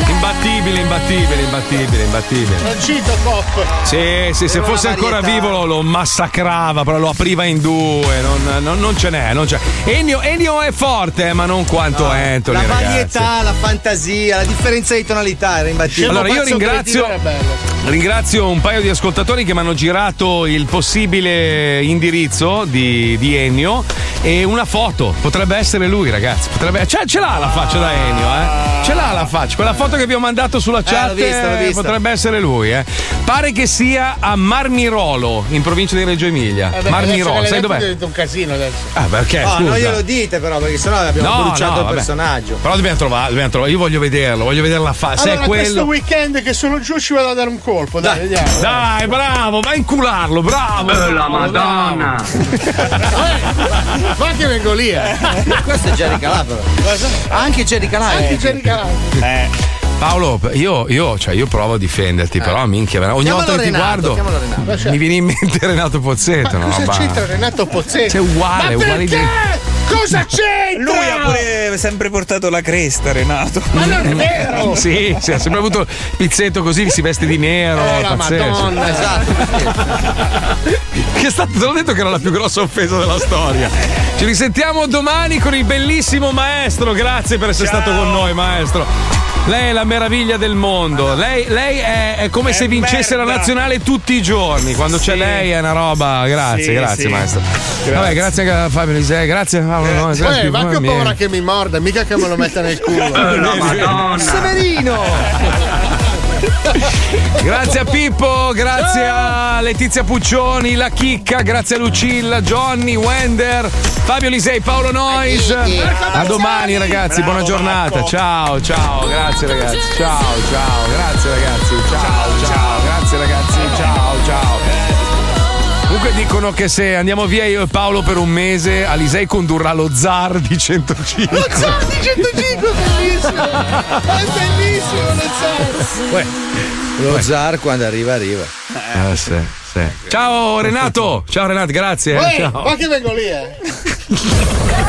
[SPEAKER 2] Imbattibile, imbattibile, imbattibile, imbattibile.
[SPEAKER 3] Non cito Cop.
[SPEAKER 2] Sì, sì, se
[SPEAKER 3] Era
[SPEAKER 2] fosse
[SPEAKER 3] una
[SPEAKER 2] ancora
[SPEAKER 3] varietà.
[SPEAKER 2] vivo lo, lo massacrava, però lo apriva in due, non, non- non ce n'è, non c'è. Ennio, Ennio è forte, eh, ma non quanto Anthony.
[SPEAKER 4] La
[SPEAKER 2] ragazzi.
[SPEAKER 4] varietà, la fantasia, la differenza di tonalità era imbattibile.
[SPEAKER 2] Allora, io ringrazio- Ringrazio un paio di ascoltatori che mi hanno girato il possibile indirizzo di, di Ennio e una foto. Potrebbe essere lui, ragazzi. Potrebbe... Cioè, ce l'ha la faccia da Ennio, eh? Ce l'ha la faccia. Quella foto che vi ho mandato sulla chat
[SPEAKER 4] l'ho vista, l'ho
[SPEAKER 2] eh,
[SPEAKER 4] vista.
[SPEAKER 2] potrebbe essere lui, eh? Pare che sia a Marmirolo, in provincia di Reggio
[SPEAKER 4] Eh,
[SPEAKER 2] Emilia.
[SPEAKER 3] Vabbè, adesso che
[SPEAKER 2] Marmirolo,
[SPEAKER 3] l'hai
[SPEAKER 2] Ah, sai
[SPEAKER 3] detto
[SPEAKER 2] dov'è?
[SPEAKER 3] diventa un casino adesso.
[SPEAKER 2] Ah, perché?
[SPEAKER 4] No, non
[SPEAKER 2] Scusa.
[SPEAKER 4] glielo dite però, perché sennò abbiamo
[SPEAKER 2] No,
[SPEAKER 4] bruciato
[SPEAKER 2] no,
[SPEAKER 4] il
[SPEAKER 2] vabbè.
[SPEAKER 4] personaggio.
[SPEAKER 2] Però dobbiamo trovare, dobbiamo trovare. Io voglio vederlo, voglio vedere la faccia. Ah, Se è
[SPEAKER 3] Allora, questo
[SPEAKER 2] quello.
[SPEAKER 3] weekend che sono giù ci vado a dare un colpo, dai, vediamo.
[SPEAKER 2] Dai, bravo, vai a incularlo, bravo!
[SPEAKER 3] Eh, la Madonna. Ma che vengo lì, eh.
[SPEAKER 4] Questo è Jerry Calabro. Anche Jerry Calabro.
[SPEAKER 3] Anche Jerry Calabro.
[SPEAKER 2] Eh, Paolo, io, io, cioè, io provo a difenderti, però minchia, ogni
[SPEAKER 3] Eh. Chiamalo
[SPEAKER 2] volta che ti
[SPEAKER 3] Renato, chiamalo
[SPEAKER 2] guardo
[SPEAKER 3] Renato.
[SPEAKER 2] mi viene in mente (laughs) Renato Pozzetto. no,
[SPEAKER 3] Cosa
[SPEAKER 2] ma-
[SPEAKER 3] c'entra Renato Pozzetto?
[SPEAKER 2] Sei uguale,
[SPEAKER 3] Ma
[SPEAKER 2] uguale
[SPEAKER 3] perché? Cosa c'entra?
[SPEAKER 5] Lui ha pure sempre portato la cresta, Renato.
[SPEAKER 2] Ma non è vero! (laughs) Sì, sì, ha sempre avuto il pizzetto così, si veste di nero.
[SPEAKER 5] Eh, la
[SPEAKER 2] pazzesco.
[SPEAKER 5] Madonna,
[SPEAKER 4] esatto.
[SPEAKER 2] Che è stato, te l'ho detto che era la più grossa offesa della storia. Ci risentiamo domani con il bellissimo maestro. Grazie per essere stato con noi, maestro. Lei è la meraviglia del mondo. Lei, lei è, è come se vincesse la nazionale tutti i giorni. Quando c'è lei è una roba. Grazie,
[SPEAKER 3] Sì,
[SPEAKER 2] grazie,
[SPEAKER 3] sì.
[SPEAKER 2] maestro.
[SPEAKER 3] Grazie.
[SPEAKER 2] Vabbè, grazie anche a Fabio Lisei. Grazie Paolo. no, grazie,
[SPEAKER 3] Eh, va che ho
[SPEAKER 2] mamma mia.
[SPEAKER 3] paura che mi morda, mica che me lo metta nel culo.
[SPEAKER 2] (laughs) No, Madonna.
[SPEAKER 3] Severino!
[SPEAKER 2] Grazie a Pippo, grazie a Letizia Puccioni, la Chicca, grazie a Lucilla, Johnny, Wender, Fabio Lisei, Paolo Nois. A domani ragazzi, buona giornata. Ciao, ciao, grazie ragazzi. Ciao, ciao, grazie ragazzi. Ciao, ciao, grazie ragazzi.
[SPEAKER 3] Eh.
[SPEAKER 2] Ciao, ciao. Comunque dicono che se andiamo via io e Paolo per un mese, Alisei condurrà lo zar di 105.
[SPEAKER 3] Lo zar di 105 è
[SPEAKER 2] (laughs)
[SPEAKER 3] bellissimo! È bellissimo lo zar!
[SPEAKER 4] Lo zar quando arriva, arriva.
[SPEAKER 2] Eh, sì, sì. Ciao Renato, ciao Renato, grazie. eh,
[SPEAKER 3] Uè,
[SPEAKER 2] ciao.
[SPEAKER 3] ma che vengo lì, eh!